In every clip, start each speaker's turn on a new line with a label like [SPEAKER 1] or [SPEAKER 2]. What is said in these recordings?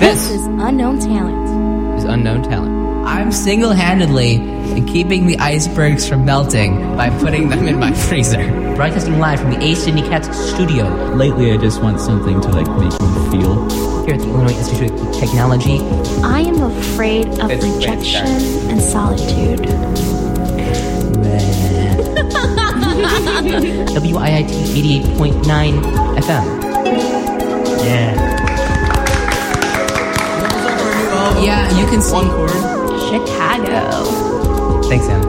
[SPEAKER 1] This
[SPEAKER 2] This is unknown talent.
[SPEAKER 1] is unknown talent.
[SPEAKER 3] I'm single handedly keeping the icebergs from melting by putting them in my freezer. Broadcasting live from the A Sydney Cats studio
[SPEAKER 4] Lately, I just want something to like make me feel.
[SPEAKER 3] here at the Illinois Institute of Technology.
[SPEAKER 2] I am afraid of
[SPEAKER 1] It's- it's
[SPEAKER 2] rejection and solitude.
[SPEAKER 3] WIIT 88.9 FM. Yeah. Yeah, you can sing.
[SPEAKER 2] Chicago.
[SPEAKER 3] Thanks, Anna.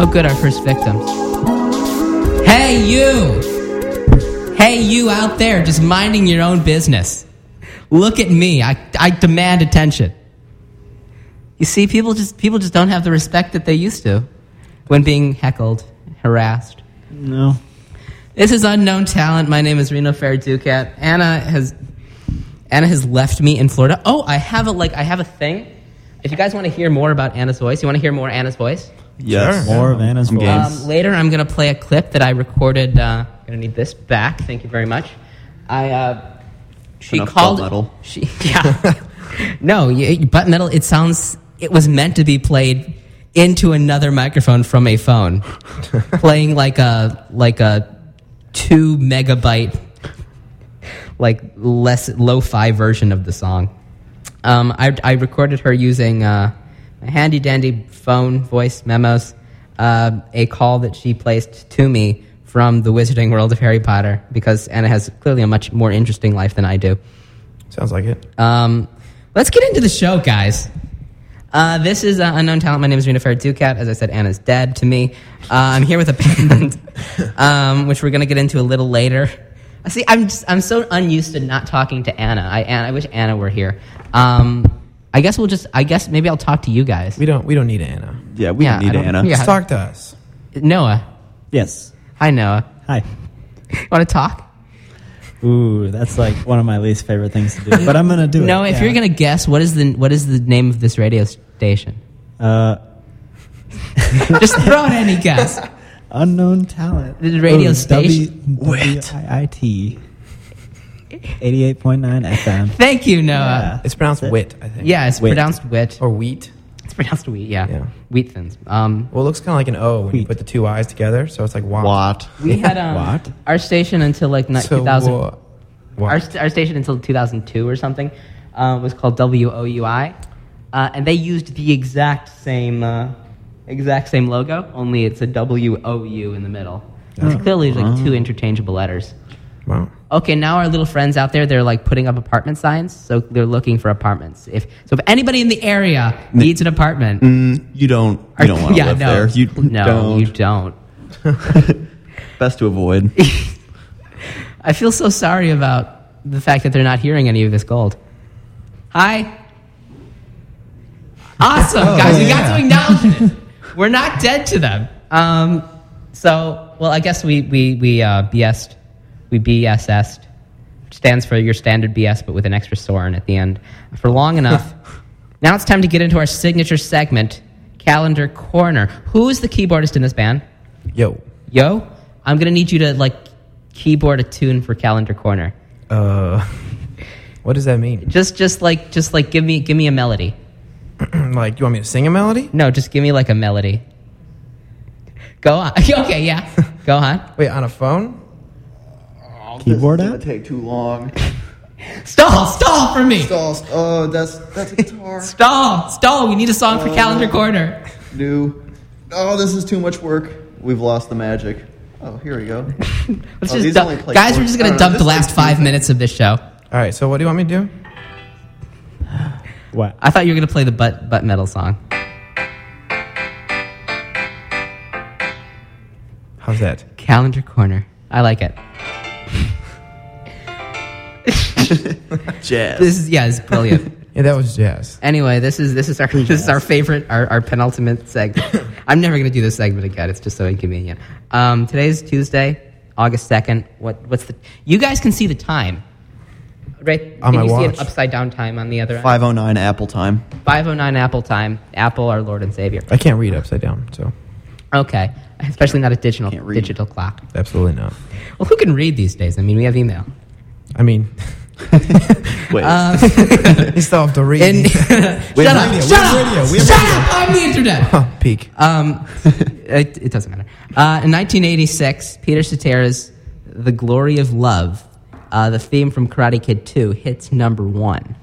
[SPEAKER 3] Oh, good, our first victims. Hey, you! Hey, you out there just minding your own business. Look at me. I, I demand attention. You see, people just, people just don't have the respect that they used to when being heckled, harassed.
[SPEAKER 4] No.
[SPEAKER 3] This is unknown talent. My name is Reno Fair Ducat. Anna has Anna has left me in Florida. Oh, I have a like I have a thing. If you guys want to hear more about Anna's voice, you want to hear more Anna's voice.
[SPEAKER 4] Yes. More of Anna's voice.
[SPEAKER 3] Um, later, I'm gonna play a clip that I recorded. Uh, I'm gonna need this back. Thank you very much. I uh, she
[SPEAKER 4] Enough
[SPEAKER 3] called
[SPEAKER 4] butt metal.
[SPEAKER 3] She yeah. no, you, butt metal. It sounds. It was meant to be played into another microphone from a phone, playing like a like a two megabyte like less lo-fi version of the song. Um, I, I recorded her using uh, my handy dandy phone voice memos, uh, a call that she placed to me from the Wizarding World of Harry Potter because Anna has clearly a much more interesting life than I do.
[SPEAKER 5] Sounds like it.
[SPEAKER 3] Um, let's get into the show, guys. Uh, this is uh, Unknown Talent. My name is Rena Fair Ducat. As I said, Anna's dead to me. Uh, I'm here with a band, um, which we're going to get into a little later. Uh, See, I'm, just, I'm so unused to not talking to Anna. I, Anna, I wish Anna were here. Um, I guess we'll just, I guess maybe I'll talk to you guys.
[SPEAKER 5] We don't. We don't need Anna.
[SPEAKER 4] yeah, we
[SPEAKER 3] yeah, I
[SPEAKER 4] need
[SPEAKER 3] don't-
[SPEAKER 4] Anna.
[SPEAKER 3] yeah.
[SPEAKER 5] Just talk to us.
[SPEAKER 3] Noah.
[SPEAKER 4] Yes.
[SPEAKER 3] Hi, Noah.
[SPEAKER 6] Hi.
[SPEAKER 3] Want to talk?
[SPEAKER 6] Ooh, that's like one of my least favorite things to do. But I'm gonna do it.
[SPEAKER 3] Noah, if you're going to guess, what is, the, what is the name of this radio station?
[SPEAKER 6] gonna uh,
[SPEAKER 3] Just throw out any guess.
[SPEAKER 6] unknown talent,
[SPEAKER 3] The radio station-
[SPEAKER 6] Wait, WIIT, eighty-eight point nine FM.
[SPEAKER 3] Thank you, Noah.
[SPEAKER 5] It's pronounced wit. I think.
[SPEAKER 3] Yeah, it's
[SPEAKER 6] Wit.
[SPEAKER 3] pronounced wit.
[SPEAKER 5] Or wheat.
[SPEAKER 3] It's pronounced wheat, yeah.
[SPEAKER 5] Yeah.
[SPEAKER 3] Wheat thins. Um,
[SPEAKER 5] Well, it looks kind of like an O when you
[SPEAKER 6] Wheat.
[SPEAKER 5] put the two I's together, so it's like wah.
[SPEAKER 4] What?
[SPEAKER 3] we had um,
[SPEAKER 6] What?
[SPEAKER 3] our station until like ni-
[SPEAKER 5] So
[SPEAKER 3] 2000.
[SPEAKER 5] wha- wha-
[SPEAKER 3] Our, st- our station until 2002 or something uh, was called WOUI, uh, and they used the exact same uh, exact same logo, only it's a WOU in the middle. It's clearly like two interchangeable letters.
[SPEAKER 5] Wow.
[SPEAKER 3] Okay, now our little friends out there, they're like putting up apartment signs, so they're looking for apartments. If so, if anybody in the area needs an apartment,
[SPEAKER 4] Mm, you don't. You don't want to
[SPEAKER 3] yeah,
[SPEAKER 4] live
[SPEAKER 3] no,
[SPEAKER 4] there. You
[SPEAKER 3] no,
[SPEAKER 4] don't.
[SPEAKER 3] you don't.
[SPEAKER 4] Best to avoid.
[SPEAKER 3] I feel so sorry about the fact that they're not hearing any of this gold. Hi. Awesome, guys. We got to acknowledge it. We're not dead to them. Um, so, well, I guess we, we, we uh, BS'd. We BSS'd. Which stands for your standard BS, but with an extra soren at the end. For long enough. now it's time to get into our signature segment, Calendar Corner. Who is the keyboardist in this band?
[SPEAKER 5] Yo.
[SPEAKER 3] yo, I'm gonna need you to like keyboard a tune for Calendar Corner.
[SPEAKER 5] Uh. What does that mean?
[SPEAKER 3] Just just like just like give me give me a melody.
[SPEAKER 5] like, you want me to sing a melody?
[SPEAKER 3] No, just give me like a melody. Go on. okay, yeah. Go on.
[SPEAKER 5] Wait, on a phone?
[SPEAKER 6] Keyboard app.
[SPEAKER 4] take too long.
[SPEAKER 3] Stall, stall for me.
[SPEAKER 4] Oh, that's that's a guitar.
[SPEAKER 3] Stall, stall. We need a song for
[SPEAKER 4] Oh.
[SPEAKER 3] Calendar Corner.
[SPEAKER 4] New. Oh, this is too much work. We've lost the magic. Oh, here we go.
[SPEAKER 3] Let's
[SPEAKER 4] Oh,
[SPEAKER 3] just
[SPEAKER 4] these
[SPEAKER 3] du-
[SPEAKER 4] only play
[SPEAKER 3] guys,
[SPEAKER 4] chords.
[SPEAKER 3] we're just
[SPEAKER 4] I
[SPEAKER 3] gonna
[SPEAKER 4] don't
[SPEAKER 3] dump
[SPEAKER 4] know,
[SPEAKER 3] the
[SPEAKER 4] this
[SPEAKER 3] last
[SPEAKER 4] is
[SPEAKER 3] five minutes of this show.
[SPEAKER 5] All right. So, what do you want me to do?
[SPEAKER 6] What?
[SPEAKER 3] I thought you were gonna play the butt butt metal song.
[SPEAKER 5] How's that?
[SPEAKER 3] Calendar Corner. I like it.
[SPEAKER 4] Jazz.
[SPEAKER 3] This is yeah, it's brilliant.
[SPEAKER 5] Yeah, that was jazz.
[SPEAKER 3] Anyway, this is this is our this is our favorite our, our penultimate segment. I'm never gonna do this segment again. It's just so inconvenient. Um, today's Tuesday, August second. What what's the? You guys can see the time, right?
[SPEAKER 5] On
[SPEAKER 3] can
[SPEAKER 5] my
[SPEAKER 3] you see
[SPEAKER 5] watch.
[SPEAKER 3] an upside down time on the other end?
[SPEAKER 4] 509 Oh, Apple time.
[SPEAKER 3] Five oh nine Apple time. Apple, our Lord and Savior.
[SPEAKER 5] I can't read upside down, so
[SPEAKER 3] Okay, especially not a digital
[SPEAKER 4] Can't read.
[SPEAKER 3] digital clock.
[SPEAKER 5] absolutely not.
[SPEAKER 3] Well, who can read these days? I mean, we have email.
[SPEAKER 5] I mean,
[SPEAKER 4] Wait.
[SPEAKER 3] Uh,
[SPEAKER 5] you still have to read.
[SPEAKER 3] And
[SPEAKER 4] We
[SPEAKER 3] shut
[SPEAKER 4] have
[SPEAKER 3] up!
[SPEAKER 5] radio, we have radio, we
[SPEAKER 3] shut up!
[SPEAKER 5] have
[SPEAKER 3] shut up on the internet.
[SPEAKER 5] Huh, peak.
[SPEAKER 3] Um, it, it doesn't matter. Uh, in 1986, Peter Cetera's "The Glory of Love," uh, the theme from Karate Kid 2, hits number one.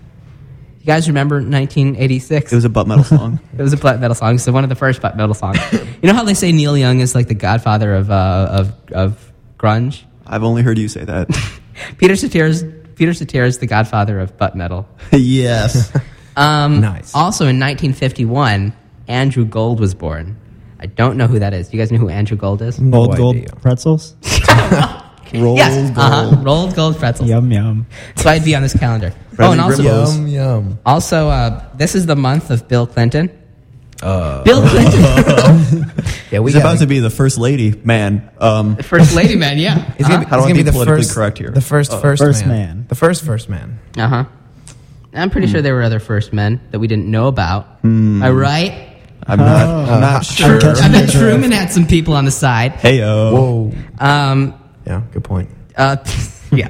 [SPEAKER 3] You guys remember 1986?
[SPEAKER 4] it was a butt metal song.
[SPEAKER 3] It was a black metal song, so one of the first black metal songs. you know how they say Neil Young is like the godfather of uh, of of grunge.
[SPEAKER 4] I've only heard you say that.
[SPEAKER 3] Oh, Peter Cetera's Peter Cetera's the godfather of butt metal.
[SPEAKER 4] yes.
[SPEAKER 3] Um,
[SPEAKER 5] Nice.
[SPEAKER 3] Also in 1951, Andrew Gold was born. I don't know who that is. You guys know who Andrew Gold is?
[SPEAKER 5] No
[SPEAKER 6] Old gold
[SPEAKER 5] idea.
[SPEAKER 6] pretzels.
[SPEAKER 4] Roll
[SPEAKER 3] yes. Uh-huh. Rolled gold pretzels.
[SPEAKER 6] yum yum.
[SPEAKER 3] So I'd be on this calendar. oh,
[SPEAKER 4] Bradley
[SPEAKER 3] and also,
[SPEAKER 4] Grimlow.
[SPEAKER 5] Yum yum.
[SPEAKER 3] also uh, this is the month of Bill Clinton. Bill Clinton,
[SPEAKER 5] Uh, Yeah, we
[SPEAKER 4] He's about to be the first lady, man. Um,
[SPEAKER 3] first lady man. Yeah.
[SPEAKER 5] He's gonna be,
[SPEAKER 4] Uh-huh. How do
[SPEAKER 5] he's gonna
[SPEAKER 4] I be
[SPEAKER 5] be the
[SPEAKER 4] politically
[SPEAKER 5] first,
[SPEAKER 4] correct here? Uh,
[SPEAKER 5] The first first,
[SPEAKER 6] First
[SPEAKER 5] man.
[SPEAKER 6] man.
[SPEAKER 5] The first first man.
[SPEAKER 3] Uh huh. I'm pretty
[SPEAKER 5] Hmm.
[SPEAKER 3] sure there were other first men that we didn't know about. Am I right?
[SPEAKER 4] I'm not.
[SPEAKER 3] Oh.
[SPEAKER 4] uh, I'm not sure.
[SPEAKER 3] I bet Truman had some people on the side.
[SPEAKER 4] Heyo.
[SPEAKER 5] Whoa.
[SPEAKER 3] Um,
[SPEAKER 5] Yeah, good point.
[SPEAKER 3] uh, yeah,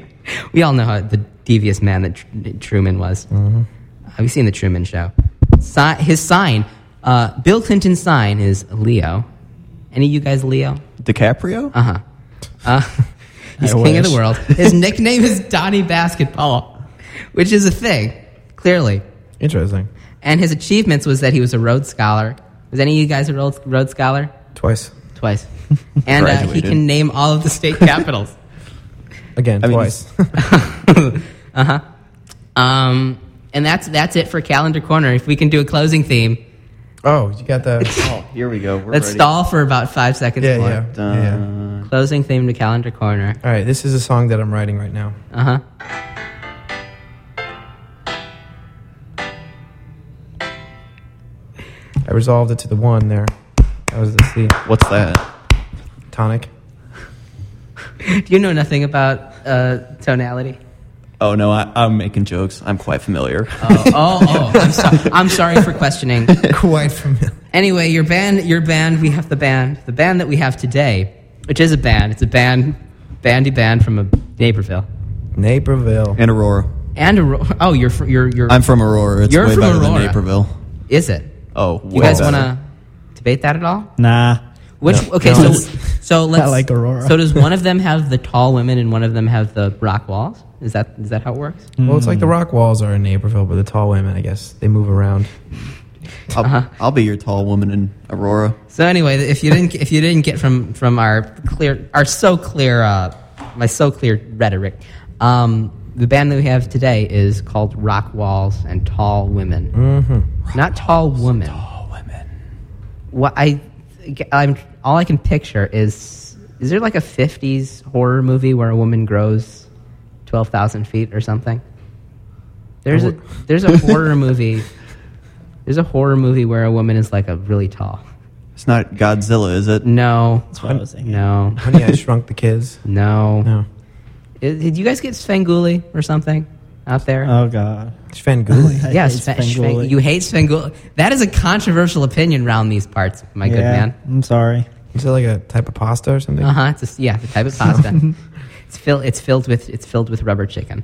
[SPEAKER 3] we all know how the devious man that Tr- Truman was.
[SPEAKER 6] Mm-hmm.
[SPEAKER 3] Uh, we've seen the Truman Show. Si- his sign, uh, Bill Clinton's sign is Leo. Any of you guys Leo?
[SPEAKER 4] DiCaprio.
[SPEAKER 3] Uh-huh. Uh He's
[SPEAKER 6] I
[SPEAKER 3] king of the
[SPEAKER 6] wish.
[SPEAKER 3] world. His nickname is Donnie Basketball, which is a thing, clearly.
[SPEAKER 5] Interesting.
[SPEAKER 3] And his achievements was that he was a Rhodes Scholar. Was any of you guys a Rhodes, Rhodes Scholar?
[SPEAKER 5] Twice.
[SPEAKER 3] Twice. And uh, he
[SPEAKER 4] Graduated.
[SPEAKER 3] can name all of the state capitals.
[SPEAKER 5] Again,
[SPEAKER 4] I mean,
[SPEAKER 5] twice.
[SPEAKER 3] uh huh. Um, and that's that's it for Calendar Corner. If we can do a closing theme,
[SPEAKER 5] oh, you got the
[SPEAKER 4] Oh, here we go. We're
[SPEAKER 3] let's
[SPEAKER 4] ready.
[SPEAKER 3] stall for about five seconds
[SPEAKER 5] Yeah,
[SPEAKER 3] more.
[SPEAKER 5] yeah. yeah.
[SPEAKER 4] Dun.
[SPEAKER 3] Closing theme to Calendar Corner.
[SPEAKER 5] All right, this is a song that I'm writing right now.
[SPEAKER 3] Uh huh.
[SPEAKER 5] I resolved it to the one there. That was the C.
[SPEAKER 4] What's that?
[SPEAKER 5] Tonic.
[SPEAKER 3] Do you know nothing about uh, tonality?
[SPEAKER 4] Oh no, I, I'm making jokes. I'm quite familiar.
[SPEAKER 3] Oh, oh, oh I'm, so- I'm sorry for questioning.
[SPEAKER 5] Quite familiar.
[SPEAKER 3] Anyway, your band, your band, we have the band, the band that we have today, which is a band. It's a band, bandy band from a Naperville.
[SPEAKER 5] Naperville.
[SPEAKER 4] and Aurora.
[SPEAKER 3] And a, ro- oh, you're, fr- you're, you're,
[SPEAKER 4] I'm from Aurora. It's
[SPEAKER 3] You're
[SPEAKER 4] way
[SPEAKER 3] from
[SPEAKER 4] better
[SPEAKER 3] Aurora.
[SPEAKER 4] than Naperville.
[SPEAKER 3] is it?
[SPEAKER 4] Oh,
[SPEAKER 3] You
[SPEAKER 4] way
[SPEAKER 3] guys
[SPEAKER 4] better.
[SPEAKER 3] want to debate that at all?
[SPEAKER 6] Nah.
[SPEAKER 3] Which,
[SPEAKER 5] No.
[SPEAKER 3] okay,
[SPEAKER 5] No,
[SPEAKER 3] so,
[SPEAKER 5] it's-
[SPEAKER 3] so let's,
[SPEAKER 6] like Aurora.
[SPEAKER 3] so does one of them have the tall women and one of them have the rock walls? Is that, is that how it works?
[SPEAKER 5] Well, it's like
[SPEAKER 4] Mm.
[SPEAKER 5] the rock walls are in Naperville, but the tall women, I guess, they move around.
[SPEAKER 4] I'll,
[SPEAKER 3] Uh-huh.
[SPEAKER 4] I'll be your tall woman in Aurora.
[SPEAKER 3] So anyway, if you didn't if you didn't get from from our clear our so clear uh, my so clear rhetoric, um, the band that we have today is called Rock Walls and Tall Women, mm-hmm. not Tall Woman. Tall Women. What I I'm all I can picture is is there like a '50s horror movie where a woman grows twelve thousand feet or something? There's a there's a horror movie. There's a horror movie where a woman is like a really tall.
[SPEAKER 4] It's not Godzilla, is it?
[SPEAKER 3] No.
[SPEAKER 6] That's what I was thinking.
[SPEAKER 3] No.
[SPEAKER 5] Honey, I shrunk the kids.
[SPEAKER 3] No.
[SPEAKER 5] No.
[SPEAKER 3] I- Did you guys get Svengoolie or something out there?
[SPEAKER 6] Oh god.
[SPEAKER 5] Svengoolie.
[SPEAKER 6] I
[SPEAKER 3] yeah,
[SPEAKER 6] hate
[SPEAKER 3] Sven-
[SPEAKER 6] Svengoolie.
[SPEAKER 3] Sven- you hate Svengoolie. That is a controversial opinion round these parts, my good
[SPEAKER 6] Yeah,
[SPEAKER 3] man.
[SPEAKER 6] I'm sorry.
[SPEAKER 5] Is it like a type of pasta or something?
[SPEAKER 4] Uh-huh.
[SPEAKER 3] Uh huh. It's a, yeah, the type of pasta. it's filled. It's filled with. It's filled with rubber chicken.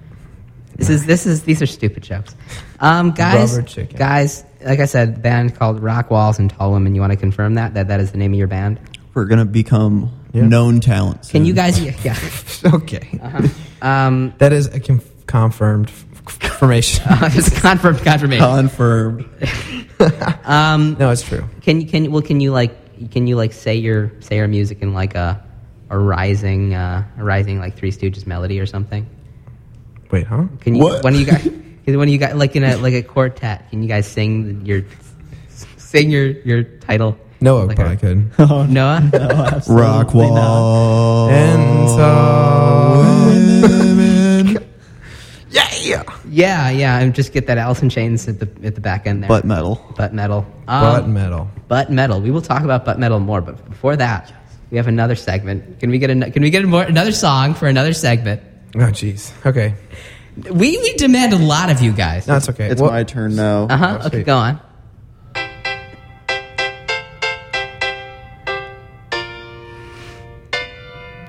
[SPEAKER 3] This is. This is. These are stupid jokes. Um, guys.
[SPEAKER 5] Rubber chicken.
[SPEAKER 3] Guys, like I said, band called Rock Walls and Tall Women. You want to confirm that? That that is the name of your band.
[SPEAKER 4] We're gonna become
[SPEAKER 5] Yeah.
[SPEAKER 4] known talents.
[SPEAKER 3] Can you guys? Yeah. yeah.
[SPEAKER 5] Okay.
[SPEAKER 3] Um,
[SPEAKER 5] Uh-huh.
[SPEAKER 3] Uh-huh.
[SPEAKER 5] That is a conf- confirmed f- confirmation.
[SPEAKER 3] it's confirmed confirmation.
[SPEAKER 4] Oh, confirmed?
[SPEAKER 5] no, it's true.
[SPEAKER 3] Can you can well can you like can you like say your say your music in like a a rising uh, a rising like Three Stooges melody or something?
[SPEAKER 5] Wait, huh?
[SPEAKER 3] Can you
[SPEAKER 4] What?
[SPEAKER 3] when you guys when you got like in a like a quartet? Can you guys sing your sing your your title?
[SPEAKER 5] Noah
[SPEAKER 3] Like
[SPEAKER 5] probably
[SPEAKER 3] a-
[SPEAKER 5] could.
[SPEAKER 6] Oh, no,
[SPEAKER 3] Noah.
[SPEAKER 6] absolutely not.
[SPEAKER 4] Rock wall.
[SPEAKER 5] And so.
[SPEAKER 4] Uh-huh.
[SPEAKER 3] yeah, yeah. And just get that Allison Chains at the at the back end there.
[SPEAKER 4] butt metal.
[SPEAKER 3] butt metal. Um,
[SPEAKER 5] Butt metal.
[SPEAKER 3] butt metal. We will talk about butt metal more, but before that, we have another segment. Can we get an, can we get a more, another song for another segment?
[SPEAKER 5] Oh, jeez. Okay.
[SPEAKER 3] We, we demand a lot of you guys.
[SPEAKER 5] No, it's okay.
[SPEAKER 4] It's
[SPEAKER 5] Well,
[SPEAKER 4] my turn now.
[SPEAKER 3] Uh huh.
[SPEAKER 5] Oh,
[SPEAKER 3] okay,
[SPEAKER 5] sweet.
[SPEAKER 3] go on.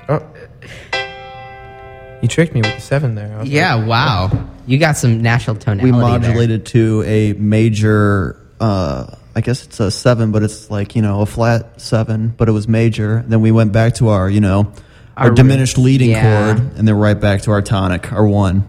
[SPEAKER 5] oh. You tricked me with the seven there. I was
[SPEAKER 3] Yeah, wow. You got some national tonality.
[SPEAKER 4] we
[SPEAKER 3] there.
[SPEAKER 4] modulated to a major uh i guess it's a seven but it's like you know a flat seven but it was major then we went back to our you know our,
[SPEAKER 3] Our-
[SPEAKER 4] diminished leading
[SPEAKER 3] yeah.
[SPEAKER 4] chord and then right back to our tonic our one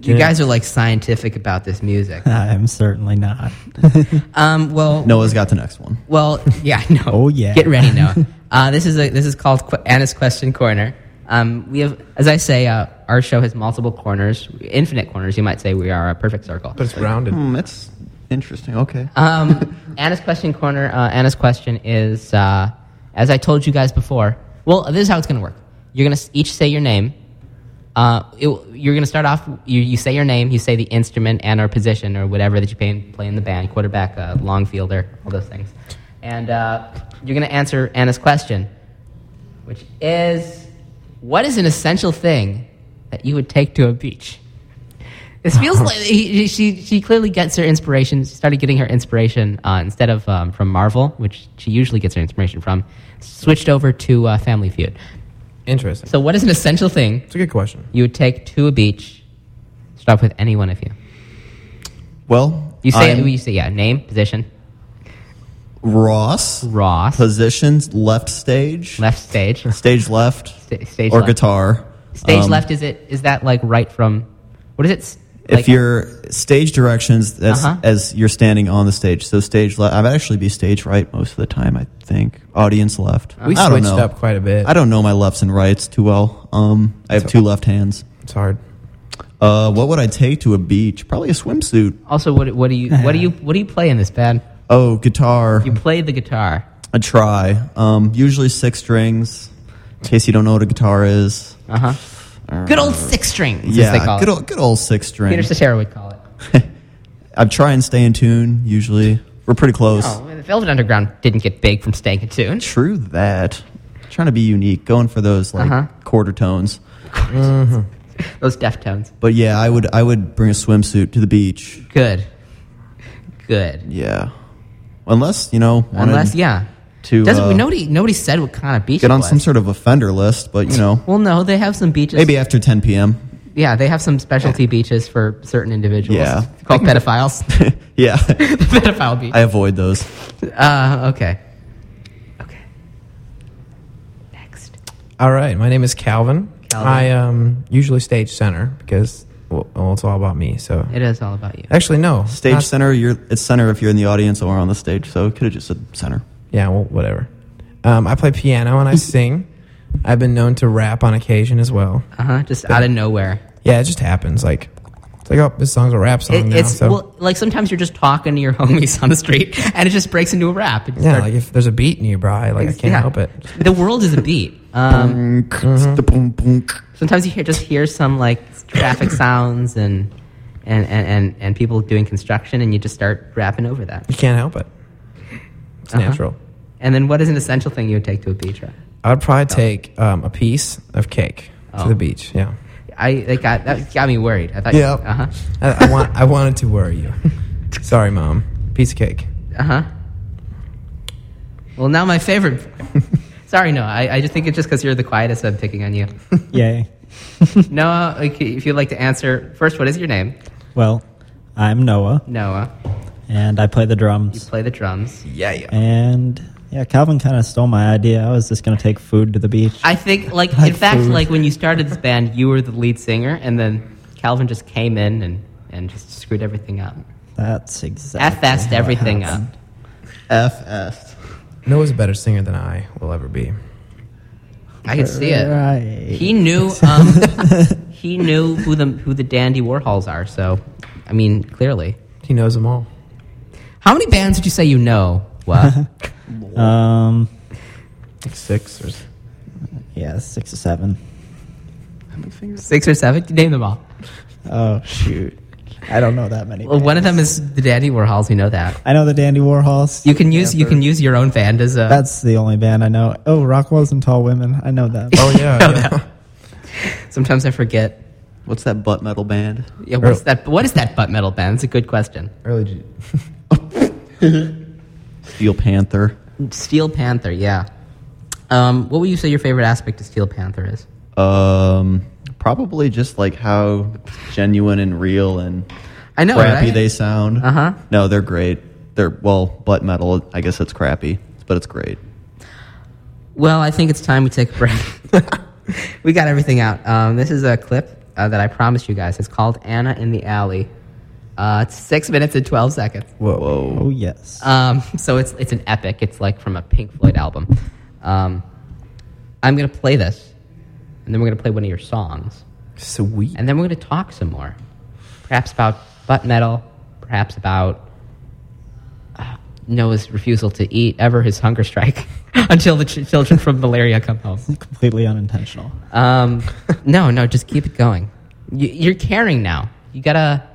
[SPEAKER 3] You guys are like scientific about this music.
[SPEAKER 6] I'm certainly not.
[SPEAKER 3] Um, well,
[SPEAKER 4] noah's got the next one
[SPEAKER 3] Well, yeah, no.
[SPEAKER 6] Oh, yeah.
[SPEAKER 3] Get ready now. uh, this is a, this is called Qu- Anna's Question Corner. Um, we have, as I say, uh, our show has multiple corners, infinite corners. You might say we are a perfect circle.
[SPEAKER 5] But it's rounded.
[SPEAKER 4] hmm, that's interesting okay
[SPEAKER 3] Um, Anna's Question Corner. Uh, Anna's question is, uh, as I told you guys before. Well, this is how it's going to work. You're going to each say your name. Uh, it, you're going to start off. You, you say your name. You say the instrument and or position or whatever that you play in, play in the band. Quarterback, uh, long fielder, all those things. And uh, you're going to answer Anna's question, which is, what is an essential thing that you would take to a beach? This feels like he, he- she she clearly gets her inspiration. She started getting her inspiration uh, instead of um, from Marvel, which she usually gets her inspiration from, switched over to uh, Family Feud.
[SPEAKER 5] Interesting.
[SPEAKER 3] So, what is an essential thing
[SPEAKER 5] It's a good question.
[SPEAKER 3] you would take to a beach? Start with any one of you.
[SPEAKER 4] well
[SPEAKER 3] You say
[SPEAKER 4] I'm
[SPEAKER 3] you say yeah. Name, position,
[SPEAKER 4] ross
[SPEAKER 3] Ross,
[SPEAKER 4] positions left stage
[SPEAKER 3] left stage,
[SPEAKER 4] stage left
[SPEAKER 3] sta- stage
[SPEAKER 4] or
[SPEAKER 3] left.
[SPEAKER 4] guitar
[SPEAKER 3] Stage
[SPEAKER 4] Um,
[SPEAKER 3] left is it? Is that like right from? What is it? S-
[SPEAKER 4] if
[SPEAKER 3] like-
[SPEAKER 4] your stage directions that's
[SPEAKER 3] Uh-huh.
[SPEAKER 4] as you're standing on the stage so stage left i'd actually be stage right most of the time i think audience left
[SPEAKER 3] Uh-huh.
[SPEAKER 5] We
[SPEAKER 4] I don't
[SPEAKER 5] switched
[SPEAKER 4] know.
[SPEAKER 5] up quite a bit.
[SPEAKER 4] i don't know my lefts and rights too well um, i have two left hands
[SPEAKER 5] It's hard.
[SPEAKER 4] uh, what would i take to a beach probably a swimsuit
[SPEAKER 3] also, what what do you what do you what do you play in this band?
[SPEAKER 4] oh guitar
[SPEAKER 3] You play the guitar.
[SPEAKER 4] a try um, usually six strings in case you don't know what a guitar is
[SPEAKER 3] Uh huh. Good old six strings. as they
[SPEAKER 4] Uh-huh. yeah
[SPEAKER 3] call
[SPEAKER 4] good
[SPEAKER 3] it.
[SPEAKER 4] old, good old six
[SPEAKER 3] Peter
[SPEAKER 4] strings
[SPEAKER 3] Cetera would call it.
[SPEAKER 4] i try and stay in tune usually we're pretty close
[SPEAKER 3] Oh, the Velvet Underground didn't get big from staying in tune.
[SPEAKER 4] True that. Trying to be unique, going for those like
[SPEAKER 3] Uh-huh.
[SPEAKER 4] quarter tones.
[SPEAKER 3] Those Deftones.
[SPEAKER 4] But yeah, I would I would bring a swimsuit to the beach.
[SPEAKER 3] Good. Good.
[SPEAKER 4] Yeah, unless you know, wanted
[SPEAKER 3] Unless, yeah.
[SPEAKER 4] to
[SPEAKER 3] Doesn't,
[SPEAKER 4] uh,
[SPEAKER 3] nobody, nobody said what kind of beach
[SPEAKER 4] get
[SPEAKER 3] it
[SPEAKER 4] on
[SPEAKER 3] was.
[SPEAKER 4] some sort of offender list. But you know,
[SPEAKER 3] Well, no, they have some beaches.
[SPEAKER 4] maybe after 10 p.m.
[SPEAKER 3] Yeah, they have some specialty beaches for certain individuals.
[SPEAKER 4] Yeah.
[SPEAKER 3] Called pedophiles.
[SPEAKER 4] yeah,
[SPEAKER 3] the pedophile beach.
[SPEAKER 4] I avoid those.
[SPEAKER 3] Uh, okay. Okay. Next.
[SPEAKER 5] All right, my name is Calvin.
[SPEAKER 3] Calvin.
[SPEAKER 5] I um, usually stage center because well, well, it's all about me. So
[SPEAKER 3] It is all about you.
[SPEAKER 5] actually, no
[SPEAKER 4] Stage
[SPEAKER 5] not-
[SPEAKER 4] center, you're it's center if you're in the audience or on the stage. So could have just said center.
[SPEAKER 5] Yeah, well, whatever. Um, I play piano and I sing. I've been known to rap on occasion as well.
[SPEAKER 3] Uh huh. Just out of nowhere.
[SPEAKER 5] Yeah, it just happens. Like it's like oh, this song's a rap song
[SPEAKER 3] It,
[SPEAKER 5] now.
[SPEAKER 3] it's
[SPEAKER 5] so
[SPEAKER 3] well, like sometimes you're just talking to your homies on the street, and it just breaks into a rap. It just
[SPEAKER 5] yeah,
[SPEAKER 3] starts-
[SPEAKER 5] like if there's a beat nearby, like I can't
[SPEAKER 3] Yeah.
[SPEAKER 5] help it.
[SPEAKER 3] The world is a beat. Um, sometimes you hear, just hear some like traffic sounds and and, and, and and people doing construction, and you just start rapping over that.
[SPEAKER 5] You can't help it. It's
[SPEAKER 3] Uh-huh.
[SPEAKER 5] natural.
[SPEAKER 3] And then, what is an essential thing you would take to a beach? Rob?
[SPEAKER 5] I would probably take um, a piece of cake
[SPEAKER 3] Oh.
[SPEAKER 5] to the beach. Yeah,
[SPEAKER 3] I that got that got me worried. I thought,
[SPEAKER 5] Yeah.
[SPEAKER 3] uh huh,
[SPEAKER 5] I, I want. I wanted to worry you. Sorry, mom. Piece of cake.
[SPEAKER 3] uh huh. Well, now my favorite. Sorry, no. I, I just think it's just because you're the quietest. I'm picking on you.
[SPEAKER 6] Yay.
[SPEAKER 3] Noah, like, if you'd like to answer first, what is your name?
[SPEAKER 6] Well, I'm Noah,
[SPEAKER 3] Noah.
[SPEAKER 6] and I play the
[SPEAKER 3] You
[SPEAKER 6] drums.
[SPEAKER 3] play the drums.
[SPEAKER 5] Yeah, yeah.
[SPEAKER 6] And yeah, Calvin kind of stole my idea. I was just going to take food to the beach.
[SPEAKER 3] I think, like, in fact, like when you started this band, you were the lead singer, and then Calvin just came in and, and just screwed everything up.
[SPEAKER 6] That's exactly.
[SPEAKER 3] F fast
[SPEAKER 6] how it
[SPEAKER 3] everything up.
[SPEAKER 6] happened.
[SPEAKER 4] FS.
[SPEAKER 5] Noah's a better singer than I will ever be.
[SPEAKER 3] I could see it.
[SPEAKER 6] Right.
[SPEAKER 3] He knew um, he knew who the who the Dandy Warhols are. So, I mean, clearly,
[SPEAKER 5] He knows them all.
[SPEAKER 3] how many bands would you say you know? What?
[SPEAKER 6] Um,
[SPEAKER 5] Like six or s-
[SPEAKER 6] yeah, six or seven.
[SPEAKER 3] Six or seven? Name them all.
[SPEAKER 6] Oh shoot, I don't know that many.
[SPEAKER 3] Well, one of them
[SPEAKER 6] bands.
[SPEAKER 3] is the Dandy Warhols. We know that.
[SPEAKER 6] I know the Dandy Warhols.
[SPEAKER 3] You can use you can use your own band as a.
[SPEAKER 6] That's the only band I know. Oh, Rockwells and Tall Women. I know them.
[SPEAKER 5] Oh yeah,
[SPEAKER 3] Know
[SPEAKER 5] yeah.
[SPEAKER 3] that. Sometimes I forget.
[SPEAKER 4] What's that butt metal band?
[SPEAKER 3] Yeah, what's that? What is that butt metal band? It's a good question.
[SPEAKER 5] Early. G-
[SPEAKER 4] Steel Panther.
[SPEAKER 3] Steel Panther, yeah. Um, what would you say your favorite aspect of Steel Panther is?
[SPEAKER 4] Um, Probably just like how genuine and real and
[SPEAKER 3] I know,
[SPEAKER 4] crappy
[SPEAKER 3] right?
[SPEAKER 4] they sound.
[SPEAKER 3] Uh-huh.
[SPEAKER 4] No, they're great. They're well, butt metal. I guess it's crappy, but it's great.
[SPEAKER 3] Well, I think it's time we take a break. we got everything out. Um, this is a clip uh, that I promised you guys. It's called Anna in the Alley. Uh, it's six minutes and 12 seconds.
[SPEAKER 4] Whoa, whoa.
[SPEAKER 6] Oh yes.
[SPEAKER 3] Um, so it's, it's an epic. It's like from a Pink Floyd album. Um, I'm going to play this, and then we're going to play one of your songs,
[SPEAKER 5] Sweet.
[SPEAKER 3] and then we're going to talk some more. Perhaps about butt metal, perhaps about uh, Noah's refusal to eat ever his hunger strike until the ch- children from malaria come home.
[SPEAKER 6] Completely unintentional.
[SPEAKER 3] Um, no, no, just keep it going. You, you're caring now. You gotta,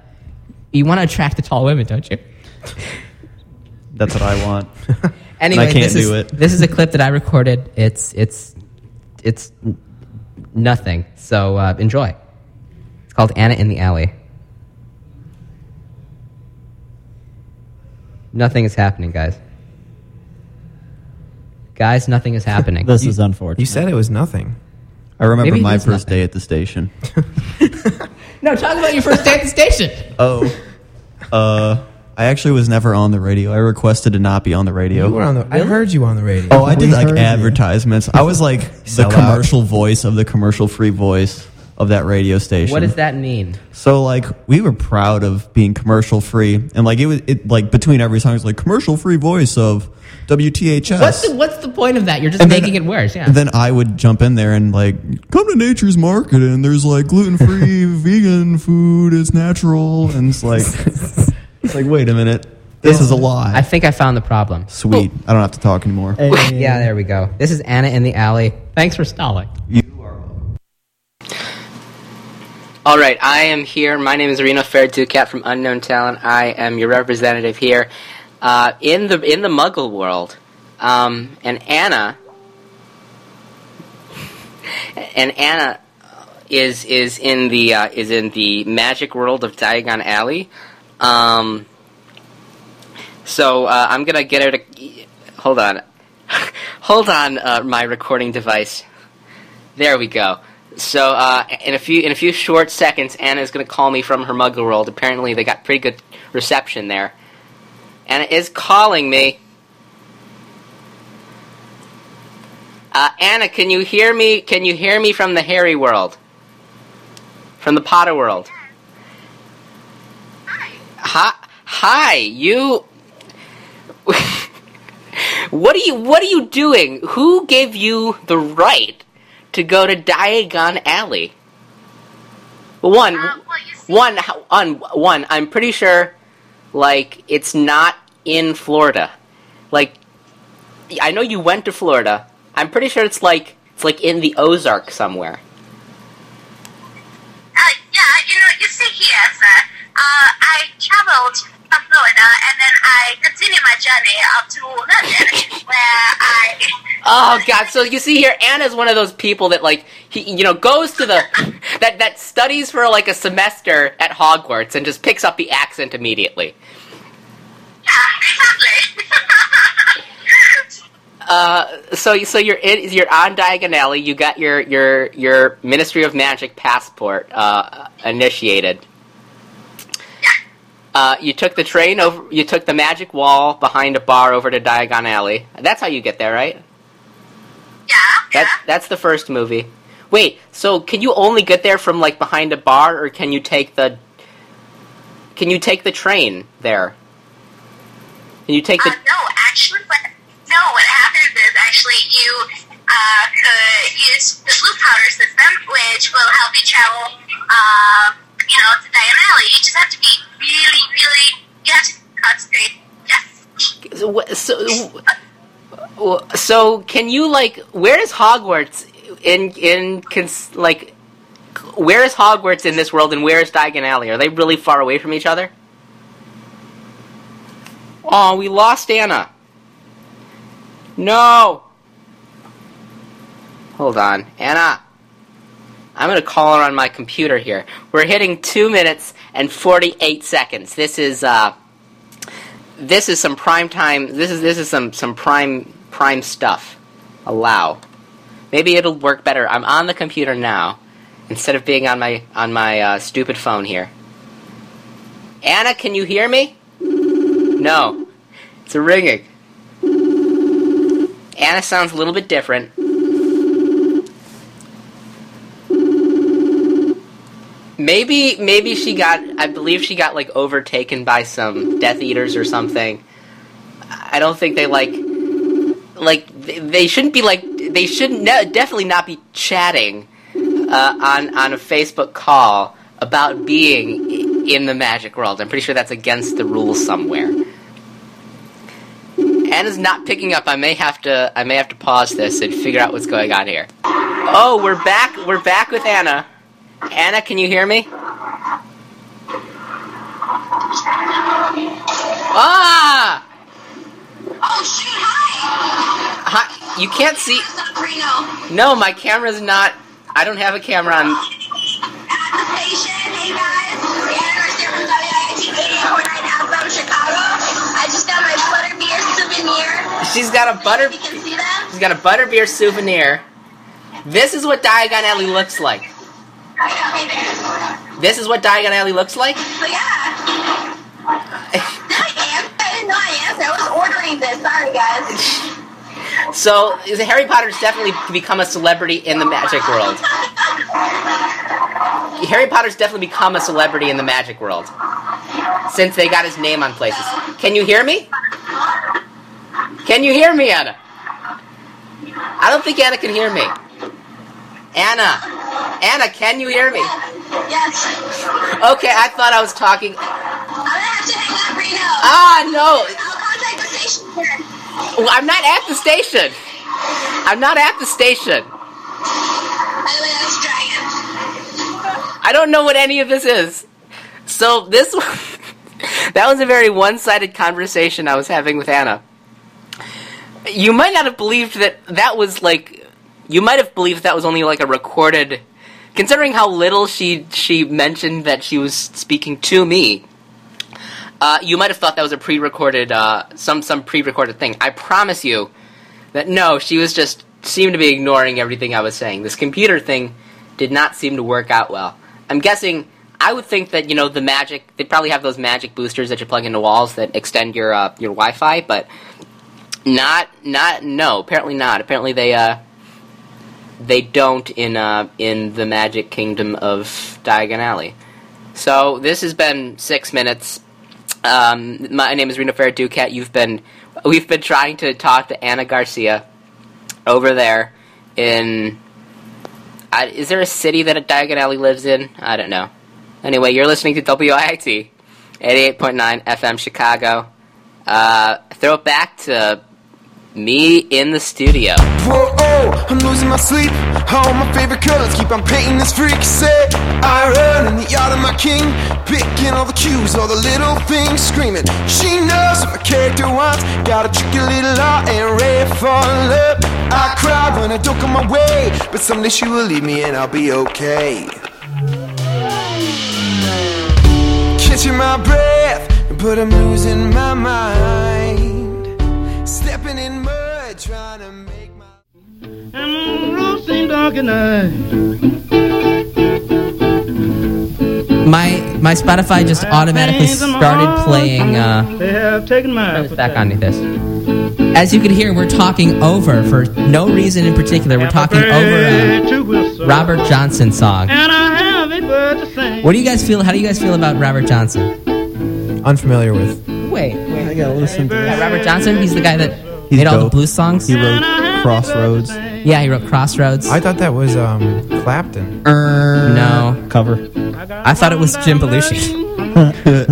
[SPEAKER 3] you want to attract the tall women, don't you?
[SPEAKER 4] That's what I want.
[SPEAKER 3] Anyway,
[SPEAKER 4] can't
[SPEAKER 3] this is
[SPEAKER 4] do it.
[SPEAKER 3] this is a clip that I recorded. It's it's it's n- nothing. So uh, enjoy. It's called Anna in the Alley. Nothing is happening, guys. Guys, nothing is happening.
[SPEAKER 6] This is unfortunate.
[SPEAKER 5] You said it was nothing.
[SPEAKER 4] I remember
[SPEAKER 3] Maybe
[SPEAKER 4] my
[SPEAKER 3] he's
[SPEAKER 4] first
[SPEAKER 3] nothing.
[SPEAKER 4] day at the station.
[SPEAKER 3] no, talk about your first day at the station.
[SPEAKER 4] Oh, uh, I actually was never on the radio. I requested to not be on the radio.
[SPEAKER 5] You were on the. I heard you on the radio.
[SPEAKER 4] Oh, I did
[SPEAKER 6] We
[SPEAKER 4] like
[SPEAKER 6] heard you.
[SPEAKER 4] advertisements. I was like the
[SPEAKER 5] Sell out.
[SPEAKER 4] commercial voice of the commercial free voice of that radio station.
[SPEAKER 3] What does that mean?
[SPEAKER 4] So like we were proud of being commercial free, and like it was it like between every song it was like commercial free voice of WTHS.
[SPEAKER 3] What's the what's the point of that? You're just
[SPEAKER 4] And then-
[SPEAKER 3] making it worse. Yeah.
[SPEAKER 4] And then I would jump in there and like come to Nature's Market, and there's like gluten free vegan food. It's natural, and it's like it's like wait a minute, this is a lie.
[SPEAKER 3] I Oh. think I found the problem.
[SPEAKER 4] Sweet, I don't have to talk anymore.
[SPEAKER 6] Hey.
[SPEAKER 3] Yeah, there we go. This is Anna in the alley. Thanks for stalling.
[SPEAKER 4] You are welcome.
[SPEAKER 3] All right, I am here. My name is Reno Ferducat from Unknown Talent. I am your representative here uh, in the in the Muggle world. Um, and Anna, and Anna is is in the uh, is in the magic world of Diagon Alley. Um, so uh, I'm gonna get her to hold on, hold on uh, my recording device. There we go. So uh, in a few in a few short seconds, Anna's going to call me from her Muggle world. Apparently, they got pretty good reception there. Anna is calling me. Uh, Anna, can you hear me? Can you hear me from the Harry world? From the Potter world? Hi, hi, you. what are you? What are you doing? Who gave you the right to go to Diagon Alley. One,
[SPEAKER 1] Uh, well, you see-
[SPEAKER 3] one, how- on one. I'm pretty sure, like it's not in Florida. Like, I know you went to Florida. I'm pretty sure it's like it's like in the Ozark somewhere.
[SPEAKER 1] Uh, yeah, you know, you see here, sir, uh, I traveled to Florida and then I continued my journey up to London, where I.
[SPEAKER 3] Oh God! So you see here, Anna's one of those people that like he, you know, goes to the that that studies for like a semester at Hogwarts and just picks up the accent immediately.
[SPEAKER 1] Yeah, exactly.
[SPEAKER 3] so so you're in, you're on Diagon Alley. You got your your your Ministry of Magic passport uh, initiated. Uh, you took the train over. You took the magic wall behind a bar over to Diagon Alley. That's how you get there, right?
[SPEAKER 1] yeah, yeah.
[SPEAKER 3] That that's the first movie. Wait, so can you only get there from like behind a bar, or can you take the can you take the train there? Can you take
[SPEAKER 1] Uh,
[SPEAKER 3] the
[SPEAKER 1] no, actually, what, no, what happens is actually you uh, could use the blue powder system, which will help you travel, uh, you know, to Diagon Alley. You just have to be really, really, you have to concentrate. Yes.
[SPEAKER 3] So, wh- so, wh- so can you like where is Hogwarts in in cons- like where is Hogwarts in this world and where is Diagon Alley? Are they really far away from each other? Oh, we lost Anna. No. Hold on, Anna. I'm gonna call her on my computer here. We're hitting two minutes and forty-eight seconds. This is uh this is some prime time. This is this is some some prime prime stuff. Allow. Maybe it'll work better. I'm on the computer now, instead of being on my on my uh, stupid phone here. Anna, can you hear me? No, it's a ringing. Anna sounds a little bit different. Maybe maybe she got I believe she got like overtaken by some Death Eaters or something. I don't think they like like they- they shouldn't be like they shouldn't no, definitely not be chatting uh, on on a Facebook call about being i- in the magic world. I'm pretty sure that's against the rules somewhere. Anna's not picking up. I may have to I may have to pause this and figure out what's going on here. Oh, we're back. We're back with Anna. Anna, can you hear me? Ah!
[SPEAKER 1] Oh shoot! Hi.
[SPEAKER 3] Hi- You can't see.
[SPEAKER 1] What's up, Reno?
[SPEAKER 3] No, my camera's not. I don't have a camera on.
[SPEAKER 1] Occupation. Hey guys. Rhiannon or Sarah Zodiac, it's 8849 Alpha of Chicago. I just got my butterbeer souvenir.
[SPEAKER 3] She's got a butter.
[SPEAKER 1] You can see them.
[SPEAKER 3] She's got a butterbeer souvenir. This is what Diagon Alley looks like.
[SPEAKER 1] Okay, there.
[SPEAKER 3] This is what Diagon Alley looks like.
[SPEAKER 1] So yeah. No, I am. I didn't know I answered. I was ordering this. Sorry, guys.
[SPEAKER 3] So is- Harry Potter's definitely become a celebrity in the magic world. Harry Potter's definitely become a celebrity in the magic world since they got his name on places. Can you hear me? Can you hear me, Anna? I don't think Anna can hear me. Anna, Anna, can you hear me?
[SPEAKER 1] Yes.
[SPEAKER 3] Okay, I thought I was talking.
[SPEAKER 1] I'm gonna have to hang up, Reno.
[SPEAKER 3] Ah, no.
[SPEAKER 1] I'll contact the station here.
[SPEAKER 3] Well, I'm not at the station. I'm not at the station.
[SPEAKER 1] By the way, that's Dragon.
[SPEAKER 3] I don't know what any of this is. So this that was a very one-sided conversation I was having with Anna. You might not have believed that that was like you might have believed that was only like a recorded considering how little she she mentioned that she was speaking to me. Uh, you might have thought that was a pre-recorded uh, some some pre-recorded thing. I promise you that no, she was just seemed to be ignoring everything I was saying. This computer thing did not seem to work out well. I'm guessing I would think that you know the magic they probably have those magic boosters that you plug into walls that extend your uh, your Wi-Fi, but not not no apparently not apparently they uh they don't in uh in the magic kingdom of Diagon Alley. So this has been six minutes. Um, my name is Reno Ferret Ducat. You've been we've been trying to talk to Anna Garcia over there in. I, is there a city that a Diagon Alley lives in? I don't know. Anyway, you're listening to WIT 88.9 FM Chicago. Uh, throw it back to me in the studio.
[SPEAKER 7] Whoa, oh, I'm losing my sleep. All my favorite colors keep on painting this freak. Say, I run in the yard of my king, picking all the cues, all the little things, screaming. She knows what my character wants. Got a tricky little eye and ready for love. I cry when I don't come my way, but someday she will leave me and I'll be okay. Catching my breath, but I'm losing my mind. Stepping in mud, trying to make my.
[SPEAKER 8] My my Spotify just automatically started playing. Uh, they have taken my back on me this. As you can hear, we're talking over for no reason in particular. We're talking over a Robert Johnson song. What do you guys feel? How do you guys feel about Robert Johnson?
[SPEAKER 5] Unfamiliar with.
[SPEAKER 8] Wait, wait.
[SPEAKER 6] I gotta listen to
[SPEAKER 8] Yeah,
[SPEAKER 6] that.
[SPEAKER 8] Robert Johnson. He's the guy that
[SPEAKER 4] He's
[SPEAKER 8] made all the
[SPEAKER 4] dope.
[SPEAKER 8] blues songs.
[SPEAKER 4] He wrote Crossroads.
[SPEAKER 8] Yeah, he wrote Crossroads.
[SPEAKER 5] I thought that was um, Clapton.
[SPEAKER 3] Uh,
[SPEAKER 8] no,
[SPEAKER 6] cover.
[SPEAKER 8] I thought it was Jim Belushi.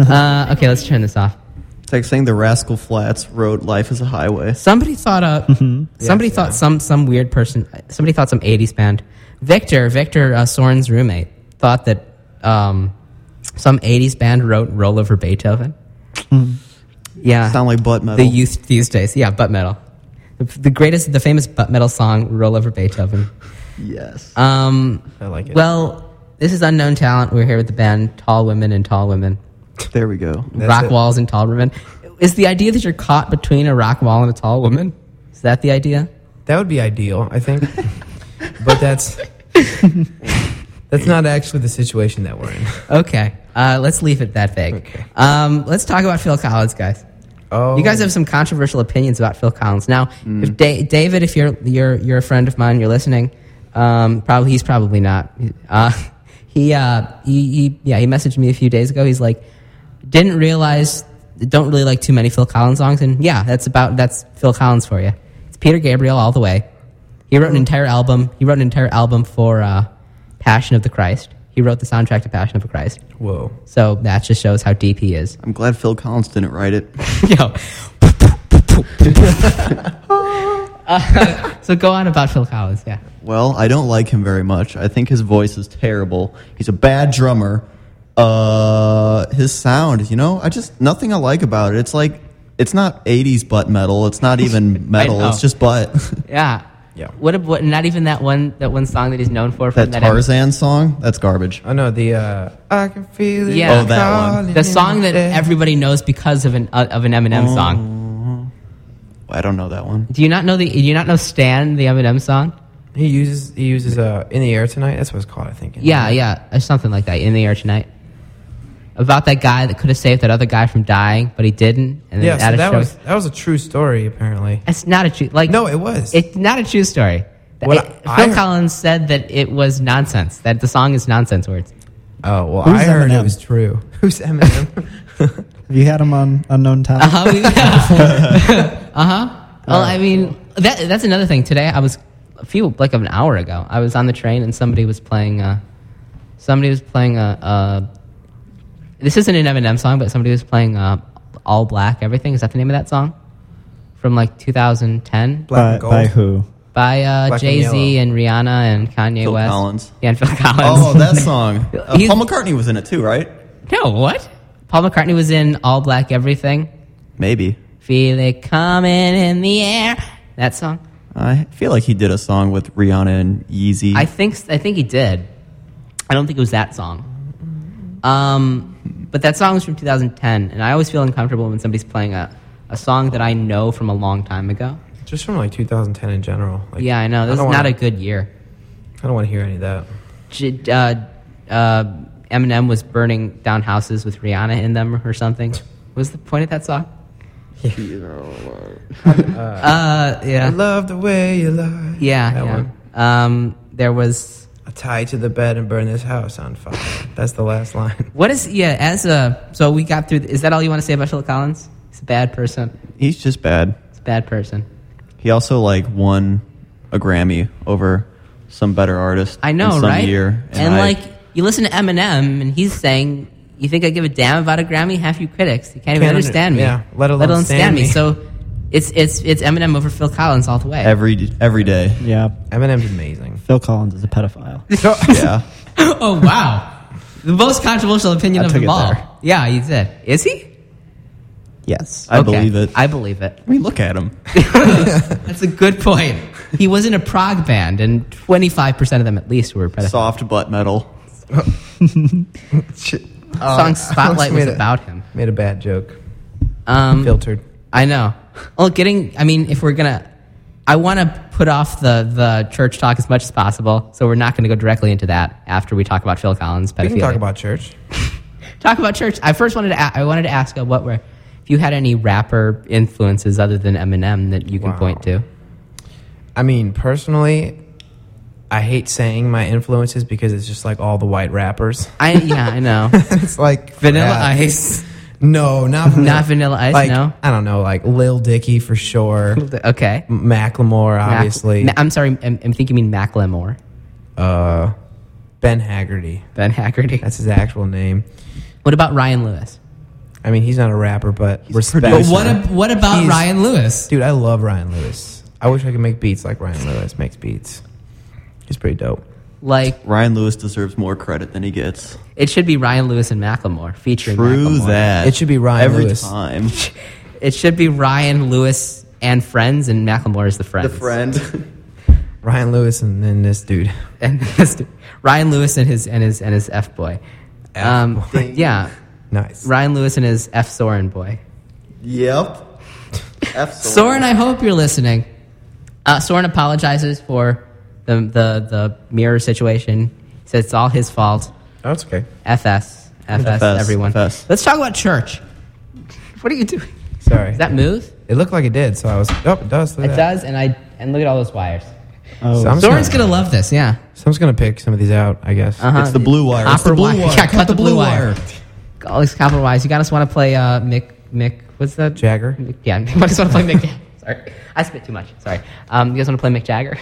[SPEAKER 8] uh, okay, let's turn this off.
[SPEAKER 4] It's like saying the Rascal Flats wrote Life is a Highway.
[SPEAKER 8] Somebody thought uh,
[SPEAKER 4] Mm-hmm.
[SPEAKER 8] somebody thought some some weird person. Somebody thought some '80s band. Victor Victor uh, Soren's roommate thought that um, some '80s band wrote "Roll Over Beethoven." Yeah,
[SPEAKER 4] Mm-hmm. Sound like butt metal.
[SPEAKER 8] the youth these days. Yeah, butt metal. The, the greatest, the famous butt metal song "Roll Over Beethoven."
[SPEAKER 4] Yes.
[SPEAKER 8] Um,
[SPEAKER 5] I like it.
[SPEAKER 8] well, this is unknown talent. We're here with the band Tall Women and Tall Women,
[SPEAKER 4] there we go.
[SPEAKER 8] rock
[SPEAKER 5] it.
[SPEAKER 8] walls and tall women. Is the idea that you're caught between a rock wall and a tall woman? Is that the idea?
[SPEAKER 5] that would be ideal, I think. but that's That's not actually the situation that we're in.
[SPEAKER 3] Okay, uh, let's leave it that vague.
[SPEAKER 5] Okay.
[SPEAKER 3] Um, let's talk about Phil Collins, guys.
[SPEAKER 5] Oh, Hmm.
[SPEAKER 3] You guys have some controversial opinions about Phil Collins. Now, if da- David, if you're you're you're a friend of mine, you're listening. Um, probably he's probably not. Uh, he, uh, he he yeah he messaged me a few days ago. He's like, didn't realize, don't really like too many Phil Collins songs, and yeah, that's about that's Phil Collins for you. It's Peter Gabriel all the way. He wrote an entire album. He wrote an entire album for uh, Passion of the Christ. He wrote the soundtrack to Passion of the Christ.
[SPEAKER 5] Whoa.
[SPEAKER 3] So that just shows how deep he is.
[SPEAKER 4] I'm glad Phil Collins didn't write it.
[SPEAKER 3] Yo. Uh, so go on about Phil Collins, yeah.
[SPEAKER 4] Well, I don't like him very much. I think his voice is terrible. He's a bad drummer. Uh, his sound, you know, I just nothing I like about it. It's like it's not '80s butt metal. It's not even metal.
[SPEAKER 3] know.
[SPEAKER 4] It's just butt.
[SPEAKER 3] Yeah.
[SPEAKER 5] Yeah.
[SPEAKER 3] What, ab- what not even that one that one song that he's known for from
[SPEAKER 4] that
[SPEAKER 3] that,
[SPEAKER 4] Tarzan song. That's garbage.
[SPEAKER 5] Oh no, the uh, I can feel it.
[SPEAKER 3] Yeah. Oh,
[SPEAKER 4] that one.
[SPEAKER 5] calling
[SPEAKER 3] the song
[SPEAKER 5] in
[SPEAKER 3] that
[SPEAKER 5] the air.
[SPEAKER 3] everybody knows because of an uh, of an Eminem
[SPEAKER 5] Oh.
[SPEAKER 3] song.
[SPEAKER 4] I don't know that one.
[SPEAKER 3] Do you not know the do you not know Stan the Eminem song?
[SPEAKER 5] he uses he uses uh in the air tonight. That's what it's called, I think. In the
[SPEAKER 3] Yeah,
[SPEAKER 5] Air.
[SPEAKER 3] yeah, or something like that in the air tonight. About that guy that could have saved that other guy from dying, but he didn't. And then
[SPEAKER 5] yeah.
[SPEAKER 3] at
[SPEAKER 5] So
[SPEAKER 3] a
[SPEAKER 5] that
[SPEAKER 3] show-
[SPEAKER 5] was that was a true story apparently.
[SPEAKER 3] It's not a true like
[SPEAKER 5] No, it was.
[SPEAKER 3] It's not a true story. Th-
[SPEAKER 5] What
[SPEAKER 3] it-
[SPEAKER 5] I-
[SPEAKER 3] Phil
[SPEAKER 5] I-
[SPEAKER 3] Collins said that it was nonsense. That the song is nonsense words.
[SPEAKER 5] oh well,
[SPEAKER 6] Who's
[SPEAKER 5] I heard
[SPEAKER 6] Eminem?
[SPEAKER 5] it was true. Who's Eminem?
[SPEAKER 6] Have you had him on unknown time?
[SPEAKER 3] Uh huh. uh huh. Well, I mean, that that's another thing. Today, I was a few like an hour ago. I was on the train and somebody was playing. Uh, somebody was playing a. Uh, this isn't an Eminem song, but somebody was playing uh, "All Black Everything." Is that the name of that song? From like 2010
[SPEAKER 6] by,
[SPEAKER 5] Black and
[SPEAKER 6] by
[SPEAKER 5] gold.
[SPEAKER 6] who?
[SPEAKER 3] by uh,
[SPEAKER 5] Black and
[SPEAKER 3] Jay Z
[SPEAKER 5] Yellow.
[SPEAKER 3] and Rihanna and Kanye
[SPEAKER 4] Phil
[SPEAKER 3] West.
[SPEAKER 4] Collins.
[SPEAKER 3] Yeah, and Phil Collins.
[SPEAKER 4] Oh, that song. Uh,
[SPEAKER 3] He's-
[SPEAKER 4] Paul McCartney was in it too, right?
[SPEAKER 3] No, what? Paul McCartney was in All Black Everything.
[SPEAKER 4] Maybe.
[SPEAKER 3] Feel it coming in the air. That song.
[SPEAKER 4] I feel like he did a song with Rihanna and Yeezy.
[SPEAKER 5] Mm.
[SPEAKER 3] I think I think he did. I don't think it was that song. Um, but that song was from 2010, and I always feel uncomfortable when somebody's playing a, a song that I know from a long time ago.
[SPEAKER 5] Just from like 2010 in general. Like,
[SPEAKER 3] Yeah, I know. This is
[SPEAKER 5] don't
[SPEAKER 3] not
[SPEAKER 5] wanna-
[SPEAKER 3] a good year.
[SPEAKER 5] I don't want to hear any of that.
[SPEAKER 3] J- uh, uh, Eminem was burning down houses with Rihanna in them or something. What was the point of that song? uh,
[SPEAKER 5] I
[SPEAKER 3] yeah.
[SPEAKER 5] love the way you lie.
[SPEAKER 3] Yeah,
[SPEAKER 5] that
[SPEAKER 3] yeah.
[SPEAKER 5] one.
[SPEAKER 3] Um, there was
[SPEAKER 5] I tie you to the bed and burn this house on fire. That's the last line.
[SPEAKER 3] what is yeah as a so we got through. Is that all you want to say about Phil Collins? He's a bad person.
[SPEAKER 4] He's just bad.
[SPEAKER 3] He's a bad person.
[SPEAKER 4] He also like won a Grammy over some better artist.
[SPEAKER 3] I know,
[SPEAKER 4] in some
[SPEAKER 3] right?
[SPEAKER 4] Year,
[SPEAKER 3] and
[SPEAKER 4] I-
[SPEAKER 3] like you listen to Eminem, and he's saying, "You think I give a damn about a Grammy? Half you critics, you can't, even
[SPEAKER 5] Can't under-
[SPEAKER 3] understand me.
[SPEAKER 5] yeah, let alone stand me."
[SPEAKER 3] So it's it's it's Eminem over Phil Collins all the way.
[SPEAKER 4] every every day.
[SPEAKER 6] Yeah.
[SPEAKER 5] Eminem's amazing.
[SPEAKER 6] Phil Collins is a pedophile.
[SPEAKER 4] Yeah.
[SPEAKER 3] oh wow, the most controversial opinion
[SPEAKER 6] I
[SPEAKER 3] of
[SPEAKER 6] took
[SPEAKER 3] them
[SPEAKER 6] it
[SPEAKER 3] all.
[SPEAKER 6] there.
[SPEAKER 3] Yeah, you did. Is he?
[SPEAKER 6] yes.
[SPEAKER 4] I
[SPEAKER 3] Okay.
[SPEAKER 4] believe it. I,
[SPEAKER 3] I believe it.
[SPEAKER 4] mean, look at him.
[SPEAKER 3] That's a good point. He was in a prog band, and twenty five percent of them at least were pedophiles.
[SPEAKER 4] Soft butt metal.
[SPEAKER 5] Shit. Uh,
[SPEAKER 3] The song Spotlight
[SPEAKER 5] Alex
[SPEAKER 3] was
[SPEAKER 5] Oh. made a-
[SPEAKER 3] about him.
[SPEAKER 5] Made a bad joke.
[SPEAKER 3] Um,
[SPEAKER 5] Filtered.
[SPEAKER 3] I know. Well, getting. I mean, if we're gonna, I want to put off the the church talk as much as possible. So we're not going to go directly into that after we talk about Phil Collins.
[SPEAKER 5] We can talk
[SPEAKER 3] pedophilia.
[SPEAKER 5] about church.
[SPEAKER 3] talk about church. I first wanted to. a- I wanted to ask uh, what were if you had any rapper influences other than Eminem that you can
[SPEAKER 5] Wow.
[SPEAKER 3] point to.
[SPEAKER 5] I mean, personally, I hate saying my influences because it's just like all the white rappers.
[SPEAKER 3] I yeah, I know.
[SPEAKER 5] it's like
[SPEAKER 3] Vanilla
[SPEAKER 5] crap.
[SPEAKER 3] Ice.
[SPEAKER 5] No, not vanilla.
[SPEAKER 3] Not Vanilla Ice,
[SPEAKER 5] Like,
[SPEAKER 3] no?
[SPEAKER 5] I don't know, like Lil Dicky for sure.
[SPEAKER 3] Okay.
[SPEAKER 5] Macklemore,
[SPEAKER 3] Mac-
[SPEAKER 5] obviously.
[SPEAKER 3] Ma- I'm sorry. I'm, I'm thinking you mean Macklemore.
[SPEAKER 5] uh, ben Haggerty.
[SPEAKER 3] Ben Haggerty.
[SPEAKER 5] That's his actual name.
[SPEAKER 3] What about Ryan Lewis?
[SPEAKER 5] I mean, he's not a rapper, but respect.
[SPEAKER 4] But
[SPEAKER 3] What ab- what about
[SPEAKER 5] He's-
[SPEAKER 3] Ryan Lewis?
[SPEAKER 5] Dude, I love Ryan Lewis. I wish I could make beats like Ryan Lewis makes beats. He's pretty dope.
[SPEAKER 3] Like
[SPEAKER 4] Ryan Lewis deserves more credit than he gets.
[SPEAKER 3] It should be Ryan Lewis and Macklemore featuring
[SPEAKER 4] True
[SPEAKER 3] Macklemore.
[SPEAKER 4] that.
[SPEAKER 5] It should be Ryan
[SPEAKER 4] every
[SPEAKER 5] Lewis.
[SPEAKER 4] time.
[SPEAKER 3] It should be Ryan Lewis and Friends, and Macklemore is the
[SPEAKER 4] The
[SPEAKER 3] Friends.
[SPEAKER 4] friend.
[SPEAKER 5] Ryan Lewis and then this dude.
[SPEAKER 3] And Ryan Lewis and his and his and his F boy. Um,
[SPEAKER 5] F-boy.
[SPEAKER 3] yeah,
[SPEAKER 5] Nice.
[SPEAKER 3] Ryan Lewis and his F Soren boy.
[SPEAKER 4] yep. F
[SPEAKER 3] Soren, I hope you're listening. Uh, Soren apologizes for the the the mirror situation. So it's all his fault.
[SPEAKER 5] Oh, it's okay.
[SPEAKER 3] FS. FS,
[SPEAKER 4] FS,
[SPEAKER 3] everyone.
[SPEAKER 4] FS.
[SPEAKER 3] Let's talk about church. What are you doing?
[SPEAKER 5] Sorry.
[SPEAKER 3] Does that move?
[SPEAKER 5] it looked like it did, so I was. Oh, it does. Look
[SPEAKER 3] It
[SPEAKER 5] at that.
[SPEAKER 3] does, and I and look at all those wires.
[SPEAKER 6] Oh,
[SPEAKER 5] So I'm just
[SPEAKER 3] Doran's
[SPEAKER 5] gonna,
[SPEAKER 3] gonna love this, yeah.
[SPEAKER 5] so I'm just gonna pick some of these out, I guess.
[SPEAKER 3] Uh-huh.
[SPEAKER 4] It's the blue wire. It's
[SPEAKER 3] Copper
[SPEAKER 4] the blue
[SPEAKER 3] wire.
[SPEAKER 4] wire.
[SPEAKER 3] Yeah, cut, the blue wire. All these copper wires. You got us want to play uh, Mick. Mick. What's that?
[SPEAKER 5] Jagger?
[SPEAKER 3] Mick- yeah, Mick- you guys want to play Mick. Sorry, I spit too much. Sorry. Um, you guys want to play Mick Jagger?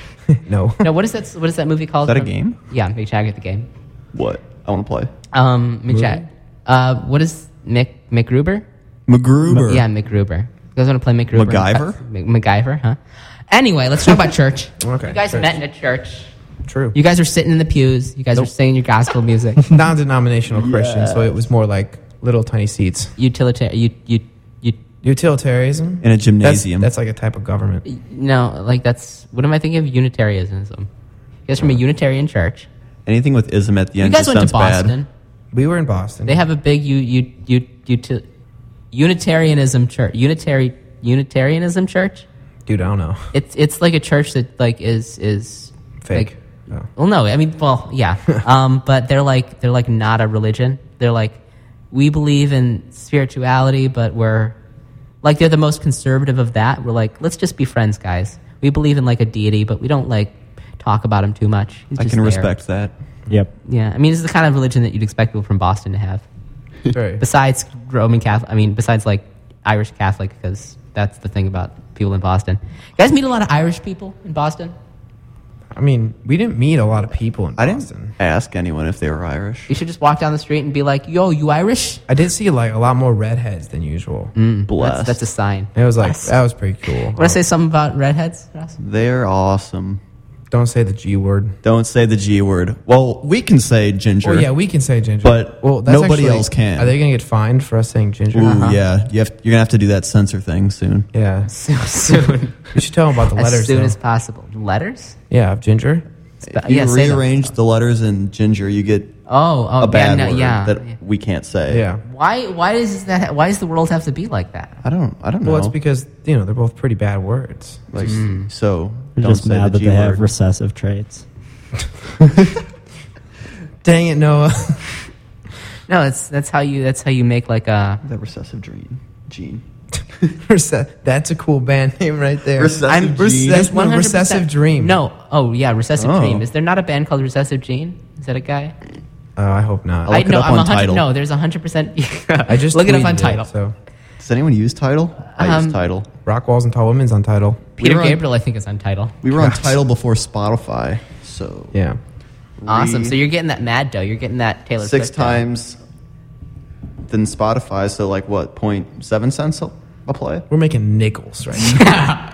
[SPEAKER 5] no.
[SPEAKER 3] no. What is that? What is that movie called?
[SPEAKER 4] that a game?
[SPEAKER 3] Yeah, Mick Jagger the game.
[SPEAKER 4] What? I want to play.
[SPEAKER 3] Um, Mick Jag- Uh, what is Mick Mick Gruber?
[SPEAKER 4] MacGruber.
[SPEAKER 3] Yeah, Mick Gruber. You guys want to play Mick Gruber?
[SPEAKER 4] MacGyver?
[SPEAKER 3] Mac- MacGyver, huh? Anyway, let's talk about church.
[SPEAKER 5] Okay.
[SPEAKER 3] You guys
[SPEAKER 5] True.
[SPEAKER 3] met in a church.
[SPEAKER 5] True.
[SPEAKER 3] You guys are sitting in the pews. You guys are singing your gospel music.
[SPEAKER 5] Non-denominational Christian, so it was more like little tiny seats.
[SPEAKER 3] Utilitarian. You you you.
[SPEAKER 5] Utilitarianism.
[SPEAKER 4] In a
[SPEAKER 5] That's-
[SPEAKER 4] gymnasium.
[SPEAKER 5] That's, like a type of government.
[SPEAKER 3] No, like that's what am I thinking of? Unitarianism. You guys from a Unitarian church.
[SPEAKER 4] Anything with ism at the
[SPEAKER 3] You
[SPEAKER 4] end
[SPEAKER 3] guys
[SPEAKER 4] just
[SPEAKER 3] went to
[SPEAKER 4] sounds
[SPEAKER 3] Boston.
[SPEAKER 4] bad.
[SPEAKER 5] We were in Boston.
[SPEAKER 3] They have a big you you you util, Unitarianism church. Unitary Unitarianism church.
[SPEAKER 5] Dude, I don't know.
[SPEAKER 3] It's it's like a church that like is is
[SPEAKER 5] Fake. Oh.
[SPEAKER 3] like,
[SPEAKER 5] No.
[SPEAKER 3] Well, no, I mean, well, yeah, um, but they're like they're like not a religion. They're like we believe in spirituality, but we're like they're the most conservative of that. We're like let's just be friends, guys. We believe in like a deity, but we don't like talk about him too much. He's
[SPEAKER 4] I
[SPEAKER 3] just
[SPEAKER 4] can
[SPEAKER 3] there.
[SPEAKER 4] respect that.
[SPEAKER 6] Yep.
[SPEAKER 3] Yeah, I mean, it's the kind of religion that you'd expect people from Boston to have.
[SPEAKER 5] Very.
[SPEAKER 3] Besides Roman Catholic, I mean, besides like Irish Catholic, because that's the thing about people in Boston. You guys meet a lot of Irish people in Boston.
[SPEAKER 5] I mean, we didn't meet a lot of people in
[SPEAKER 4] I
[SPEAKER 5] Boston.
[SPEAKER 4] didn't ask anyone if they were Irish.
[SPEAKER 3] You should just walk down the street and be like, "Yo, you Irish?"
[SPEAKER 5] I did see like a lot more redheads than usual.
[SPEAKER 4] Blessed.
[SPEAKER 3] That's, that's a sign.
[SPEAKER 5] It was like that was pretty cool.
[SPEAKER 3] Want to say something about redheads? Ross?
[SPEAKER 4] They're awesome.
[SPEAKER 5] Don't say the G word.
[SPEAKER 4] Don't say the G word. Well, we can say ginger.
[SPEAKER 5] Oh yeah, we can say ginger,
[SPEAKER 4] But nobody else can.
[SPEAKER 5] Are they gonna get fined for us saying ginger?
[SPEAKER 4] Ooh,
[SPEAKER 3] Uh-huh.
[SPEAKER 4] yeah. You have, you're gonna have to do that censor thing soon.
[SPEAKER 5] Yeah,
[SPEAKER 3] So soon,
[SPEAKER 5] we should tell them about the
[SPEAKER 3] as
[SPEAKER 5] letters.
[SPEAKER 3] soon
[SPEAKER 5] though.
[SPEAKER 3] as possible. Letters?
[SPEAKER 5] yeah, of ginger.
[SPEAKER 4] If you
[SPEAKER 3] yeah, say them.
[SPEAKER 4] rearrange the letters in ginger, you get
[SPEAKER 3] Oh, oh,
[SPEAKER 4] a bad
[SPEAKER 3] yeah, no,
[SPEAKER 4] word
[SPEAKER 3] yeah.
[SPEAKER 4] that we can't say.
[SPEAKER 5] Yeah.
[SPEAKER 3] Why? Why does that? Why does the world have to be like that?
[SPEAKER 4] I don't. I don't know.
[SPEAKER 5] Well, it's because you know they're both pretty bad words.
[SPEAKER 4] like
[SPEAKER 3] Mm.
[SPEAKER 4] so.
[SPEAKER 6] They're
[SPEAKER 4] Don't
[SPEAKER 6] just
[SPEAKER 4] say
[SPEAKER 6] mad
[SPEAKER 4] the
[SPEAKER 6] that
[SPEAKER 4] G
[SPEAKER 6] they have
[SPEAKER 4] word.
[SPEAKER 6] recessive traits.
[SPEAKER 5] Dang it, Noah.
[SPEAKER 3] No, that's that's how you that's how you make like a.
[SPEAKER 4] that recessive gene. Gene.
[SPEAKER 5] Rece- That's a cool band name right there.
[SPEAKER 4] Recessive
[SPEAKER 5] I'm-
[SPEAKER 4] gene.
[SPEAKER 5] rece-
[SPEAKER 4] There's
[SPEAKER 5] no,
[SPEAKER 3] 100%.
[SPEAKER 5] recessive dream.
[SPEAKER 3] No. Oh yeah, recessive
[SPEAKER 4] Oh.
[SPEAKER 3] dream. Is there not a band called Recessive Gene? Is that a guy?
[SPEAKER 5] Oh, I hope not.
[SPEAKER 4] I'll
[SPEAKER 5] I,
[SPEAKER 4] look it up
[SPEAKER 3] I'm
[SPEAKER 4] on
[SPEAKER 3] 100
[SPEAKER 4] Tidal.
[SPEAKER 3] No, there's hundred percent. I
[SPEAKER 5] just
[SPEAKER 3] look it up
[SPEAKER 5] tweeted
[SPEAKER 3] on title.
[SPEAKER 5] so
[SPEAKER 4] Does anyone use title? I use
[SPEAKER 3] Um,
[SPEAKER 4] title.
[SPEAKER 5] rock walls and tall women's on title.
[SPEAKER 3] Peter
[SPEAKER 4] were on-
[SPEAKER 3] Gabriel, I think, is on title.
[SPEAKER 4] We were on title before Spotify, so
[SPEAKER 5] Yeah.
[SPEAKER 3] Awesome.
[SPEAKER 4] Re-
[SPEAKER 3] So you're getting that mad dough. You're getting that Taylor
[SPEAKER 4] six
[SPEAKER 3] Swift dough.
[SPEAKER 4] times than Spotify. So like what point seven cents a a play?
[SPEAKER 5] We're making nickels right now.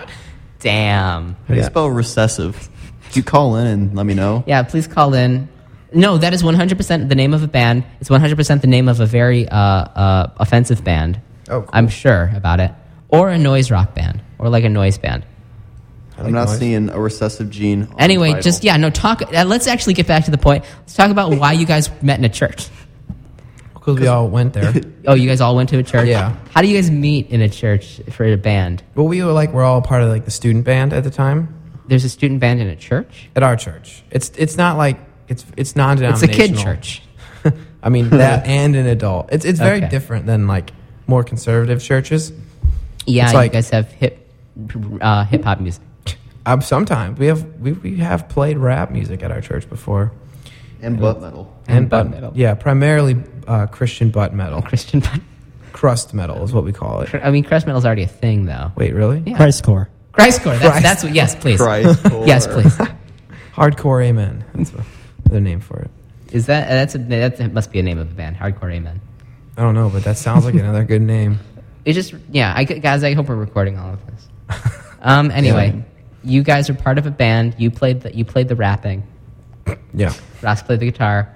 [SPEAKER 3] Damn.
[SPEAKER 4] How do you
[SPEAKER 5] Yeah.
[SPEAKER 4] spell recessive? You call in and let me know.
[SPEAKER 3] Yeah, please call in. No, that is 100% the name of a band. It's 100% the name of a very uh, uh, offensive band.
[SPEAKER 5] Oh, cool.
[SPEAKER 3] I'm sure about it. Or a noise rock band, or like a noise band.
[SPEAKER 4] I'm not
[SPEAKER 5] noise.
[SPEAKER 4] seeing a recessive gene. on
[SPEAKER 3] Anyway,
[SPEAKER 4] Tidal.
[SPEAKER 3] just yeah, no talk. Uh, let's actually get back to the point. Let's talk about why you guys met in a church.
[SPEAKER 5] because we all went there.
[SPEAKER 3] Oh, you guys all went to a church.
[SPEAKER 5] Yeah.
[SPEAKER 3] How do you guys meet in a church for a band?
[SPEAKER 5] Well, we were like we're all part of like the student band at the time
[SPEAKER 3] There's a student band in a church.
[SPEAKER 5] at our church. It's it's not like it's it's
[SPEAKER 3] It's a
[SPEAKER 5] non-denominational.
[SPEAKER 3] kid church.
[SPEAKER 5] I mean that and an adult. It's it's very
[SPEAKER 3] Okay.
[SPEAKER 5] different than like more conservative churches.
[SPEAKER 3] Yeah,
[SPEAKER 5] It's
[SPEAKER 3] you
[SPEAKER 5] like-
[SPEAKER 3] guys have hip uh, hip hop music.
[SPEAKER 5] Um, sometimes we have we, we have played rap music at our church before
[SPEAKER 4] and butt metal.
[SPEAKER 5] and
[SPEAKER 3] butt
[SPEAKER 5] but-
[SPEAKER 3] metal.
[SPEAKER 5] Yeah, primarily uh, Christian butt metal,
[SPEAKER 3] Christian.
[SPEAKER 5] crust metal is what we call it.
[SPEAKER 3] I mean, crust metal's already a thing though.
[SPEAKER 5] Wait, really?
[SPEAKER 3] Yeah.
[SPEAKER 6] Christ core.
[SPEAKER 3] Christ core. That's,
[SPEAKER 5] Christ.
[SPEAKER 3] that's what. Yes, please.
[SPEAKER 4] Christ
[SPEAKER 3] Yes,
[SPEAKER 4] core.
[SPEAKER 3] please.
[SPEAKER 5] Hardcore Amen. That's what, the name for it.
[SPEAKER 3] Is that that's a that's, that must be a name of a band? Hardcore Amen.
[SPEAKER 5] I don't know, but that sounds like another good name.
[SPEAKER 3] It just yeah. I could- guys, I hope we're recording all of this. Um. Anyway, you guys are part of a band. You played the you played the rapping.
[SPEAKER 5] Yeah.
[SPEAKER 3] Ross played the guitar.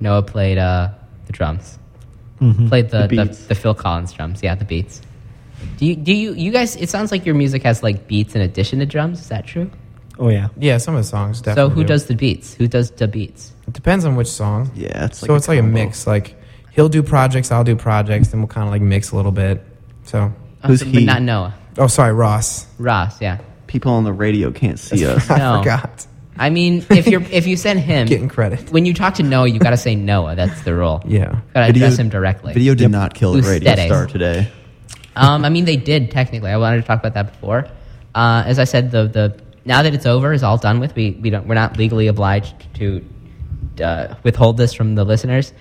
[SPEAKER 3] Noah played uh the drums. Played the
[SPEAKER 4] Mm-hmm. The
[SPEAKER 3] the,
[SPEAKER 4] beats.
[SPEAKER 3] the Phil Collins drums. Yeah, the beats. Do you, do you you guys? It sounds like your music has like beats in addition to drums. Is that true?
[SPEAKER 6] Oh yeah.
[SPEAKER 5] Yeah, some of the songs
[SPEAKER 3] So
[SPEAKER 5] definitely.
[SPEAKER 3] who
[SPEAKER 5] do.
[SPEAKER 3] does the beats? Who does the beats?
[SPEAKER 5] It depends on which song.
[SPEAKER 4] Yeah, it's like
[SPEAKER 5] so
[SPEAKER 4] a
[SPEAKER 5] it's like a
[SPEAKER 4] combo.
[SPEAKER 5] mix. Like he'll do projects, I'll do projects, then we'll kind of like mix a little bit. So,
[SPEAKER 4] Who's
[SPEAKER 3] but
[SPEAKER 4] he?
[SPEAKER 3] Not Noah.
[SPEAKER 5] oh, sorry, Ross.
[SPEAKER 3] Ross. Yeah.
[SPEAKER 4] People on the radio can't see us.
[SPEAKER 5] I
[SPEAKER 3] No.
[SPEAKER 5] forgot.
[SPEAKER 3] I mean, if you're if you send him
[SPEAKER 5] Getting credit.
[SPEAKER 3] when you talk to Noah, you got to say Noah. That's the rule.
[SPEAKER 5] Yeah.
[SPEAKER 3] gotta address him directly.
[SPEAKER 4] Video did not kill
[SPEAKER 3] Who's
[SPEAKER 4] Radio
[SPEAKER 3] steady?
[SPEAKER 4] Star today.
[SPEAKER 3] Um, I mean, they did technically. I wanted to talk about that before. Uh, as I said, the the now that it's over is all done with. We we don't we're not legally obliged to uh, withhold this from the listeners.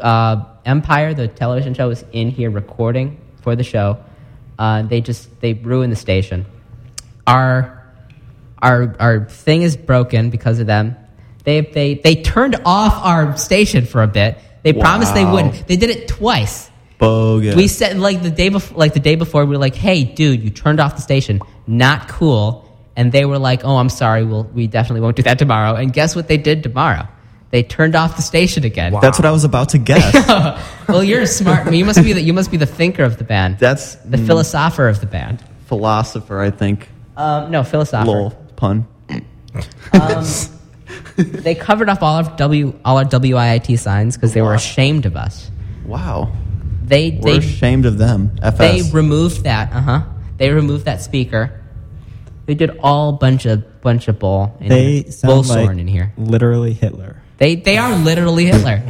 [SPEAKER 3] Uh, Empire, the television show, is in here recording for the show. Uh, they just they ruined the station. Our our our thing is broken because of them. They they they turned off our station for a bit. They promised they
[SPEAKER 4] Wow.
[SPEAKER 3] wouldn't. They did it twice.
[SPEAKER 4] Bogus.
[SPEAKER 3] We said like the day before, like the day before, we were like, "Hey, dude, you turned off the station. Not cool." And they were like, "Oh, I'm sorry. We'll we definitely won't do that tomorrow." And guess what they did tomorrow? They turned off the station again.
[SPEAKER 4] That's what I was about to guess.
[SPEAKER 3] well, you're a smart. You must be the you must be the thinker of the band.
[SPEAKER 4] That's mm.
[SPEAKER 3] the philosopher of the band.
[SPEAKER 4] philosopher, I think.
[SPEAKER 3] Um, no, philosopher.
[SPEAKER 4] Lol pun.
[SPEAKER 3] They covered up all of W all our WIIT signs because they were ashamed of us.
[SPEAKER 4] Wow.
[SPEAKER 3] They
[SPEAKER 4] We're
[SPEAKER 3] they
[SPEAKER 4] ashamed of them.
[SPEAKER 3] They
[SPEAKER 4] FS.
[SPEAKER 3] removed that. Uh huh. They removed that speaker. They did all bunch of bunch of bull. In
[SPEAKER 6] They
[SPEAKER 3] here.
[SPEAKER 6] sound
[SPEAKER 3] Bullshorn
[SPEAKER 6] like
[SPEAKER 3] in here.
[SPEAKER 6] literally Hitler.
[SPEAKER 3] They they are literally Hitler.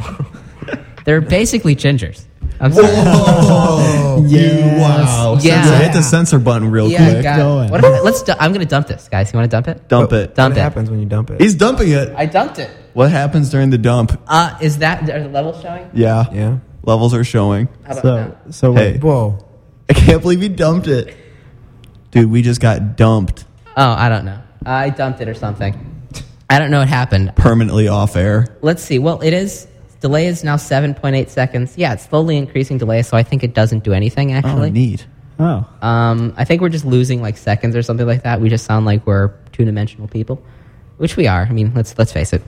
[SPEAKER 3] They're basically gingers. I'm sorry.
[SPEAKER 4] oh,
[SPEAKER 6] Yes.
[SPEAKER 4] wow.
[SPEAKER 3] Yeah.
[SPEAKER 4] Censor- hit the censor button real quick.
[SPEAKER 6] God. going.
[SPEAKER 3] What if I- let's. Du- I'm gonna dump this, guys. You want to dump it?
[SPEAKER 4] Dump it.
[SPEAKER 3] Dump
[SPEAKER 5] What
[SPEAKER 3] it.
[SPEAKER 5] happens when you dump it?
[SPEAKER 4] He's dumping it.
[SPEAKER 3] I dumped it.
[SPEAKER 4] What happens during the dump?
[SPEAKER 3] Uh, is that are the levels showing?
[SPEAKER 4] Yeah.
[SPEAKER 5] yeah.
[SPEAKER 4] Levels are showing.
[SPEAKER 3] How about
[SPEAKER 6] So,
[SPEAKER 3] that?
[SPEAKER 6] so
[SPEAKER 4] Hey.
[SPEAKER 6] wait,
[SPEAKER 5] Whoa.
[SPEAKER 4] I can't believe he dumped it. Dude, we just got dumped
[SPEAKER 3] Oh, I don't know. I dumped it or something. I don't know what happened.
[SPEAKER 4] permanently off air.
[SPEAKER 3] Let's see. Well, it is. Delay is now 7.8 seconds. Yeah, it's slowly increasing delay, so I think it doesn't do anything,
[SPEAKER 4] Oh,
[SPEAKER 3] actually.
[SPEAKER 4] neat.
[SPEAKER 6] oh,
[SPEAKER 3] Um, I think we're just losing like seconds or something like that. We just sound like we're two-dimensional people, which we are. I mean, let's let's face it.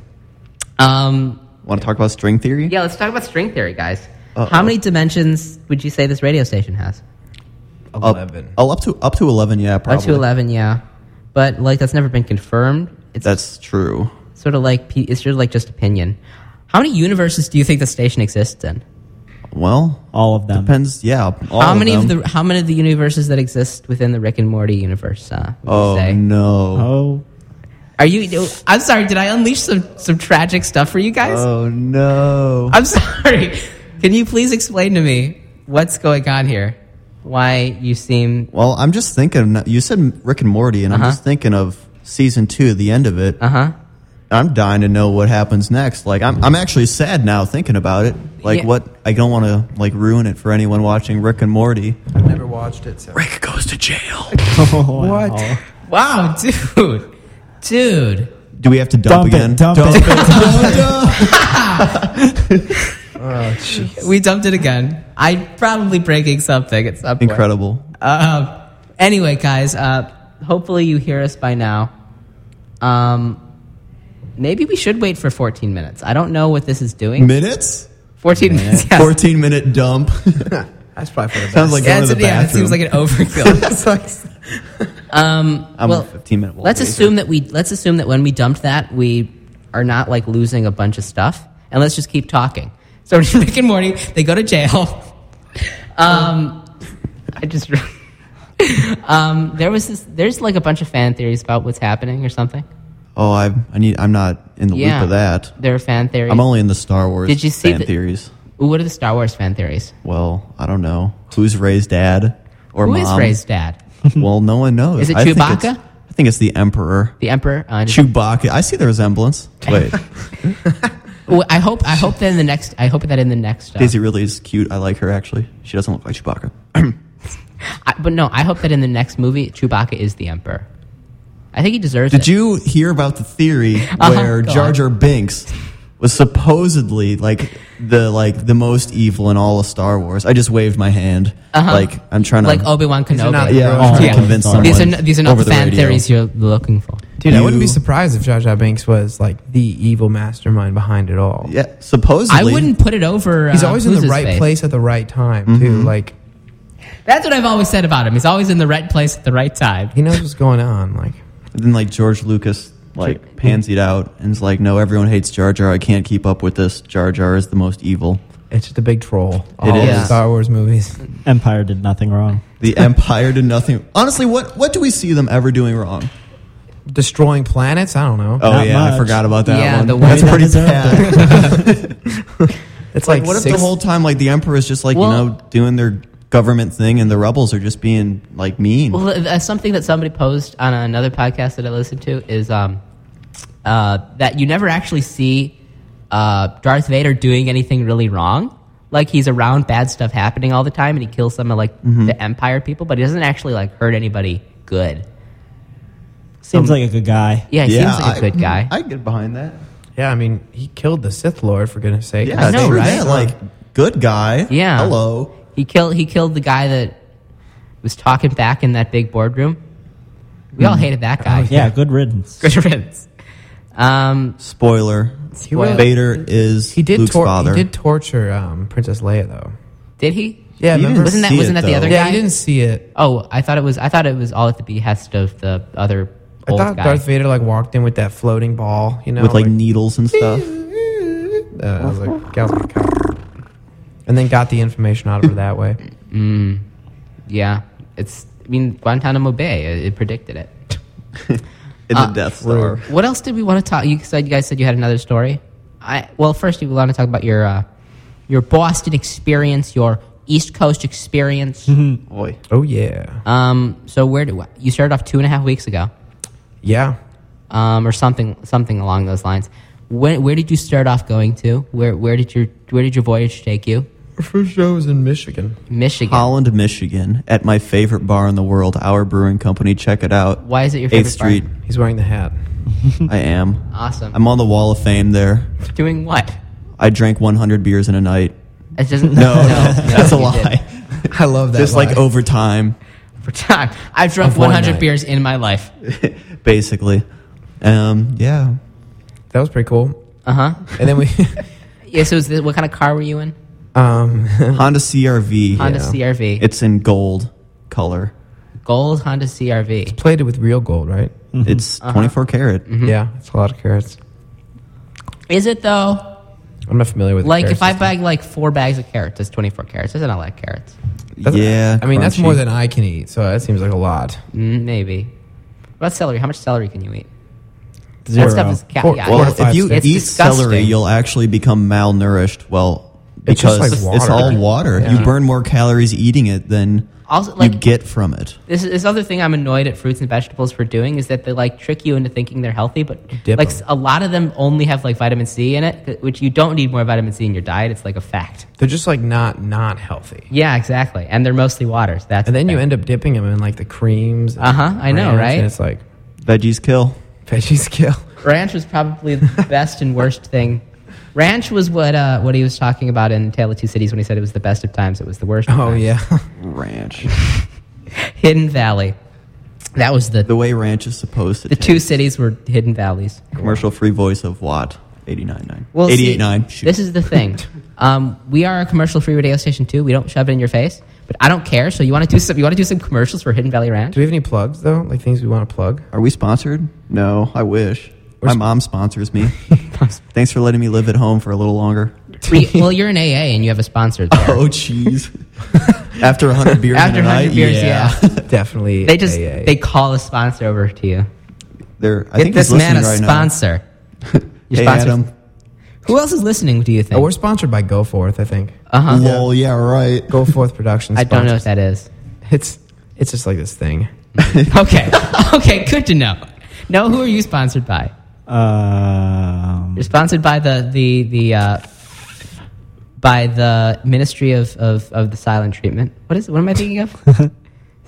[SPEAKER 3] Um,
[SPEAKER 4] Want to talk about string theory?
[SPEAKER 3] yeah, let's talk about string theory, guys. How
[SPEAKER 4] Uh-oh.
[SPEAKER 3] many dimensions would you say this radio station has?
[SPEAKER 4] Up,
[SPEAKER 5] 11.
[SPEAKER 4] Oh, up to up to eleven. Yeah,
[SPEAKER 3] Up
[SPEAKER 4] probably.
[SPEAKER 3] to eleven, yeah. But like that's never been confirmed. It's
[SPEAKER 4] That's true.
[SPEAKER 3] sort of like pe- it's sort of like just opinion. How many universes do you think the station exists in?
[SPEAKER 4] Well,
[SPEAKER 6] all of them.
[SPEAKER 4] depends. Yeah. all
[SPEAKER 3] Um, how many of,
[SPEAKER 4] them.
[SPEAKER 3] the how many of the universes that exist within the Rick and Morty universe? Uh, would you
[SPEAKER 4] Oh
[SPEAKER 3] say?
[SPEAKER 4] no.
[SPEAKER 6] Oh,
[SPEAKER 3] Are you? I'm sorry. Did I unleash some some tragic stuff for you guys?
[SPEAKER 4] Oh no.
[SPEAKER 3] I'm sorry. Can you please explain to me what's going on here? Why you seem
[SPEAKER 4] Well, I'm just thinking. You said Rick and Morty, and
[SPEAKER 3] Uh-huh.
[SPEAKER 4] I'm just thinking of season two, the end of it.
[SPEAKER 3] uh huh?
[SPEAKER 4] I'm dying to know what happens next. Like, I'm I'm actually sad now thinking about it. Like,
[SPEAKER 3] Yeah.
[SPEAKER 4] what? I don't want to like ruin it for anyone watching Rick and Morty.
[SPEAKER 5] I've never watched it. So.
[SPEAKER 4] Rick goes to jail.
[SPEAKER 6] wow.
[SPEAKER 5] What?
[SPEAKER 3] Wow, dude, dude.
[SPEAKER 4] Do we have to dump,
[SPEAKER 6] Dump it,
[SPEAKER 4] again?
[SPEAKER 6] dump it.
[SPEAKER 3] We dumped it again. I'm probably breaking something at some point.
[SPEAKER 4] Incredible.
[SPEAKER 3] Um, anyway, guys, uh, hopefully you hear us by now. Um, maybe we should wait for 14 minutes. I don't know what this is doing.
[SPEAKER 4] Minutes.
[SPEAKER 3] 14 minutes. yes.
[SPEAKER 4] 14 minute dump.
[SPEAKER 5] That's probably for the best.
[SPEAKER 4] Sounds like
[SPEAKER 3] Yeah,
[SPEAKER 4] going to
[SPEAKER 3] it's-
[SPEAKER 4] the
[SPEAKER 3] yeah, it
[SPEAKER 4] bathroom.
[SPEAKER 3] seems like an overkill. um,
[SPEAKER 4] I'm
[SPEAKER 3] well,
[SPEAKER 4] a 15 minute.
[SPEAKER 3] let's assume that we let's assume that when we dumped that, we are not like losing a bunch of stuff, and let's just keep talking. So Rick and Morty, they go to jail. Um, I just um, there was this. There's like a bunch of fan theories about what's happening or something.
[SPEAKER 4] Oh, I I need. I'm not in the
[SPEAKER 3] Yeah,
[SPEAKER 4] loop of that.
[SPEAKER 3] There are fan theories.
[SPEAKER 4] I'm only in the Star Wars.
[SPEAKER 3] Did you see
[SPEAKER 4] fan
[SPEAKER 3] the-
[SPEAKER 4] theories?
[SPEAKER 3] Ooh, what are the Star Wars fan theories?
[SPEAKER 4] Well, I don't know who's Ray's dad or
[SPEAKER 3] Who
[SPEAKER 4] mom.
[SPEAKER 3] is Ray's dad?
[SPEAKER 4] Well, no one knows.
[SPEAKER 3] Is it
[SPEAKER 4] I think
[SPEAKER 3] Chewbacca?
[SPEAKER 4] it's- I think it's the Emperor.
[SPEAKER 3] The Emperor. Uh, did-
[SPEAKER 4] Chewbacca. I see the resemblance. Wait,
[SPEAKER 3] Ooh, I hope. I hope that in the next. I hope that in the next. uh,
[SPEAKER 4] Daisy really is cute. I like her actually. She doesn't look like Chewbacca.
[SPEAKER 3] I, but no, I hope that in the next movie, Chewbacca is the emperor. I think he deserves it.
[SPEAKER 4] Did you hear about the theory
[SPEAKER 3] Oh,
[SPEAKER 4] where
[SPEAKER 3] go
[SPEAKER 4] Jar
[SPEAKER 3] on.
[SPEAKER 4] Jar Binks was supposedly like the like the most evil in all of Star Wars? I just waved my hand. Like I'm trying to
[SPEAKER 3] Uh-huh. like oh, Obi Wan Kenobi?
[SPEAKER 5] not-
[SPEAKER 4] yeah, I'm trying
[SPEAKER 6] Yeah.
[SPEAKER 4] to convince someone.
[SPEAKER 3] These are n- these are not
[SPEAKER 4] over
[SPEAKER 3] the
[SPEAKER 4] the
[SPEAKER 3] fan
[SPEAKER 4] radio.
[SPEAKER 3] theories you're looking for.
[SPEAKER 5] Dude, I wouldn't be
[SPEAKER 4] You-
[SPEAKER 5] surprised if Jar Jar Binks was like the evil mastermind behind it all.
[SPEAKER 4] Yeah, supposedly.
[SPEAKER 3] I wouldn't put it over.
[SPEAKER 5] He's
[SPEAKER 3] uh,
[SPEAKER 5] always in
[SPEAKER 3] who's
[SPEAKER 5] the
[SPEAKER 3] his
[SPEAKER 5] right
[SPEAKER 3] face.
[SPEAKER 5] place at the right time,
[SPEAKER 4] Mm-hmm.
[SPEAKER 5] too. Like,
[SPEAKER 3] That's what I've always said about him. He's always in the right place at the right time.
[SPEAKER 5] he knows what's going on. Like,
[SPEAKER 4] And then like George Lucas like pansied out and is like, no, everyone hates Jar Jar. I can't keep up with this. Jar Jar is the most evil.
[SPEAKER 5] it's just a big troll. All of the
[SPEAKER 4] is.
[SPEAKER 5] Star Wars movies.
[SPEAKER 6] Empire
[SPEAKER 3] Um,
[SPEAKER 6] did nothing wrong.
[SPEAKER 4] The Empire did nothing. Honestly, what what do we see them ever doing wrong?
[SPEAKER 5] destroying planets. I don't know.
[SPEAKER 4] Oh
[SPEAKER 6] Not
[SPEAKER 4] yeah, I
[SPEAKER 6] much.
[SPEAKER 4] forgot about that
[SPEAKER 3] Yeah,
[SPEAKER 4] one.
[SPEAKER 3] the
[SPEAKER 4] That's
[SPEAKER 6] way-
[SPEAKER 4] pretty
[SPEAKER 6] That
[SPEAKER 4] bad.
[SPEAKER 6] deserved
[SPEAKER 5] it's
[SPEAKER 4] like,
[SPEAKER 5] like,
[SPEAKER 4] what if
[SPEAKER 5] six-
[SPEAKER 4] the whole time like the emperor's just like
[SPEAKER 3] Well-
[SPEAKER 4] you know doing their government thing and the rebels are just being like mean?
[SPEAKER 3] Well, uh, something that somebody posed on another podcast that I listened to is um, uh, that you never actually see uh, Darth Vader doing anything really wrong. Like he's around bad stuff happening all the time, and he kills some of like
[SPEAKER 4] Mm-hmm.
[SPEAKER 3] the Empire people, but he doesn't actually like hurt anybody good.
[SPEAKER 6] Seems like a good guy.
[SPEAKER 3] Yeah, he
[SPEAKER 4] yeah,
[SPEAKER 3] seems like a
[SPEAKER 4] I-
[SPEAKER 3] good guy.
[SPEAKER 4] I get behind that.
[SPEAKER 5] Yeah, I mean, he killed the Sith Lord for goodness sake.
[SPEAKER 4] Yeah,
[SPEAKER 3] I know,
[SPEAKER 4] screw
[SPEAKER 3] right?
[SPEAKER 4] that, Like good guy.
[SPEAKER 3] Yeah.
[SPEAKER 4] Hello.
[SPEAKER 3] he killed he killed the guy that was talking back in that big boardroom. We
[SPEAKER 5] Hmm.
[SPEAKER 3] all hated that guy.
[SPEAKER 5] Oh,
[SPEAKER 6] Yeah, good riddance.
[SPEAKER 3] good riddance. Um,
[SPEAKER 4] Spoiler.
[SPEAKER 3] really-
[SPEAKER 4] Vader is
[SPEAKER 5] He did
[SPEAKER 4] Luke's
[SPEAKER 5] tor-
[SPEAKER 4] father.
[SPEAKER 5] he did torture um, Princess Leia though.
[SPEAKER 3] did he?
[SPEAKER 5] Yeah,
[SPEAKER 4] You
[SPEAKER 5] remember?
[SPEAKER 4] didn't
[SPEAKER 3] Wasn't that
[SPEAKER 4] see
[SPEAKER 3] wasn't
[SPEAKER 4] it,
[SPEAKER 3] that the
[SPEAKER 4] though.
[SPEAKER 3] other
[SPEAKER 5] yeah,
[SPEAKER 3] guy?
[SPEAKER 5] you didn't see it.
[SPEAKER 3] Oh, I thought it was. I thought it was all at the behest of the other
[SPEAKER 5] I
[SPEAKER 3] old
[SPEAKER 5] thought
[SPEAKER 3] guy.
[SPEAKER 5] Darth Vader like walked in with that floating ball, you know,
[SPEAKER 4] with like needles and stuff.
[SPEAKER 5] uh, I was like, "God, God." and then got the information out of her that way.
[SPEAKER 3] yeah, it's. I mean, Guantanamo Bay. It, it predicted it. Uh,
[SPEAKER 4] In the Death Star.
[SPEAKER 3] What else did we want to talk? You said you guys said you had another story. I well, first you want to talk about your uh, your Boston experience, your East Coast experience.
[SPEAKER 4] Boy.
[SPEAKER 5] Oh yeah,
[SPEAKER 3] um, so where do you started off two and a half weeks ago,
[SPEAKER 5] yeah.
[SPEAKER 3] um, or something something along those lines. Where, where did you start off going to? Where where did your where did your voyage take you?
[SPEAKER 5] First show was in Michigan.
[SPEAKER 3] Michigan.
[SPEAKER 4] Holland, Michigan, at my favorite bar in the world, Our Brewing Company. Check it out.
[SPEAKER 3] Why is it your favorite Ah.
[SPEAKER 4] 8th Street.
[SPEAKER 3] Bar?
[SPEAKER 5] He's wearing the hat.
[SPEAKER 4] I am.
[SPEAKER 3] Awesome.
[SPEAKER 4] I'm on the Wall of Fame there.
[SPEAKER 3] Doing what?
[SPEAKER 4] I drank 100 beers in a night.
[SPEAKER 3] It doesn't.
[SPEAKER 4] No, that's a
[SPEAKER 3] you didn't.
[SPEAKER 4] lie.
[SPEAKER 5] I love that.
[SPEAKER 4] Just
[SPEAKER 5] lie.
[SPEAKER 4] like over time,
[SPEAKER 3] For time, I've drunk
[SPEAKER 5] Of one
[SPEAKER 3] 100
[SPEAKER 5] night.
[SPEAKER 3] beers in my life.
[SPEAKER 4] basically. Um, yeah.
[SPEAKER 5] that was pretty cool.
[SPEAKER 3] Uh
[SPEAKER 4] Uh-huh.
[SPEAKER 3] huh.
[SPEAKER 5] And then we,
[SPEAKER 3] Yeah. So, is this, what kind of car were you in?
[SPEAKER 5] um,
[SPEAKER 4] Honda CRV.
[SPEAKER 3] Honda
[SPEAKER 4] Yeah.
[SPEAKER 3] CRV.
[SPEAKER 4] It's in gold color.
[SPEAKER 3] gold Honda CRV.
[SPEAKER 5] played it with real gold, right?
[SPEAKER 4] It's 24 karat.
[SPEAKER 3] Mm-hmm.
[SPEAKER 5] Yeah, it's a lot of carrots.
[SPEAKER 3] Is it though?
[SPEAKER 5] I'm not familiar with the
[SPEAKER 3] Like,
[SPEAKER 5] carrot
[SPEAKER 3] if I
[SPEAKER 5] system.
[SPEAKER 3] bag like four bags of carrots, that's 24 carrots. Isn't a lot of carrots?
[SPEAKER 5] That's-
[SPEAKER 4] yeah.
[SPEAKER 5] I mean that's
[SPEAKER 4] crunchy.
[SPEAKER 5] more than I can eat, so that seems like a lot.
[SPEAKER 3] Mm, maybe. What about celery? How much celery can you eat?
[SPEAKER 6] Zero.
[SPEAKER 3] That stuff is ca-
[SPEAKER 5] Four-
[SPEAKER 3] yeah,
[SPEAKER 5] four
[SPEAKER 4] Well,
[SPEAKER 5] to five
[SPEAKER 4] if you
[SPEAKER 5] sticks.
[SPEAKER 4] eat
[SPEAKER 3] It's disgusting.
[SPEAKER 4] celery, you'll actually become malnourished. Well,
[SPEAKER 5] It's
[SPEAKER 4] because
[SPEAKER 5] just
[SPEAKER 4] it's,
[SPEAKER 5] like water.
[SPEAKER 4] all water. You burn more calories eating it than
[SPEAKER 3] Also,
[SPEAKER 4] you
[SPEAKER 3] like-
[SPEAKER 4] get from it.
[SPEAKER 3] This, this other thing I'm annoyed at fruits and vegetables for doing is that they like trick you into thinking they're healthy, but
[SPEAKER 5] Dip
[SPEAKER 3] like
[SPEAKER 5] 'em.
[SPEAKER 3] a lot of them only have like vitamin C in it, which you don't need more vitamin C in your diet. It's like a fact.
[SPEAKER 5] They're just like not not healthy.
[SPEAKER 3] Yeah, exactly. And they're mostly waters. That's
[SPEAKER 5] And then you end up dipping them in like the creams. and
[SPEAKER 3] Uh-huh, I know,
[SPEAKER 5] ranch,
[SPEAKER 3] right?
[SPEAKER 5] And it's like
[SPEAKER 4] Veggies kill.
[SPEAKER 5] veggies kill.
[SPEAKER 3] ranch was probably the best and worst thing. Ranch was what uh, what he was talking about in Tale of Two Cities when he said it was the best of times. It was the worst. Of
[SPEAKER 5] Oh
[SPEAKER 3] times.
[SPEAKER 5] yeah,
[SPEAKER 4] Ranch.
[SPEAKER 3] Hidden Valley. That was the
[SPEAKER 4] the way ranch is supposed to
[SPEAKER 3] the
[SPEAKER 4] taste.
[SPEAKER 3] two cities were hidden valleys.
[SPEAKER 4] commercial free voice of what? 89.9.
[SPEAKER 3] Well, see,
[SPEAKER 4] 88.9. Shoot.
[SPEAKER 3] This is the thing. Um, we are a commercial-free radio station too. We don't shove it in your face, but I don't care. So you want to do some? You want to do some commercials for Hidden Valley Ranch?
[SPEAKER 5] do we have any plugs though? Like things we want to plug?
[SPEAKER 4] Are we sponsored? No, I wish. My mom sponsors me. Thanks for letting me live at home for a little longer.
[SPEAKER 3] Free- well, you're an AA and you have a sponsor. There.
[SPEAKER 4] Oh, jeez. After 100 beers
[SPEAKER 3] After
[SPEAKER 4] in a
[SPEAKER 3] 100
[SPEAKER 4] night?
[SPEAKER 3] beers, yeah.
[SPEAKER 5] Definitely.
[SPEAKER 3] They just
[SPEAKER 5] AA.
[SPEAKER 3] they call a sponsor over to you.
[SPEAKER 4] They're, I
[SPEAKER 3] Get
[SPEAKER 4] think he's
[SPEAKER 3] this man a
[SPEAKER 4] listening right now.
[SPEAKER 3] sponsor. Your
[SPEAKER 4] Hey,
[SPEAKER 3] sponsor's-
[SPEAKER 4] Adam.
[SPEAKER 3] Who else is listening? Do you think?
[SPEAKER 5] Oh, we're sponsored by Go Forth, I think.
[SPEAKER 3] uh-huh.
[SPEAKER 4] Lol, yeah, right.
[SPEAKER 5] Go Forth Productions.
[SPEAKER 3] I don't know what that is.
[SPEAKER 5] It's it's just like this thing.
[SPEAKER 3] Okay. okay. Good to know. No, who are you sponsored by?
[SPEAKER 6] Um,
[SPEAKER 3] You're sponsored by the the the uh, by the Ministry of, of of the Silent Treatment. What is? What am I thinking of? is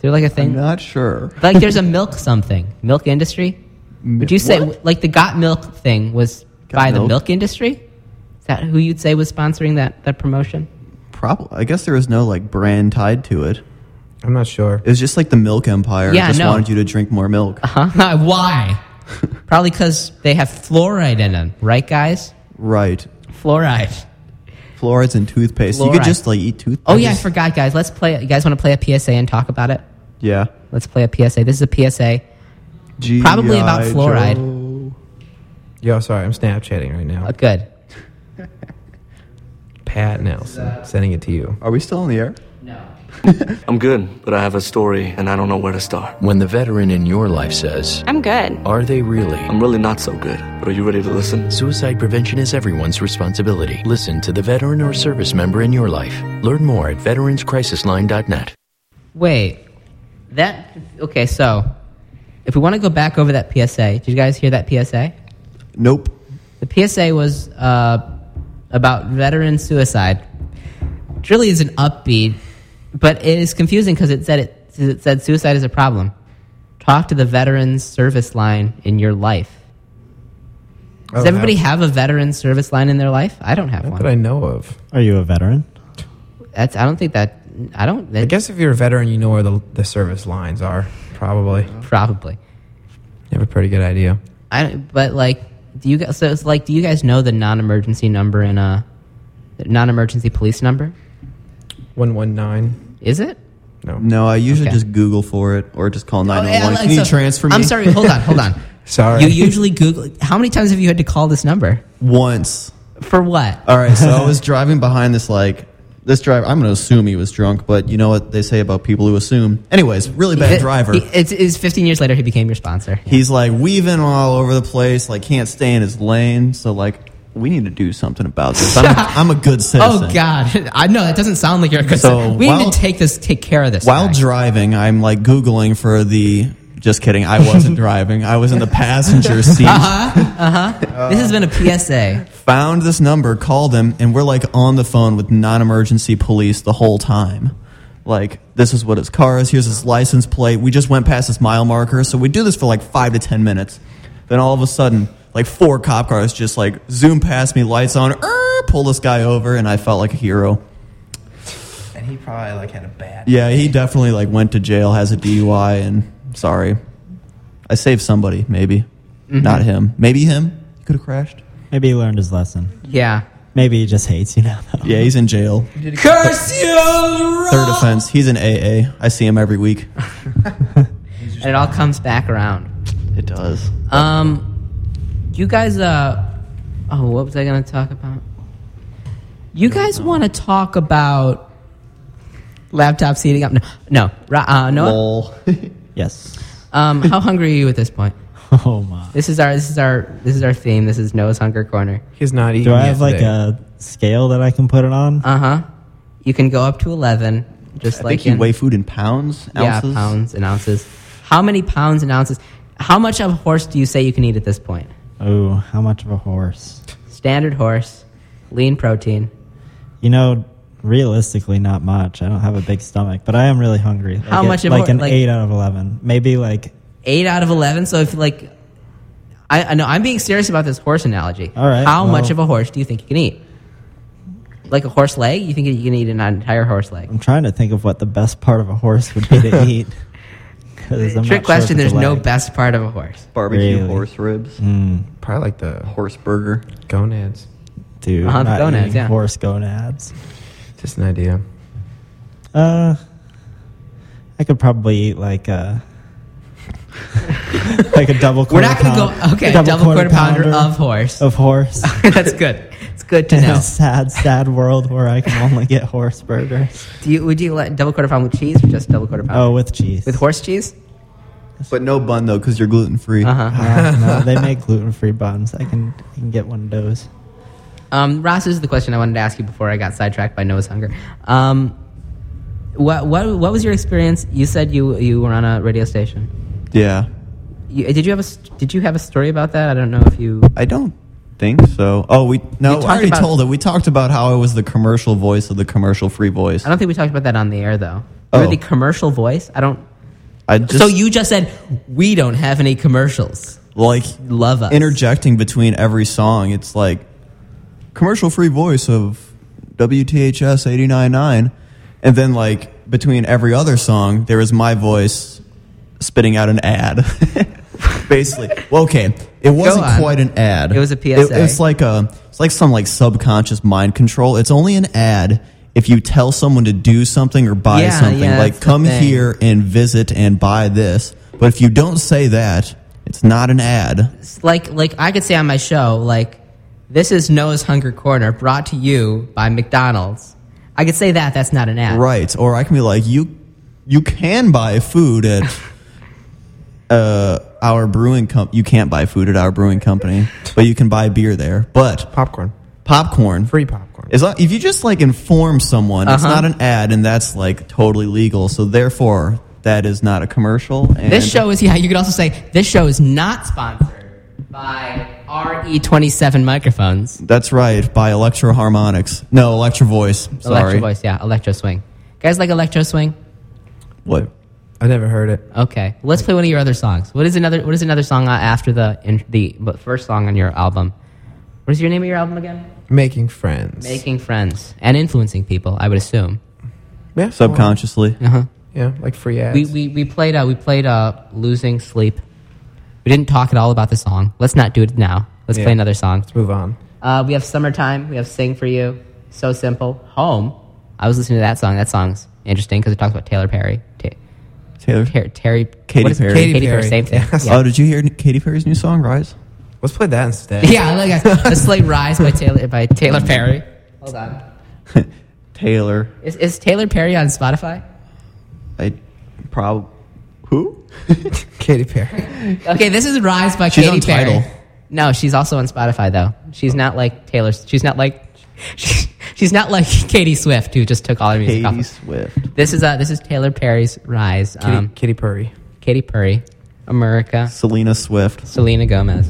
[SPEAKER 3] there like a thing?
[SPEAKER 4] Not sure.
[SPEAKER 3] Like there's a milk something milk industry. Would you say like the Got Milk thing was by the
[SPEAKER 4] Milk?
[SPEAKER 3] milk industry? Is that who you'd say was sponsoring that that promotion?
[SPEAKER 4] Probably. I guess there was no like brand tied to it.
[SPEAKER 5] I'm not sure.
[SPEAKER 4] It was just like the milk empire.
[SPEAKER 3] Yeah,
[SPEAKER 4] just
[SPEAKER 3] no. Uh.
[SPEAKER 4] wanted you to drink more milk.
[SPEAKER 3] Huh? Why? Probably because they have fluoride in them, right, guys?
[SPEAKER 4] Right.
[SPEAKER 3] Fluoride.
[SPEAKER 4] Fluorides and toothpaste. You
[SPEAKER 3] Fluoride.
[SPEAKER 4] could just like eat toothpaste.
[SPEAKER 3] Oh yeah, I forgot, guys. Let's play. You guys want to play a PSA and talk about it?
[SPEAKER 4] Yeah.
[SPEAKER 3] Let's play a PSA. This is a PSA. Probably about
[SPEAKER 4] G.I.
[SPEAKER 3] fluoride.
[SPEAKER 4] Joe.
[SPEAKER 5] Yo, sorry, I'm Snapchatting right now.
[SPEAKER 3] Uh, good.
[SPEAKER 5] Pat Nelson, sending it to you.
[SPEAKER 4] Are we still on the air?
[SPEAKER 3] No.
[SPEAKER 9] I'm good, but I have a story and I don't know where to start.
[SPEAKER 10] When the veteran in your life says,
[SPEAKER 11] I'm good.
[SPEAKER 10] Are they really?
[SPEAKER 9] I'm really not so good, but are you ready to listen?
[SPEAKER 10] Suicide prevention is everyone's responsibility. Listen to the veteran or service member in your life. Learn more at veteranscrisisline.net.
[SPEAKER 3] Wait, that okay? So, if we want to go back over that PSA, did you guys hear that PSA?
[SPEAKER 4] Nope.
[SPEAKER 3] The PSA was uh, about veteran suicide. It really is an upbeat, but it is confusing because it said it, it said suicide is a problem. Talk to the veterans service line in your life. Does
[SPEAKER 5] Oh,
[SPEAKER 3] everybody
[SPEAKER 5] that's-
[SPEAKER 3] have a veteran service line in their life? I don't have
[SPEAKER 5] that I
[SPEAKER 3] one.
[SPEAKER 5] know of.
[SPEAKER 6] Are you a veteran?
[SPEAKER 3] That's I don't think that I don't.
[SPEAKER 5] I guess if you're a veteran, you know where the, the service lines are. Probably, you
[SPEAKER 3] probably.
[SPEAKER 5] have a pretty good idea.
[SPEAKER 3] I don't- but like do you guys so it's like do you guys know the non-emergency number in uh the non-emergency police number?
[SPEAKER 5] One one nine.
[SPEAKER 3] Is it?
[SPEAKER 5] No,
[SPEAKER 4] No, I usually
[SPEAKER 3] Okay.
[SPEAKER 4] just Google for it or just call
[SPEAKER 3] Oh, yeah,
[SPEAKER 4] 911.
[SPEAKER 3] like,
[SPEAKER 4] Can you
[SPEAKER 3] so-
[SPEAKER 4] transfer me?
[SPEAKER 3] I'm sorry, hold on, hold on.
[SPEAKER 5] sorry.
[SPEAKER 3] You usually Google how many times have you had to call this number?
[SPEAKER 4] Once.
[SPEAKER 3] For what?
[SPEAKER 4] All right, so I was driving behind this like this driver. I'm going to assume he was drunk, but you know what they say about people who assume. Anyways, really bad
[SPEAKER 3] He-
[SPEAKER 4] driver.
[SPEAKER 3] he- it's, it's 15 years later he became your sponsor.
[SPEAKER 4] He's like weaving all over the place, like can't stay in his lane. So like we need to do something about this. I'm, I'm a good citizen.
[SPEAKER 3] Oh God! I know that doesn't sound like you're. A
[SPEAKER 4] So,
[SPEAKER 3] so we
[SPEAKER 4] while-
[SPEAKER 3] need to take this, take care of this.
[SPEAKER 4] While
[SPEAKER 3] guy.
[SPEAKER 4] driving, I'm like googling for the. Just kidding. I wasn't driving. I was in the passenger seat.
[SPEAKER 3] this has been a PSA.
[SPEAKER 4] Found this number, called him, and we're like on the phone with non-emergency police the whole time. Like this is what his car is. Here's his license plate. We just went past this mile marker, so we do this for like five to ten minutes. Then all of a sudden, like four cop cars just like zoom past me, lights on, er, pull this guy over, and I felt like a hero.
[SPEAKER 5] and he probably like had a bad.
[SPEAKER 4] Yeah, he definitely like went to jail, has a DUI, and sorry. I saved somebody, maybe.
[SPEAKER 5] Mm-hmm.
[SPEAKER 4] Not him. Maybe him. He could have crashed.
[SPEAKER 6] Maybe he learned his lesson.
[SPEAKER 3] Yeah.
[SPEAKER 6] Maybe he just hates you now. Though.
[SPEAKER 4] Yeah, he's in jail.
[SPEAKER 3] Curse you!
[SPEAKER 4] Third offense. He's in AA. I see him every week.
[SPEAKER 3] And it all comes back around.
[SPEAKER 4] It does.
[SPEAKER 3] Um, you guys, uh, oh, what was I gonna talk about? You guys want to talk about laptop seating up? No, no, Ra- uh, no.
[SPEAKER 4] Lol.
[SPEAKER 6] Yes.
[SPEAKER 3] Um, how hungry are you at this point?
[SPEAKER 6] Oh my.
[SPEAKER 3] This is our, this is our, this is our theme. This is Noah's Hunger Corner.
[SPEAKER 5] He's not eating.
[SPEAKER 6] Do I have like a scale that I can put it on?
[SPEAKER 3] Uh huh. You can go up to eleven, just
[SPEAKER 4] Uh-huh.
[SPEAKER 3] like
[SPEAKER 4] I think you
[SPEAKER 3] in-
[SPEAKER 4] weigh food in pounds,
[SPEAKER 3] yeah,
[SPEAKER 4] ounces.
[SPEAKER 3] pounds and ounces. How many pounds and ounces? How much of a horse do you say you can eat at this point?
[SPEAKER 6] oh, how much of a horse?
[SPEAKER 3] Standard horse, lean protein.
[SPEAKER 6] You know, realistically, not much. I don't have a big stomach, but I am really hungry. Like
[SPEAKER 3] How
[SPEAKER 6] it-
[SPEAKER 3] much of a
[SPEAKER 6] Like
[SPEAKER 3] hor-
[SPEAKER 6] an
[SPEAKER 3] like-
[SPEAKER 6] eight out of eleven, maybe like.
[SPEAKER 3] eight out of eleven. So if like, I, I know I'm being serious about this horse analogy.
[SPEAKER 6] All right,
[SPEAKER 3] How much
[SPEAKER 6] well-
[SPEAKER 3] of a horse do you think you can eat? Like a horse leg? You think you can eat an entire horse leg?
[SPEAKER 6] I'm trying to think of what the best part of a horse would be to eat. 'Cause I'm not sure
[SPEAKER 3] Trick
[SPEAKER 6] if
[SPEAKER 3] question. There's
[SPEAKER 6] it's a
[SPEAKER 3] no
[SPEAKER 6] leg. Hmm.
[SPEAKER 3] best part of a horse.
[SPEAKER 4] Barbecue
[SPEAKER 6] Really?
[SPEAKER 4] horse ribs.
[SPEAKER 5] probably like the
[SPEAKER 4] Horse burger.
[SPEAKER 5] gonads.
[SPEAKER 6] dude.
[SPEAKER 3] Uh-huh,
[SPEAKER 6] not
[SPEAKER 3] gonads,
[SPEAKER 6] eating
[SPEAKER 3] yeah.
[SPEAKER 6] Horse gonads.
[SPEAKER 5] Just an idea.
[SPEAKER 6] Uh, I could probably eat like a like a double.
[SPEAKER 3] We're
[SPEAKER 6] Quarter
[SPEAKER 3] not going to
[SPEAKER 6] pound-
[SPEAKER 3] go. Okay,
[SPEAKER 6] a
[SPEAKER 3] double, quarter, pounder, of horse.
[SPEAKER 6] of horse.
[SPEAKER 3] That's good. It's good to
[SPEAKER 6] In
[SPEAKER 3] know.
[SPEAKER 6] a sad, sad world where I can only get horse burgers.
[SPEAKER 3] Do you, would you like double quarter pound with cheese or just double quarter pound?
[SPEAKER 6] Oh, with cheese.
[SPEAKER 3] with horse cheese?
[SPEAKER 4] But no bun, though, because you're gluten free.
[SPEAKER 3] Uh huh.
[SPEAKER 6] No, no, they make gluten-free buns. I can, I can get one of those.
[SPEAKER 3] Um, Ross, this is the question I wanted to ask you before I got sidetracked by Noah's hunger. Um, what, what, what was your experience? You said you, you were on a radio station.
[SPEAKER 4] Yeah.
[SPEAKER 3] You, did you have a st- Did you have a story about that? I don't know if you.
[SPEAKER 4] I don't think so. Oh, we
[SPEAKER 3] We
[SPEAKER 4] no, I
[SPEAKER 3] talked
[SPEAKER 4] already
[SPEAKER 3] about-
[SPEAKER 4] told it. We talked about how I was the commercial voice of the commercial free voice.
[SPEAKER 3] I don't think we talked about that on the air though. You're
[SPEAKER 4] Oh.
[SPEAKER 3] the commercial voice. I don't.
[SPEAKER 4] I just
[SPEAKER 3] so you just said we don't have any commercials.
[SPEAKER 4] like
[SPEAKER 3] Love us.
[SPEAKER 4] interjecting between every song. It's like commercial free voice of WTHS 899 and then like between every other song there is my voice spitting out an ad. Basically. Well, okay. It wasn't
[SPEAKER 3] on.
[SPEAKER 4] quite an ad.
[SPEAKER 3] It was a
[SPEAKER 4] It,
[SPEAKER 3] PSA.
[SPEAKER 4] it's like a it's like some like subconscious mind control. It's only an ad if you tell someone to do something or buy
[SPEAKER 3] Yeah,
[SPEAKER 4] something
[SPEAKER 3] yeah,
[SPEAKER 4] like
[SPEAKER 3] that's the
[SPEAKER 4] come
[SPEAKER 3] thing.
[SPEAKER 4] here and visit and buy this. But if you don't say that, it's not an ad.
[SPEAKER 3] It's Like like I could say on my show like this is Noah's Hunger Corner brought to you by McDonald's. I I could say that. That's not an ad.
[SPEAKER 4] Right. Or I can be like, you you can buy food at uh, our brewing company. You can't buy food at our brewing company, but you can buy beer there. But
[SPEAKER 5] popcorn.
[SPEAKER 4] Popcorn.
[SPEAKER 5] Free popcorn.
[SPEAKER 4] As long, if you just like inform someone, it's
[SPEAKER 3] Uh-huh.
[SPEAKER 4] not an ad, and that's like totally legal. So therefore, that is not a commercial. And
[SPEAKER 3] This show is yeah. You could also say this show is not sponsored by RE27 microphones.
[SPEAKER 4] That's right. By Electro Harmonics. No, Electro Voice. Sorry.
[SPEAKER 3] Electro voice, yeah, electro swing. Guys like electro swing?
[SPEAKER 4] What?
[SPEAKER 5] I never heard it.
[SPEAKER 3] Okay, let's play one of your other songs. What is another? What is another song uh, after the in, the but first song on your album? What is your name of your album again?
[SPEAKER 5] Making friends.
[SPEAKER 3] Making friends and influencing people. I would assume.
[SPEAKER 5] yeah,
[SPEAKER 4] Subconsciously.
[SPEAKER 3] Uh huh.
[SPEAKER 5] Yeah, like free ads.
[SPEAKER 3] We, we we played uh we played uh losing sleep. We didn't talk at all about the song. Let's not do it now. Let's
[SPEAKER 5] Yeah.
[SPEAKER 3] play another song.
[SPEAKER 5] Let's move on.
[SPEAKER 3] Uh, we have summertime. We have sing for you. So simple. Home. I was listening to that song. That song's interesting because it talks about Taylor Perry. Ta-
[SPEAKER 4] Taylor.
[SPEAKER 3] Ter- Terry.
[SPEAKER 4] Katy
[SPEAKER 3] what is-
[SPEAKER 4] Perry.
[SPEAKER 3] Katy,
[SPEAKER 5] Katy
[SPEAKER 3] Perry.
[SPEAKER 5] Perry.
[SPEAKER 3] Same thing.
[SPEAKER 5] Yes.
[SPEAKER 3] Yeah.
[SPEAKER 4] Oh, did you hear Katy Perry's new song, Rise?
[SPEAKER 5] Let's play that instead.
[SPEAKER 3] Yeah, look, guys. Let's play "Rise" by Taylor by Taylor Perry. Hold on.
[SPEAKER 4] Taylor.
[SPEAKER 3] Is, is Taylor Perry on Spotify?
[SPEAKER 4] I probably. Who?
[SPEAKER 5] Katy Perry.
[SPEAKER 3] Okay, this is "Rise" by
[SPEAKER 4] She's
[SPEAKER 3] Katy
[SPEAKER 4] on
[SPEAKER 3] Perry.
[SPEAKER 4] Tidal.
[SPEAKER 3] No, she's also on Spotify though. She's not like Taylor. She's not like. she's not like Katie Swift, who just took all her music
[SPEAKER 4] Katie
[SPEAKER 3] off.
[SPEAKER 4] Swift.
[SPEAKER 3] This is uh, this is Taylor Perry's "Rise."
[SPEAKER 5] Katy,
[SPEAKER 3] Um,
[SPEAKER 5] Katy Perry.
[SPEAKER 3] Katy Perry, America,
[SPEAKER 4] Selena Swift.
[SPEAKER 3] Selena Gomez.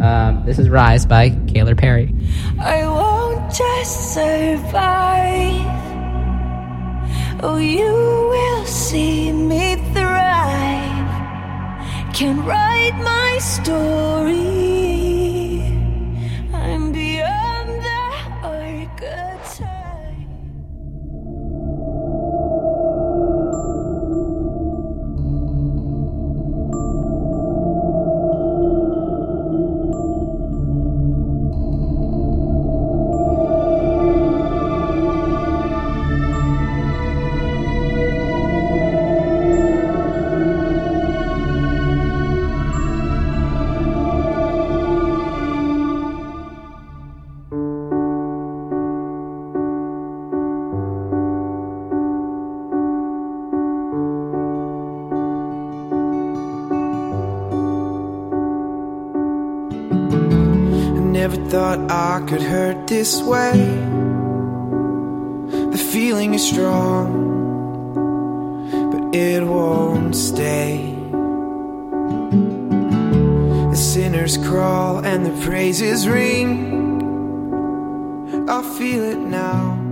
[SPEAKER 3] Um, this is "Rise" by Taylor Perry.
[SPEAKER 11] I won't just survive. Oh, you will see me thrive. Can write my story. I'm beyond the archetype.
[SPEAKER 7] Never thought I could hurt this way. The feeling is strong, but it won't stay. The sinners crawl and the praises ring. I feel it now.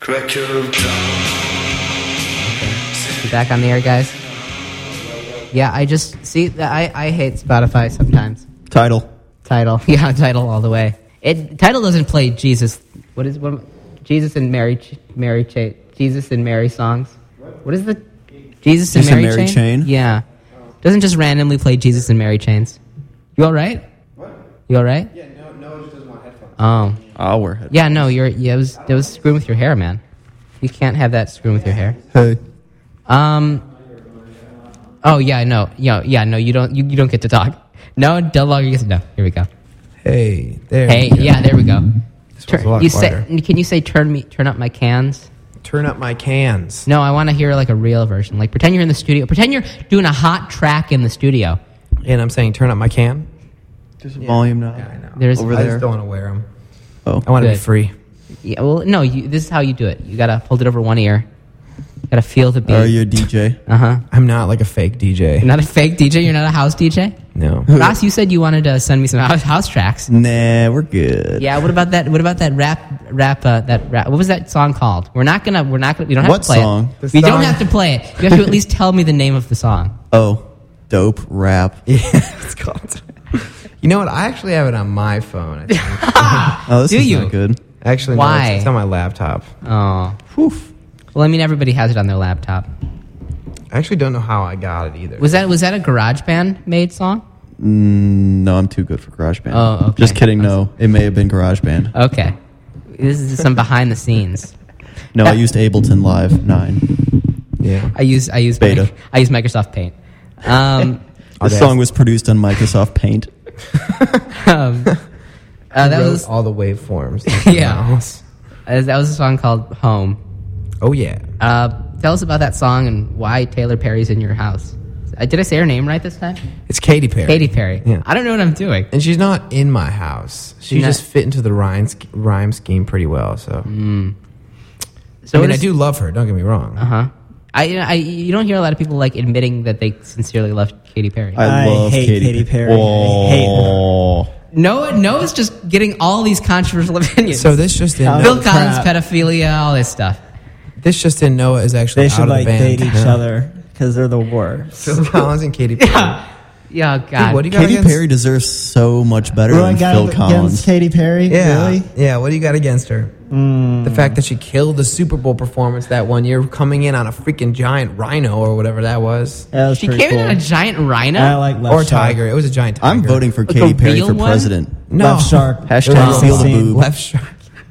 [SPEAKER 7] Crack your
[SPEAKER 3] We're back on the air, guys. Yeah, I just see. th- I I hate Spotify sometimes.
[SPEAKER 4] Title.
[SPEAKER 3] Title, yeah, title all the way. It title doesn't play Jesus. What is what? Jesus and Mary, Ch- Mary Chain. Jesus and Mary songs. What is the Jesus and
[SPEAKER 4] Jesus and
[SPEAKER 3] Mary,
[SPEAKER 4] Mary
[SPEAKER 3] Chain?
[SPEAKER 4] Chain?
[SPEAKER 3] Yeah, doesn't just randomly play Jesus and Mary Chains. You all right? What? You all right? Yeah, no, no, just doesn't want headphones. Oh,
[SPEAKER 4] Our.
[SPEAKER 3] yeah, no, you're. Yeah, it was. It was screwing with your hair, man. You can't have that screwing with your hair.
[SPEAKER 4] Hey.
[SPEAKER 3] Um. Oh yeah, no, yeah, yeah, no. You don't. You, you don't get to talk. No, no longer gets. No. Here we go.
[SPEAKER 5] Hey, there.
[SPEAKER 3] Hey,
[SPEAKER 5] we go.
[SPEAKER 3] yeah, Mm-hmm. there we go.
[SPEAKER 5] one's a lot
[SPEAKER 3] you
[SPEAKER 5] quieter.
[SPEAKER 3] say, can you say turn me turn up my cans?
[SPEAKER 5] Turn up my cans.
[SPEAKER 3] No, I want to hear like a real version. Like pretend you're in the studio. Pretend you're doing a hot track in the studio.
[SPEAKER 5] And I'm saying turn up my can.
[SPEAKER 4] There's a volume now.
[SPEAKER 5] I know.
[SPEAKER 3] There's
[SPEAKER 4] Over
[SPEAKER 5] I
[SPEAKER 4] there.
[SPEAKER 5] just don't want to wear them.
[SPEAKER 4] Oh.
[SPEAKER 5] I want to be
[SPEAKER 3] Good.
[SPEAKER 5] free.
[SPEAKER 3] yeah, well, no, you, this is how you do it. You gotta hold it over one ear. Gotta feel the beat.
[SPEAKER 5] Oh,
[SPEAKER 4] Are you a DJ?
[SPEAKER 3] uh huh.
[SPEAKER 5] I'm not like a fake DJ.
[SPEAKER 3] You're not a fake DJ. You're not a house DJ.
[SPEAKER 5] No.
[SPEAKER 3] Ross, you said you wanted to send me some house, house tracks.
[SPEAKER 4] Nah, we're good.
[SPEAKER 3] Yeah, what about that? What about that rap? Rap? Uh, that rap? What was that song called? We're not gonna. We're not gonna. We don't have
[SPEAKER 4] What
[SPEAKER 3] to play
[SPEAKER 4] song?
[SPEAKER 3] it.
[SPEAKER 5] The
[SPEAKER 3] We don't
[SPEAKER 5] song-
[SPEAKER 3] have to play it. You have to at least tell me the name of the song.
[SPEAKER 4] Oh, dope rap.
[SPEAKER 5] Yeah, it's called. you know what? I actually have it on my phone. I think.
[SPEAKER 4] Oh, this
[SPEAKER 3] Do
[SPEAKER 4] is
[SPEAKER 3] you?
[SPEAKER 4] not good.
[SPEAKER 5] Actually, no,
[SPEAKER 3] Why?
[SPEAKER 5] it's- it's on my laptop.
[SPEAKER 3] Oh,
[SPEAKER 4] Poof.
[SPEAKER 3] well, I mean, everybody has it on their laptop.
[SPEAKER 5] I actually don't know how I got it either.
[SPEAKER 3] Was that was that a Garage Band made song?
[SPEAKER 4] No, I'm too good for GarageBand.
[SPEAKER 3] Oh, okay.
[SPEAKER 4] Just kidding. No, it may have been GarageBand.
[SPEAKER 3] Okay, this is some behind the scenes.
[SPEAKER 4] No, I used Ableton Live 9.
[SPEAKER 5] yeah.
[SPEAKER 3] I use I use
[SPEAKER 4] Beta.
[SPEAKER 3] I use Microsoft Paint. Um,
[SPEAKER 4] The song was produced on Microsoft Paint.
[SPEAKER 3] um, uh, that
[SPEAKER 5] Wrote
[SPEAKER 3] was
[SPEAKER 5] all the waveforms.
[SPEAKER 3] Yeah. Uh, that was a song called Home.
[SPEAKER 5] Oh, yeah.
[SPEAKER 3] Uh, tell us about that song and why Taylor Perry's in your house. Uh, did I say her name right this time?
[SPEAKER 5] It's Katy Perry.
[SPEAKER 3] Katy Perry.
[SPEAKER 5] Yeah.
[SPEAKER 3] I don't know what I'm doing.
[SPEAKER 5] And she's not in my house. She
[SPEAKER 3] She's not-
[SPEAKER 5] just fit into the rhyme, sch- rhyme scheme pretty well. So,
[SPEAKER 3] So
[SPEAKER 5] I mean,
[SPEAKER 3] what
[SPEAKER 5] I
[SPEAKER 3] is-
[SPEAKER 5] do love her. Don't get me wrong.
[SPEAKER 3] Uh huh. I, I you don't hear a lot of people like admitting that they sincerely loved Katy Perry.
[SPEAKER 4] I, love
[SPEAKER 6] hate
[SPEAKER 4] Katy,
[SPEAKER 6] Katy Perry. I hate her.
[SPEAKER 4] Oh.
[SPEAKER 3] Noah Noah's just getting all these controversial opinions.
[SPEAKER 5] So this just in,
[SPEAKER 6] Oh,
[SPEAKER 3] Bill Collins,
[SPEAKER 6] crap.
[SPEAKER 3] pedophilia, all this stuff.
[SPEAKER 5] this just in Noah is actually
[SPEAKER 6] They
[SPEAKER 5] out
[SPEAKER 6] should
[SPEAKER 5] of
[SPEAKER 6] like
[SPEAKER 5] the band.
[SPEAKER 6] date each other because they're the worst.
[SPEAKER 5] Phil Collins and Katy Perry.
[SPEAKER 3] Yeah, God.
[SPEAKER 5] Dude, what do you got
[SPEAKER 4] Katy
[SPEAKER 5] against?
[SPEAKER 4] Perry deserves so much better
[SPEAKER 6] Roy
[SPEAKER 4] than
[SPEAKER 6] got
[SPEAKER 4] Phil
[SPEAKER 6] up
[SPEAKER 4] Collins.
[SPEAKER 6] against Katy Perry.
[SPEAKER 5] Yeah,
[SPEAKER 6] Really? Hmm.
[SPEAKER 5] yeah. What do you got against her? The fact that she killed the Super Bowl performance that one year, coming in on a freaking giant rhino or whatever that was,
[SPEAKER 6] That was
[SPEAKER 3] she
[SPEAKER 6] pretty
[SPEAKER 3] came
[SPEAKER 6] cool.
[SPEAKER 3] in on a giant rhino.
[SPEAKER 6] I like left
[SPEAKER 5] or
[SPEAKER 6] shark.
[SPEAKER 5] tiger. It was a giant tiger.
[SPEAKER 4] I'm voting for
[SPEAKER 3] Like
[SPEAKER 4] Katy
[SPEAKER 3] a
[SPEAKER 4] Perry
[SPEAKER 3] real
[SPEAKER 4] for
[SPEAKER 3] one?
[SPEAKER 4] president.
[SPEAKER 5] No.
[SPEAKER 6] Left shark.
[SPEAKER 4] Hashtag
[SPEAKER 6] Wow.
[SPEAKER 4] seal the
[SPEAKER 6] Scene.
[SPEAKER 4] boob.
[SPEAKER 5] left shark.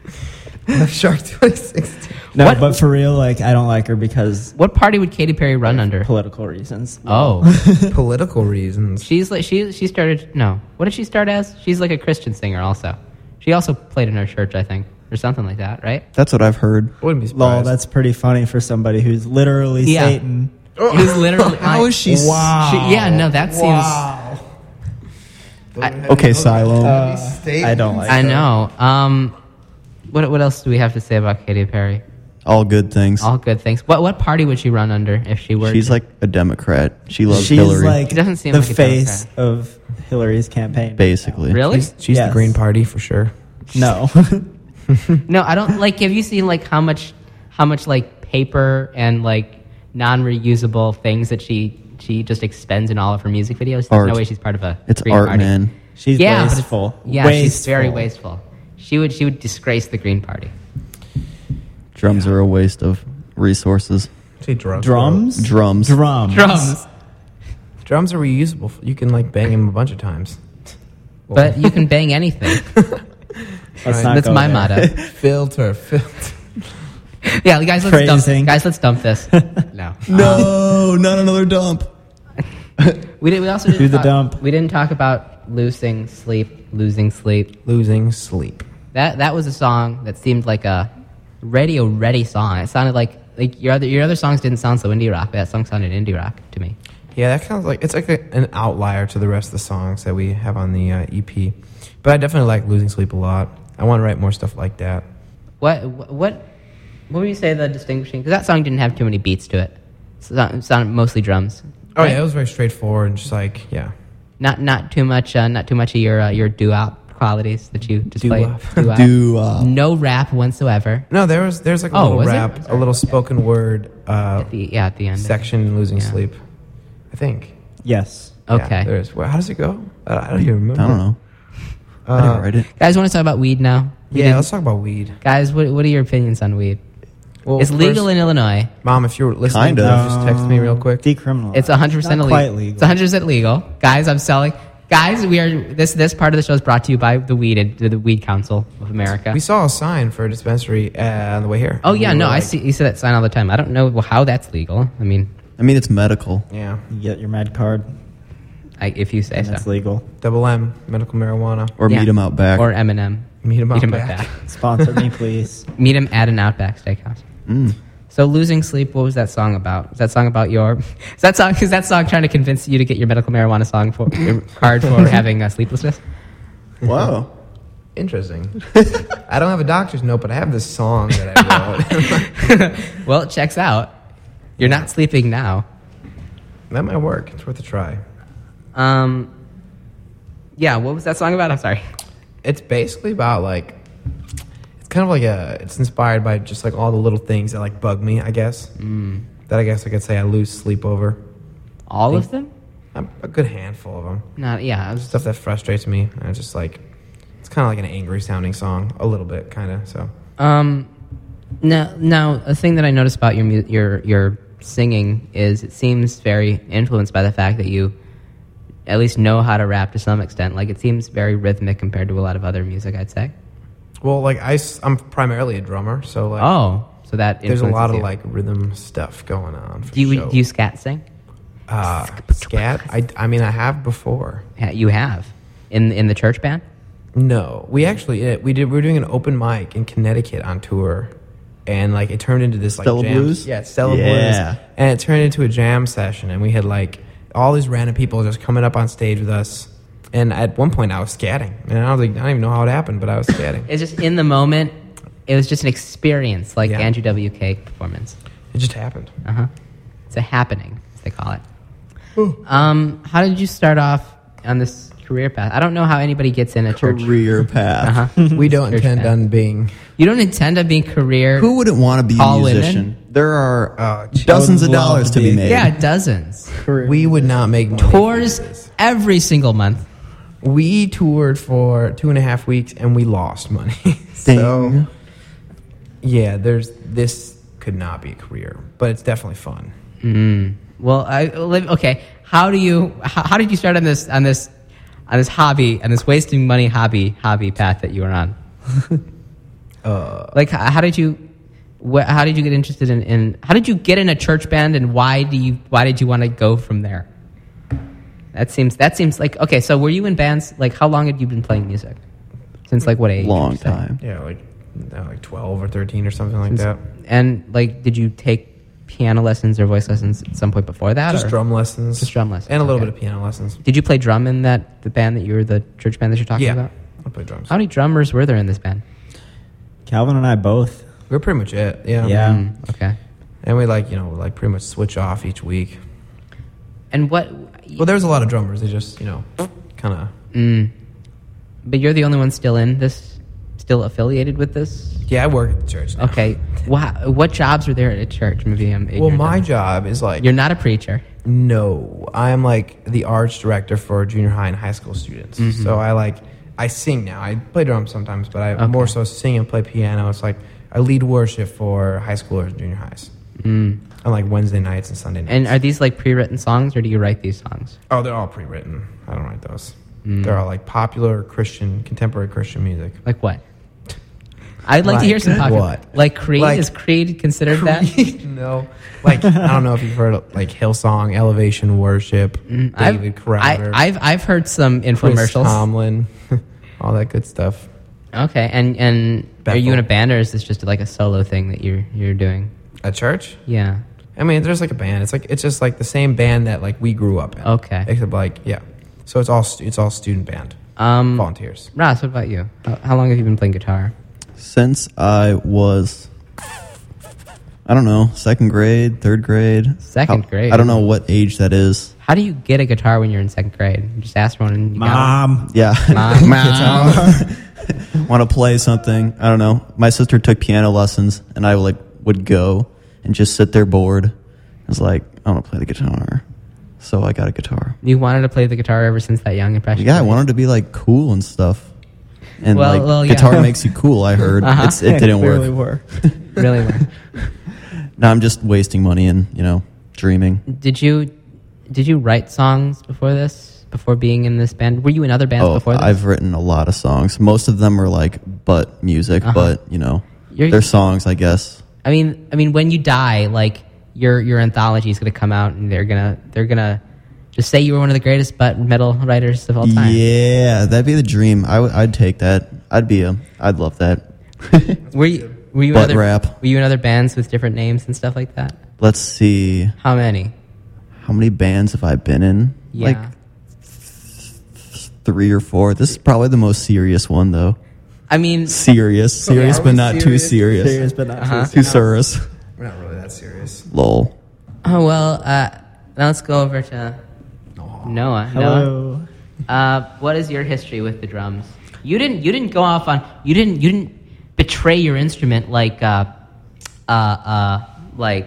[SPEAKER 5] left shark 2016.
[SPEAKER 6] No, but for real, like I don't like her because
[SPEAKER 3] what party would Katy Perry run under?
[SPEAKER 6] political reasons.
[SPEAKER 3] Oh,
[SPEAKER 5] Political reasons.
[SPEAKER 3] she's like she she started. No, what did she start as? She's like a Christian singer. Also, she also played in our church, I think, or something like that, right?
[SPEAKER 4] That's what I've heard.
[SPEAKER 5] I wouldn't be
[SPEAKER 6] Lol,
[SPEAKER 5] surprised.
[SPEAKER 6] that's pretty funny for somebody who's literally
[SPEAKER 3] Yeah.
[SPEAKER 6] Satan.
[SPEAKER 3] It was literally.
[SPEAKER 5] Oh. How is she? s-
[SPEAKER 3] She, yeah, no, that seems.
[SPEAKER 4] Okay, Silo.
[SPEAKER 6] Uh, I don't like.
[SPEAKER 3] I know. Um, what what else do we have to say about Katy Perry?
[SPEAKER 4] All good things.
[SPEAKER 3] All good things. What what party would she run under if she were?
[SPEAKER 4] She's like a Democrat. She
[SPEAKER 6] her.
[SPEAKER 4] loves
[SPEAKER 6] She's
[SPEAKER 4] Hillary.
[SPEAKER 6] like
[SPEAKER 3] She doesn't seem
[SPEAKER 6] the
[SPEAKER 3] like a
[SPEAKER 6] face of Hillary's campaign.
[SPEAKER 4] basically.
[SPEAKER 3] really?
[SPEAKER 5] She's
[SPEAKER 6] Yes.
[SPEAKER 5] the Green Party for sure.
[SPEAKER 6] No,
[SPEAKER 3] No, I don't like. Have you seen like how much, how much like paper and like non-reusable things that she she just expends in all of her music videos? There's
[SPEAKER 4] Art.
[SPEAKER 3] no way she's part of a
[SPEAKER 4] It's
[SPEAKER 3] Green
[SPEAKER 4] art,
[SPEAKER 3] Party.
[SPEAKER 4] man.
[SPEAKER 6] she's
[SPEAKER 3] Yeah, but it's-
[SPEAKER 6] wasteful.
[SPEAKER 3] Yeah, she's very
[SPEAKER 6] Wasteful.
[SPEAKER 3] wasteful. She would she would disgrace the Green Party.
[SPEAKER 4] Drums are a waste of resources.
[SPEAKER 5] Say drums.
[SPEAKER 6] Drums.
[SPEAKER 4] Drums.
[SPEAKER 6] Drums.
[SPEAKER 3] Drums,
[SPEAKER 5] Drums are reusable. You can like bang them a bunch of times.
[SPEAKER 3] but you can bang anything.
[SPEAKER 6] Let's not
[SPEAKER 3] That's
[SPEAKER 6] go
[SPEAKER 3] my
[SPEAKER 6] there.
[SPEAKER 3] motto.
[SPEAKER 5] Filter, filter.
[SPEAKER 3] Yeah, guys, let's
[SPEAKER 6] Phrasing.
[SPEAKER 3] dump. Guys, let's dump this. No,
[SPEAKER 4] No, not another dump.
[SPEAKER 3] we did. We also didn't
[SPEAKER 6] Do the
[SPEAKER 3] talk-
[SPEAKER 6] dump.
[SPEAKER 3] We didn't talk about losing sleep, losing sleep.
[SPEAKER 5] Losing sleep.
[SPEAKER 3] That that was a song that seemed like a radio ready song. It sounded like like your other your other songs didn't sound so indie rock, but that song sounded indie rock to me.
[SPEAKER 5] Yeah, that sounds like it's like a, an outlier to the rest of the songs that we have on the uh, EP. But I definitely like losing sleep a lot. I want to write more stuff like that.
[SPEAKER 3] What what what would you say the distinguishing? Because that song didn't have too many beats to it. So it sounded mostly drums.
[SPEAKER 5] Oh yeah, it was very straightforward and just like yeah,
[SPEAKER 3] Not not too much uh, not too much of your uh, your doo qualities that you displayed.
[SPEAKER 5] Doo-wop.
[SPEAKER 3] Doo-wop.
[SPEAKER 4] Do uh,
[SPEAKER 3] no rap whatsoever.
[SPEAKER 5] No, there was there's like a
[SPEAKER 3] Oh,
[SPEAKER 5] little
[SPEAKER 3] was there?
[SPEAKER 5] rap, a little spoken word uh,
[SPEAKER 3] At the, yeah, at the end.
[SPEAKER 5] section in Losing
[SPEAKER 3] Yeah.
[SPEAKER 5] Sleep. I think.
[SPEAKER 6] Yes.
[SPEAKER 5] Yeah,
[SPEAKER 3] Okay.
[SPEAKER 5] there is. Well, how does it go? Uh, I don't even
[SPEAKER 4] I
[SPEAKER 5] remember.
[SPEAKER 4] don't know. I didn't write it.
[SPEAKER 3] Guys, want to talk about weed now? We
[SPEAKER 5] Yeah,
[SPEAKER 3] didn't-
[SPEAKER 5] let's talk about weed.
[SPEAKER 3] Guys, what what are your opinions on weed?
[SPEAKER 5] Well,
[SPEAKER 3] it's legal
[SPEAKER 5] first-
[SPEAKER 3] in Illinois.
[SPEAKER 5] Mom, if you're listening,
[SPEAKER 4] Kind
[SPEAKER 5] kind
[SPEAKER 4] of.
[SPEAKER 5] just text me real quick.
[SPEAKER 6] Decriminalized.
[SPEAKER 3] It's 100 percent
[SPEAKER 6] Not
[SPEAKER 3] illegal.
[SPEAKER 6] quite legal.
[SPEAKER 3] It's 100 percent legal, guys. I'm selling. Guys, we are this this part of the show is brought to you by the weed and the Weed Council of America.
[SPEAKER 5] We saw a sign for a dispensary uh, on the way here.
[SPEAKER 3] oh
[SPEAKER 5] And
[SPEAKER 3] yeah,
[SPEAKER 5] we
[SPEAKER 3] no,
[SPEAKER 5] were
[SPEAKER 3] I
[SPEAKER 5] like,
[SPEAKER 3] see. You see that sign all the time. I don't know how that's legal. I mean,
[SPEAKER 4] I mean, it's medical.
[SPEAKER 5] Yeah,
[SPEAKER 6] You get your med card.
[SPEAKER 3] I, if you say
[SPEAKER 6] And
[SPEAKER 3] so.
[SPEAKER 6] it's legal.
[SPEAKER 5] double M medical marijuana.
[SPEAKER 4] Or meet
[SPEAKER 3] Yeah.
[SPEAKER 4] 'em out back.
[SPEAKER 3] Or Eminem.
[SPEAKER 5] Meet 'em out back.
[SPEAKER 6] Sponsor me, please.
[SPEAKER 3] Meet him at an Outback Steakhouse.
[SPEAKER 4] Mm.
[SPEAKER 3] So losing sleep. What was that song about? Is that song about your? Is that song? Is that song trying to convince you to get your medical marijuana song for your card for having uh, sleeplessness?
[SPEAKER 4] wow.
[SPEAKER 5] Interesting. I don't have a doctor's note, but I have this song that I wrote.
[SPEAKER 3] well, it checks out. You're not sleeping now.
[SPEAKER 5] that might work. It's worth a try.
[SPEAKER 3] Um, yeah, what was that song about? I'm sorry.
[SPEAKER 5] it's basically about like it's kind of like a it's inspired by just like all the little things that like bug me i guess mm. that i guess i could say i lose sleep over
[SPEAKER 3] All of them?
[SPEAKER 5] a, a good handful of them
[SPEAKER 3] Not yeah. I was-
[SPEAKER 5] stuff that frustrates me and it's just like it's kind of like an angry sounding song a little bit kind of so
[SPEAKER 3] Um, now now a thing that I noticed about your mu- your your singing is it seems very influenced by the fact that you at least know how to rap to some extent. Like it seems very rhythmic compared to a lot of other music. I'd say.
[SPEAKER 5] well like i am primarily a drummer so like
[SPEAKER 3] Oh, so that
[SPEAKER 5] there's a lot
[SPEAKER 3] influences
[SPEAKER 5] of
[SPEAKER 3] you.
[SPEAKER 5] like rhythm stuff going on for
[SPEAKER 3] Do you
[SPEAKER 5] sure.
[SPEAKER 3] do you scat sing?
[SPEAKER 5] uh, scat I, I mean i have before
[SPEAKER 3] Ha- You have in in the church band.
[SPEAKER 5] No, we actually uh, we did. We were doing an open mic in Connecticut on tour, and like it turned into this like
[SPEAKER 4] Stella
[SPEAKER 5] jam-
[SPEAKER 4] Blues?
[SPEAKER 5] Yeah, Stella
[SPEAKER 4] Yeah.
[SPEAKER 5] Blues, and it turned into a jam session, and we had like all these random people just coming up on stage with us. And at one point, I was scatting, and I was like, I don't even know how it happened, but I was scatting.
[SPEAKER 3] It's just in the moment. It was just an experience, like Andrew WK performance.
[SPEAKER 5] It just happened.
[SPEAKER 3] Uh
[SPEAKER 4] Uh-huh.
[SPEAKER 3] huh. It's a happening, as they call it. um, how did you start off on this career path? I don't know how anybody gets in a church
[SPEAKER 4] career path.
[SPEAKER 3] Uh-huh.
[SPEAKER 5] We don't
[SPEAKER 3] Church
[SPEAKER 5] intend
[SPEAKER 3] path.
[SPEAKER 5] on being.
[SPEAKER 3] You don't intend on being career.
[SPEAKER 4] Who wouldn't want to be
[SPEAKER 3] All
[SPEAKER 4] a
[SPEAKER 3] women?
[SPEAKER 4] musician? There are dozens of dollars to be made.
[SPEAKER 3] Yeah, dozens.
[SPEAKER 5] uh, We would not make money.
[SPEAKER 3] Tours every single month.
[SPEAKER 5] We toured for two and a half weeks, and we lost money. so, yeah, there's this could not be a career, but it's definitely fun.
[SPEAKER 3] Mm. Well, I li- okay. How do you? How, how did you start on this on this on this hobby on this wasting money hobby hobby path that you were on?
[SPEAKER 5] uh,
[SPEAKER 3] like, h- how did you? Wh- how did you get interested in, in? How did you get in a church band, and why do you? Why did you want to go from there? That seems. That seems like okay. So, were you in bands? Like, how long had you been playing music? Since like what age?
[SPEAKER 4] Long
[SPEAKER 3] would you say?
[SPEAKER 4] time.
[SPEAKER 5] Yeah, like no, like twelve or thirteen or something like
[SPEAKER 3] Since-
[SPEAKER 5] that.
[SPEAKER 3] And like, did you take piano lessons or voice lessons at some point before that?
[SPEAKER 5] Just
[SPEAKER 3] or-
[SPEAKER 5] drum lessons,
[SPEAKER 3] Just drum lessons
[SPEAKER 5] and a little
[SPEAKER 3] okay.
[SPEAKER 5] bit of piano lessons.
[SPEAKER 3] Did you play drum in that the band that you were the church band that you're talking
[SPEAKER 5] Yeah,
[SPEAKER 3] about?
[SPEAKER 5] I play drums.
[SPEAKER 3] How many drummers were there in this band?
[SPEAKER 6] Calvin and I both.
[SPEAKER 5] We're pretty much it. Yeah.
[SPEAKER 6] Yeah.
[SPEAKER 3] Mm, okay.
[SPEAKER 5] And we like you know like pretty much switch off each week.
[SPEAKER 3] And what?
[SPEAKER 5] Well, there's a lot of drummers. They just you know kind of
[SPEAKER 3] Mm, but you're the only one still in this, still affiliated with this.
[SPEAKER 5] yeah. I work at the church. Now.
[SPEAKER 3] Okay. Wow. What jobs are there at a church? Maybe I'm.
[SPEAKER 5] Well,
[SPEAKER 3] ignorant
[SPEAKER 5] my
[SPEAKER 3] of-
[SPEAKER 5] job is like
[SPEAKER 3] You're not a preacher.
[SPEAKER 5] No, I'm like the arts director for junior high and high school students.
[SPEAKER 3] Mm-hmm.
[SPEAKER 5] So I like I sing now. I play drums sometimes, but I more so sing and play piano. It's like I lead worship for high schoolers and junior highs
[SPEAKER 3] Mm.
[SPEAKER 5] on like Wednesday nights and Sunday nights.
[SPEAKER 3] And are these like pre-written songs, or do you write these songs?
[SPEAKER 5] oh, they're all pre-written. I don't write those.
[SPEAKER 3] Mm.
[SPEAKER 5] They're all like popular Christian, contemporary Christian music.
[SPEAKER 3] Like what? I'd like, to hear some
[SPEAKER 5] Like
[SPEAKER 3] popular.
[SPEAKER 5] what?
[SPEAKER 3] Like Creed
[SPEAKER 5] Like-
[SPEAKER 3] is Creed considered that?
[SPEAKER 5] no, like I don't know if you've heard of, like Hillsong, Elevation Worship, David
[SPEAKER 3] Mm, I've,
[SPEAKER 5] Crowder,
[SPEAKER 3] I, have I've heard some
[SPEAKER 5] Chris
[SPEAKER 3] infomercials.
[SPEAKER 5] Tomlin, all that good stuff.
[SPEAKER 3] Okay, and and are you
[SPEAKER 5] Bethel.
[SPEAKER 3] in a band or is this just like a solo thing that you're you're doing?
[SPEAKER 5] At church?
[SPEAKER 3] Yeah.
[SPEAKER 5] I mean, there's like a band. It's like it's just like the same band that like we grew up in.
[SPEAKER 3] Okay.
[SPEAKER 5] Except like yeah, so it's all stu- it's all student band
[SPEAKER 3] Um,
[SPEAKER 5] volunteers.
[SPEAKER 3] Ross, what about you? How, how long have you been playing guitar?
[SPEAKER 4] Since I was, I don't know, second grade, third grade.
[SPEAKER 3] Second
[SPEAKER 4] How-
[SPEAKER 3] grade?
[SPEAKER 4] I don't know what age that is.
[SPEAKER 3] How do you get a guitar when you're in second grade? You just ask someone. And you got
[SPEAKER 6] Mom.
[SPEAKER 4] Yeah.
[SPEAKER 3] Mom.
[SPEAKER 4] Want to play something? I don't know. My sister took piano lessons, and I like would go and just sit there bored. I was like, I want to play the guitar, so I got a guitar.
[SPEAKER 3] it? You wanted to play the guitar ever since that young impression.
[SPEAKER 4] Yeah, I wanted to be like cool and stuff. And
[SPEAKER 3] Well,
[SPEAKER 4] like
[SPEAKER 3] well, yeah.
[SPEAKER 4] guitar makes you cool. I heard
[SPEAKER 3] Uh-huh.
[SPEAKER 4] it's, it didn't
[SPEAKER 6] Clearly
[SPEAKER 4] work.
[SPEAKER 6] were.
[SPEAKER 3] really. well.
[SPEAKER 4] Now I'm just wasting money and you know dreaming.
[SPEAKER 3] Did you did you write songs before this? Before being in this band, were you in other bands
[SPEAKER 4] Oh,
[SPEAKER 3] before this?
[SPEAKER 4] I've written a lot of songs. Most of them are like butt music,
[SPEAKER 3] Uh-huh.
[SPEAKER 4] but you know
[SPEAKER 3] You're-
[SPEAKER 4] they're songs, I guess.
[SPEAKER 3] I mean, I mean, when you die, like your your anthology is going to come out, and they're gonna they're gonna just say you were one of the greatest butt metal writers of all time.
[SPEAKER 4] Yeah, that'd be the dream. I would, I'd take that. I'd be a. I'd love that.
[SPEAKER 3] Were you were you in
[SPEAKER 4] Butt
[SPEAKER 3] other
[SPEAKER 4] rap.
[SPEAKER 3] were you in other bands with different names and stuff like that?
[SPEAKER 4] Let's see.
[SPEAKER 3] How many?
[SPEAKER 4] How many bands have I been in?
[SPEAKER 3] Yeah.
[SPEAKER 4] Like three or four. This is probably the most serious one, though.
[SPEAKER 3] I mean,
[SPEAKER 4] Serious, serious, but not too serious.
[SPEAKER 6] Serious, but not
[SPEAKER 3] Uh-huh.
[SPEAKER 4] Too serious.
[SPEAKER 5] We're not really that serious.
[SPEAKER 4] Lol.
[SPEAKER 3] oh well. Uh, now let's go over to Noah. Noah,
[SPEAKER 6] Hello.
[SPEAKER 3] uh, what is your history with the drums? You didn't you didn't go off on you didn't you didn't betray your instrument like uh uh uh like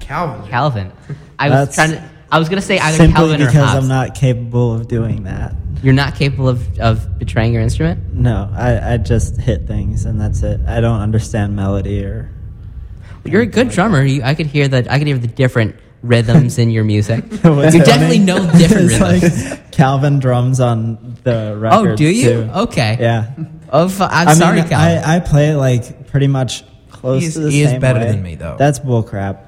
[SPEAKER 5] Calvin.
[SPEAKER 3] Calvin. I was
[SPEAKER 6] That's
[SPEAKER 3] trying to. I was gonna say either
[SPEAKER 6] Simply
[SPEAKER 3] Calvin or
[SPEAKER 6] because
[SPEAKER 3] Hobbes.
[SPEAKER 6] I'm not capable of doing that.
[SPEAKER 3] You're not capable of, of betraying your instrument.
[SPEAKER 6] No, I, I just hit things and that's it. I don't understand melody or.
[SPEAKER 3] You're a good drummer. You, I could hear the I could hear the different rhythms in your music.
[SPEAKER 6] What's
[SPEAKER 3] you
[SPEAKER 6] happening?
[SPEAKER 3] definitely know different
[SPEAKER 6] It's
[SPEAKER 3] rhythms.
[SPEAKER 6] like Calvin drums on the record.
[SPEAKER 3] oh, do you?
[SPEAKER 6] Too.
[SPEAKER 3] Okay.
[SPEAKER 6] Yeah.
[SPEAKER 3] Oh, fu- I'm
[SPEAKER 6] I mean,
[SPEAKER 3] sorry, Calvin.
[SPEAKER 6] I, I play it like pretty much close
[SPEAKER 5] He is-
[SPEAKER 6] to the
[SPEAKER 5] he is
[SPEAKER 6] same
[SPEAKER 5] better
[SPEAKER 6] way.
[SPEAKER 5] than me, though.
[SPEAKER 6] That's bull crap.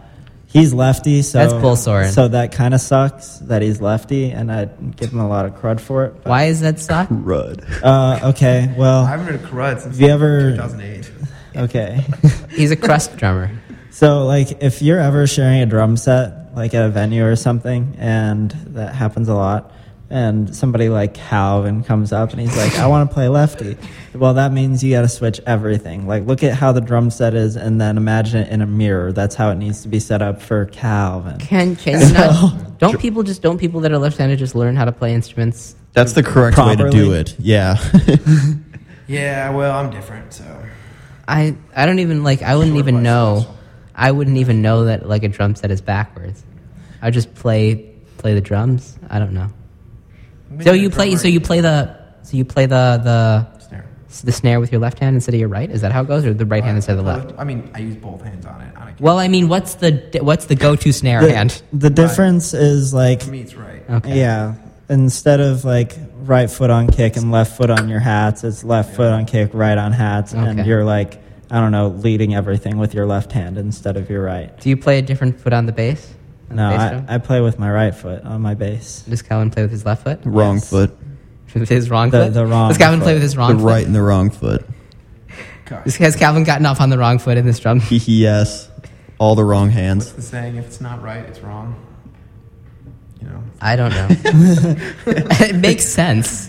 [SPEAKER 6] He's lefty, so
[SPEAKER 3] That's Bull Soren.
[SPEAKER 6] So that kind of sucks that he's lefty, and I give him a lot of crud for it.
[SPEAKER 3] Why is that suck?
[SPEAKER 4] Crud.
[SPEAKER 6] Uh, okay, well,
[SPEAKER 5] I haven't heard of crud since
[SPEAKER 6] Have you ever?
[SPEAKER 5] 2008.
[SPEAKER 6] Okay,
[SPEAKER 3] He's a crust drummer.
[SPEAKER 6] so like if you're ever sharing a drum set like at a venue or something, and that happens a lot, and somebody like Calvin comes up and he's like, "I want to play lefty," well, that means you got to switch everything. Like look at how the drum set is, and then imagine it in a mirror. That's how it needs to be set up for Calvin.
[SPEAKER 3] Can can you not? Don't people just don't people that are left-handed just learn how to play instruments?
[SPEAKER 4] That's the correct way to do
[SPEAKER 6] Properly.
[SPEAKER 4] it. Yeah.
[SPEAKER 5] Yeah, well, I'm different, so.
[SPEAKER 3] I I don't even like I wouldn't
[SPEAKER 5] Sure,
[SPEAKER 3] even
[SPEAKER 5] vice
[SPEAKER 3] know.
[SPEAKER 5] versa.
[SPEAKER 3] I wouldn't even know that like a drum set is backwards. I just play play the drums. I don't know. So
[SPEAKER 5] Maybe
[SPEAKER 3] you
[SPEAKER 5] the
[SPEAKER 3] play so
[SPEAKER 5] drummer-
[SPEAKER 3] you play the so you play the
[SPEAKER 5] Snare.
[SPEAKER 3] the the snare with your left hand instead of your right. Is that how it goes, or the right hand instead of the left?
[SPEAKER 5] I mean, I use both hands on it. On a
[SPEAKER 3] Uh, Well, I mean, what's the what's the go-to snare
[SPEAKER 6] The-
[SPEAKER 3] hand?
[SPEAKER 6] The difference is like,
[SPEAKER 5] For me, it's right.
[SPEAKER 3] Okay.
[SPEAKER 6] yeah, instead of like right foot on kick and left foot on your hats, it's left foot on kick, right on hats, and
[SPEAKER 3] Okay.
[SPEAKER 6] you're like, I don't know, leading everything with your left hand instead of your right.
[SPEAKER 3] Do you play a different foot on the bass? On the
[SPEAKER 6] No,
[SPEAKER 3] bass
[SPEAKER 6] I,
[SPEAKER 3] drum?
[SPEAKER 6] I play with my right foot on my bass.
[SPEAKER 3] Does Calvin play with his left foot?
[SPEAKER 4] Wrong foot.
[SPEAKER 3] With his wrong
[SPEAKER 6] The-
[SPEAKER 3] foot?
[SPEAKER 6] the wrong
[SPEAKER 3] Does Calvin play
[SPEAKER 6] foot.
[SPEAKER 3] with his
[SPEAKER 4] The
[SPEAKER 3] wrong foot?
[SPEAKER 4] right and the wrong foot.
[SPEAKER 5] God.
[SPEAKER 3] Has- Has Calvin gotten off on the wrong foot in this drum?
[SPEAKER 4] yes. All the wrong hands.
[SPEAKER 5] The saying, if it's not right, it's wrong. You know?
[SPEAKER 3] I don't know. it makes sense.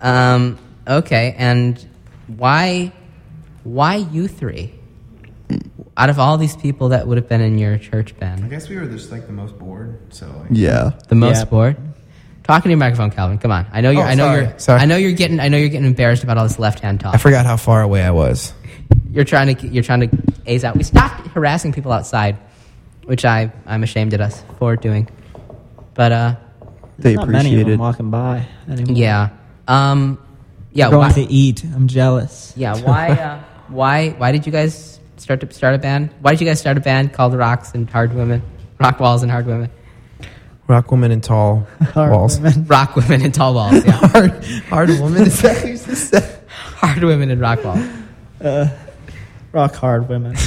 [SPEAKER 3] Um, okay, and why, why you three? Out of all these people that would have been in your church
[SPEAKER 5] I
[SPEAKER 3] band,
[SPEAKER 5] guess we were just like the most bored, so. Like,
[SPEAKER 4] Yeah.
[SPEAKER 3] the most
[SPEAKER 6] Yeah.
[SPEAKER 3] bored. Talking to your microphone, Calvin. Come on. I know you're.
[SPEAKER 5] Oh,
[SPEAKER 3] I know
[SPEAKER 5] sorry,
[SPEAKER 3] you're.
[SPEAKER 5] sorry.
[SPEAKER 3] I know you're getting. I know you're getting embarrassed about all this left-hand talk.
[SPEAKER 5] I forgot how far away I was.
[SPEAKER 3] you're trying to you're trying to ace out. We stopped harassing people outside, which I I'm ashamed at us for doing. But uh,
[SPEAKER 4] They
[SPEAKER 6] Not many of
[SPEAKER 4] appreciate
[SPEAKER 6] them
[SPEAKER 4] it.
[SPEAKER 6] walking by anymore.
[SPEAKER 3] yeah, um, yeah,
[SPEAKER 6] I'm going
[SPEAKER 3] why,
[SPEAKER 6] to eat. I'm jealous.
[SPEAKER 3] yeah, why uh, why why did you guys start to start a band? Why did you guys start a band called Rocks and Hard Women, Rock Walls and Hard Women,
[SPEAKER 5] Rock woman and tall
[SPEAKER 6] Hard
[SPEAKER 5] walls.
[SPEAKER 6] women.
[SPEAKER 3] Rock Women and Tall Walls? Yeah,
[SPEAKER 5] Hard, hard woman. Is that who's this?
[SPEAKER 3] Hard Women and Rock Walls.
[SPEAKER 6] Rock hard women.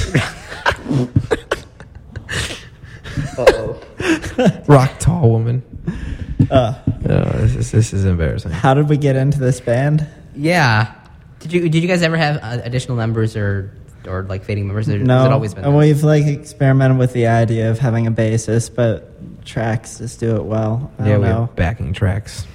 [SPEAKER 5] Rock tall woman. Uh. No, this is this is embarrassing.
[SPEAKER 6] How did we get into this band?
[SPEAKER 3] Yeah, did you did you guys ever have uh, additional members or or like fading members? Or
[SPEAKER 6] No,
[SPEAKER 3] has it always been
[SPEAKER 6] and
[SPEAKER 3] this?
[SPEAKER 6] we've like experimented with the idea of having a basis, but tracks just do it well. I
[SPEAKER 5] Yeah,
[SPEAKER 6] don't
[SPEAKER 5] we
[SPEAKER 6] know.
[SPEAKER 5] have backing tracks.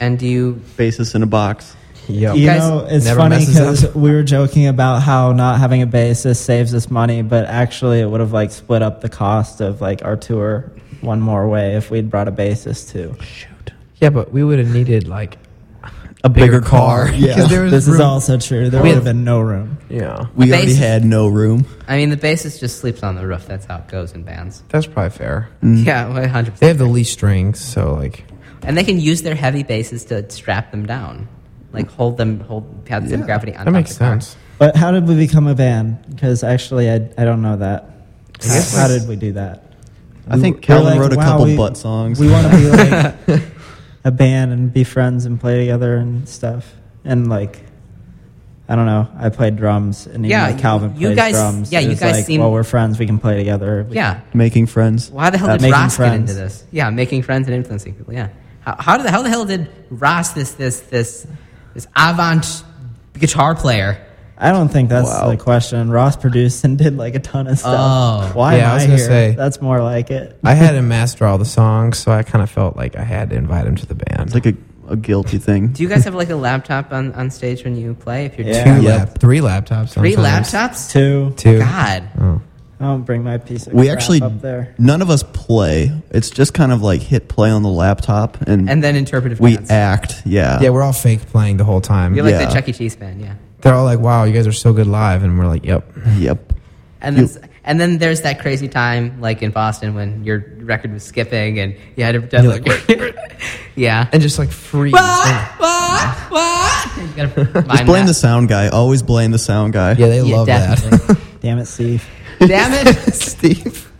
[SPEAKER 3] and do you
[SPEAKER 4] Basis in a box.
[SPEAKER 5] Yep.
[SPEAKER 6] You
[SPEAKER 3] Guys,
[SPEAKER 6] know, it's
[SPEAKER 5] Oh. never
[SPEAKER 6] funny
[SPEAKER 5] messes up.
[SPEAKER 6] because we were joking about how not having a basis saves us money, but actually it would have like split up the cost of like our tour one more way if we'd brought a basis too.
[SPEAKER 5] Yeah, but we would have needed like
[SPEAKER 4] A
[SPEAKER 5] bigger car.
[SPEAKER 4] Yeah.
[SPEAKER 5] 'Cause there was
[SPEAKER 6] This is
[SPEAKER 5] room-
[SPEAKER 6] also true. There
[SPEAKER 5] We
[SPEAKER 6] would
[SPEAKER 5] had-
[SPEAKER 6] have been no room.
[SPEAKER 5] yeah.
[SPEAKER 4] we
[SPEAKER 3] A
[SPEAKER 4] already
[SPEAKER 3] basis.
[SPEAKER 4] had no room.
[SPEAKER 3] I mean, the bassist just sleeps on the roof. That's how it goes in bands.
[SPEAKER 5] That's probably fair.
[SPEAKER 6] Mm.
[SPEAKER 3] Yeah, one hundred
[SPEAKER 5] They
[SPEAKER 3] percent.
[SPEAKER 5] have the least strings, so like
[SPEAKER 3] And they can use their heavy basses to strap them down, like hold them, hold pads of gravity on.
[SPEAKER 5] that
[SPEAKER 3] top
[SPEAKER 5] makes
[SPEAKER 3] of the car.
[SPEAKER 5] sense.
[SPEAKER 6] But how did we become a band? Because actually, I, I don't know that. How,
[SPEAKER 5] guess
[SPEAKER 6] how
[SPEAKER 5] we-
[SPEAKER 6] did we do that?
[SPEAKER 4] I think
[SPEAKER 6] We're
[SPEAKER 4] Calvin
[SPEAKER 6] like,
[SPEAKER 4] wrote a
[SPEAKER 6] wow,
[SPEAKER 4] couple
[SPEAKER 6] we-
[SPEAKER 4] butt songs.
[SPEAKER 6] We want to be like a band and be friends and play together and stuff. And like, I don't know. I played drums and even
[SPEAKER 3] Yeah,
[SPEAKER 6] like Calvin
[SPEAKER 3] you
[SPEAKER 6] plays
[SPEAKER 3] guys-
[SPEAKER 6] drums.
[SPEAKER 3] yeah,
[SPEAKER 6] It
[SPEAKER 3] you
[SPEAKER 6] was
[SPEAKER 3] guys
[SPEAKER 6] like,
[SPEAKER 3] seem-
[SPEAKER 6] well, we're friends. We can play together. We
[SPEAKER 3] Yeah.
[SPEAKER 4] Making friends.
[SPEAKER 3] Why the hell
[SPEAKER 6] Uh,
[SPEAKER 3] did
[SPEAKER 6] making
[SPEAKER 3] Ross get into
[SPEAKER 6] friends.
[SPEAKER 3] this? Yeah, making friends and influencing people. Yeah. How, how the how the hell did Ross this this this this avant guitar player?
[SPEAKER 6] I don't think that's
[SPEAKER 4] Wow.
[SPEAKER 6] the question. Ross produced and did like a ton of
[SPEAKER 3] Oh.
[SPEAKER 6] stuff. Why
[SPEAKER 5] Yeah, I
[SPEAKER 6] am I,
[SPEAKER 5] was
[SPEAKER 6] here?
[SPEAKER 5] gonna say-
[SPEAKER 6] That's more like it.
[SPEAKER 5] I had him master all the songs, so I kind of felt like I had to invite him to the band.
[SPEAKER 4] It's like a, a guilty thing.
[SPEAKER 3] Do you guys have like a laptop on, on stage when you play? If you're
[SPEAKER 6] Yeah.
[SPEAKER 3] two,
[SPEAKER 5] two
[SPEAKER 4] Yeah.
[SPEAKER 5] lap, three laptops.
[SPEAKER 3] three
[SPEAKER 5] sometimes.
[SPEAKER 3] laptops.
[SPEAKER 6] Two.
[SPEAKER 5] Two.
[SPEAKER 3] God.
[SPEAKER 5] Oh.
[SPEAKER 6] I don't bring my piece of
[SPEAKER 4] we
[SPEAKER 6] crap
[SPEAKER 4] actually,
[SPEAKER 6] up there.
[SPEAKER 4] none of us play. It's just kind of like hit play on the laptop and,
[SPEAKER 3] And then interpretive
[SPEAKER 4] we
[SPEAKER 3] dance.
[SPEAKER 4] act. Yeah.
[SPEAKER 5] Yeah, we're all fake playing the whole time.
[SPEAKER 3] You're like
[SPEAKER 4] yeah.
[SPEAKER 3] the Chuck E. Cheese band. Yeah.
[SPEAKER 5] They're all like, "Wow, you guys are so good live," and we're like, "Yep."
[SPEAKER 4] Yep.
[SPEAKER 3] And then,
[SPEAKER 4] You-
[SPEAKER 3] and then there's that crazy time, like in Boston, when your record was skipping and you had to pretend
[SPEAKER 5] You're like,
[SPEAKER 3] like, yeah.
[SPEAKER 5] And just like freeze.
[SPEAKER 3] Wah, wah, wah. You gotta
[SPEAKER 4] Just
[SPEAKER 3] mime
[SPEAKER 4] blame the
[SPEAKER 3] that.
[SPEAKER 4] sound guy. Always blame the sound guy.
[SPEAKER 5] Yeah, they
[SPEAKER 3] Yeah,
[SPEAKER 5] love
[SPEAKER 3] definitely.
[SPEAKER 6] Damn it, Steve.
[SPEAKER 3] Damn it,
[SPEAKER 4] Steve.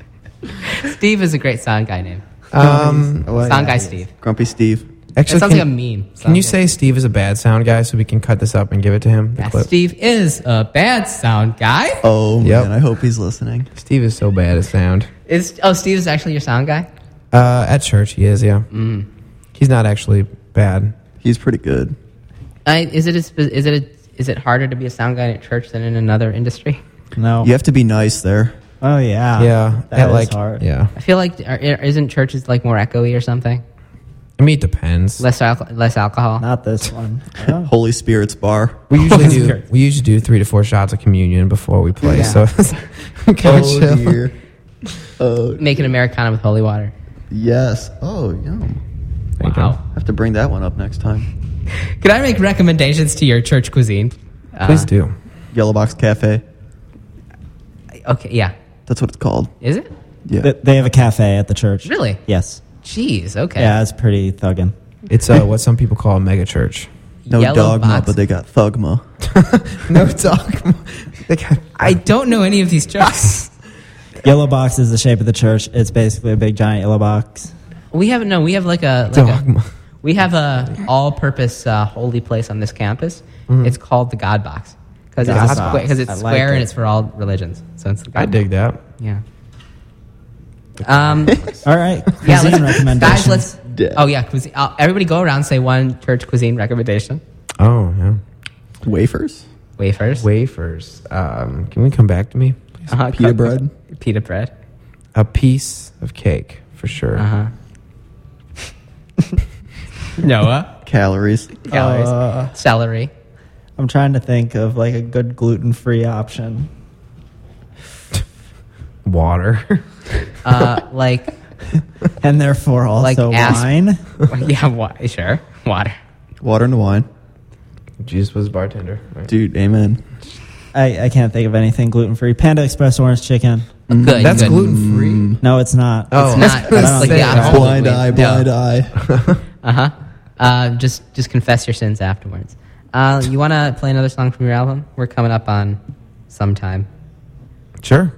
[SPEAKER 3] Steve is a great sound guy name.
[SPEAKER 5] that. um,
[SPEAKER 3] sound guy Steve.
[SPEAKER 4] Oh, Grumpy Steve.
[SPEAKER 5] Actually,
[SPEAKER 3] sounds
[SPEAKER 5] can-
[SPEAKER 3] like a meme.
[SPEAKER 5] Can you
[SPEAKER 3] Sounds-
[SPEAKER 5] say Steve is a bad sound guy so we can cut this up and give it to him? The
[SPEAKER 3] That
[SPEAKER 5] clip.
[SPEAKER 3] Steve is a bad sound guy.
[SPEAKER 4] Oh
[SPEAKER 5] Yep.
[SPEAKER 4] man, I hope he's listening.
[SPEAKER 5] Steve is so bad at sound.
[SPEAKER 3] Is oh Steve is actually your sound guy?
[SPEAKER 5] Uh, at church, he is. Yeah, mm. he's not actually bad.
[SPEAKER 4] He's pretty good.
[SPEAKER 3] I, is it a, spe- is it a, is it harder to be a sound guy at church than in another industry?
[SPEAKER 6] No.
[SPEAKER 4] You have to be nice there.
[SPEAKER 6] Oh
[SPEAKER 3] Uh,
[SPEAKER 6] yeah.
[SPEAKER 5] yeah,
[SPEAKER 6] That
[SPEAKER 5] at,
[SPEAKER 6] is
[SPEAKER 5] like,
[SPEAKER 6] hard.
[SPEAKER 5] Yeah,
[SPEAKER 3] I feel like are, isn't churches like more echoey or something?
[SPEAKER 5] I mean it depends.
[SPEAKER 3] Less alco- less alcohol.
[SPEAKER 6] Not this one. Oh.
[SPEAKER 4] Holy Spirit's bar.
[SPEAKER 5] we usually do. We usually do three to four shots of communion before we play.
[SPEAKER 3] Yeah.
[SPEAKER 5] So, it's kinda
[SPEAKER 4] Oh
[SPEAKER 5] chill.
[SPEAKER 4] dear. Oh
[SPEAKER 3] Make an Americana with holy water.
[SPEAKER 4] yes. Oh yum.
[SPEAKER 3] Wow.
[SPEAKER 4] Have to bring that one up next time.
[SPEAKER 3] Can I make recommendations to your church cuisine? Uh,
[SPEAKER 5] please do.
[SPEAKER 4] Yellow Box Cafe.
[SPEAKER 3] Okay. Yeah.
[SPEAKER 4] That's what it's called.
[SPEAKER 3] Is it
[SPEAKER 4] Yeah.
[SPEAKER 6] Th- They have a cafe at the church.
[SPEAKER 3] really?
[SPEAKER 6] Yes.
[SPEAKER 3] Jeez. Okay.
[SPEAKER 6] Yeah, it's pretty thuggin.
[SPEAKER 5] It's uh, what some people call a mega church.
[SPEAKER 4] No
[SPEAKER 3] Yellow
[SPEAKER 4] dogma,
[SPEAKER 3] box.
[SPEAKER 4] but they got thugma.
[SPEAKER 5] no dogma. They got-
[SPEAKER 3] I don't know any of these jokes.
[SPEAKER 6] Yellow box is the shape of the church. It's basically a big giant yellow box.
[SPEAKER 3] we have no. We have like a like
[SPEAKER 5] Dogma.
[SPEAKER 3] A, we have a all-purpose uh, holy place on this campus. It's called the God Box because it's
[SPEAKER 6] God
[SPEAKER 3] a
[SPEAKER 6] Box.
[SPEAKER 3] square, cause it's
[SPEAKER 6] I like
[SPEAKER 3] square and
[SPEAKER 6] it.
[SPEAKER 3] it's for all religions. So it's the God
[SPEAKER 5] I dig
[SPEAKER 3] Box.
[SPEAKER 5] that.
[SPEAKER 3] Yeah. Um.
[SPEAKER 6] All right.
[SPEAKER 3] yeah. Let's,
[SPEAKER 6] cuisine
[SPEAKER 3] guys,
[SPEAKER 6] recommendations.
[SPEAKER 3] let's.
[SPEAKER 4] Dead.
[SPEAKER 3] Oh yeah. Cuisine, uh, everybody, go around and say one church cuisine recommendation.
[SPEAKER 5] Oh yeah,
[SPEAKER 4] Wafers.
[SPEAKER 3] Wafers.
[SPEAKER 5] wafers. Um, can we come back to me? please?
[SPEAKER 3] Uh-huh,
[SPEAKER 4] Pita
[SPEAKER 3] cu-
[SPEAKER 4] bread.
[SPEAKER 3] Pita bread.
[SPEAKER 5] A piece of cake for sure.
[SPEAKER 3] Uh
[SPEAKER 4] Uh-huh.
[SPEAKER 3] huh. Noah.
[SPEAKER 4] Calories.
[SPEAKER 3] Calories.
[SPEAKER 6] Uh,
[SPEAKER 3] Celery.
[SPEAKER 6] I'm trying to think of like a good gluten free option.
[SPEAKER 5] Water.
[SPEAKER 3] Uh, like.
[SPEAKER 6] And therefore also
[SPEAKER 3] Like asp-
[SPEAKER 6] wine.
[SPEAKER 3] yeah. Wa- sure. Water.
[SPEAKER 4] Water and wine.
[SPEAKER 5] Jesus was a bartender. Right?
[SPEAKER 4] Dude, amen.
[SPEAKER 6] I, I can't think of anything gluten free. Panda Express orange chicken.
[SPEAKER 4] Mm-hmm.
[SPEAKER 3] Good.
[SPEAKER 5] That's
[SPEAKER 3] good.
[SPEAKER 5] gluten free.
[SPEAKER 6] No, it's not.
[SPEAKER 5] Oh,
[SPEAKER 3] It's not.
[SPEAKER 5] I was
[SPEAKER 3] It's like
[SPEAKER 5] gonna
[SPEAKER 3] the
[SPEAKER 5] say,
[SPEAKER 3] opposite.
[SPEAKER 4] blind eye, blind eye.
[SPEAKER 3] Uh-huh. Uh Just just confess your sins afterwards. Uh, you want to play another song from your album? We're coming up on sometime.
[SPEAKER 5] Sure.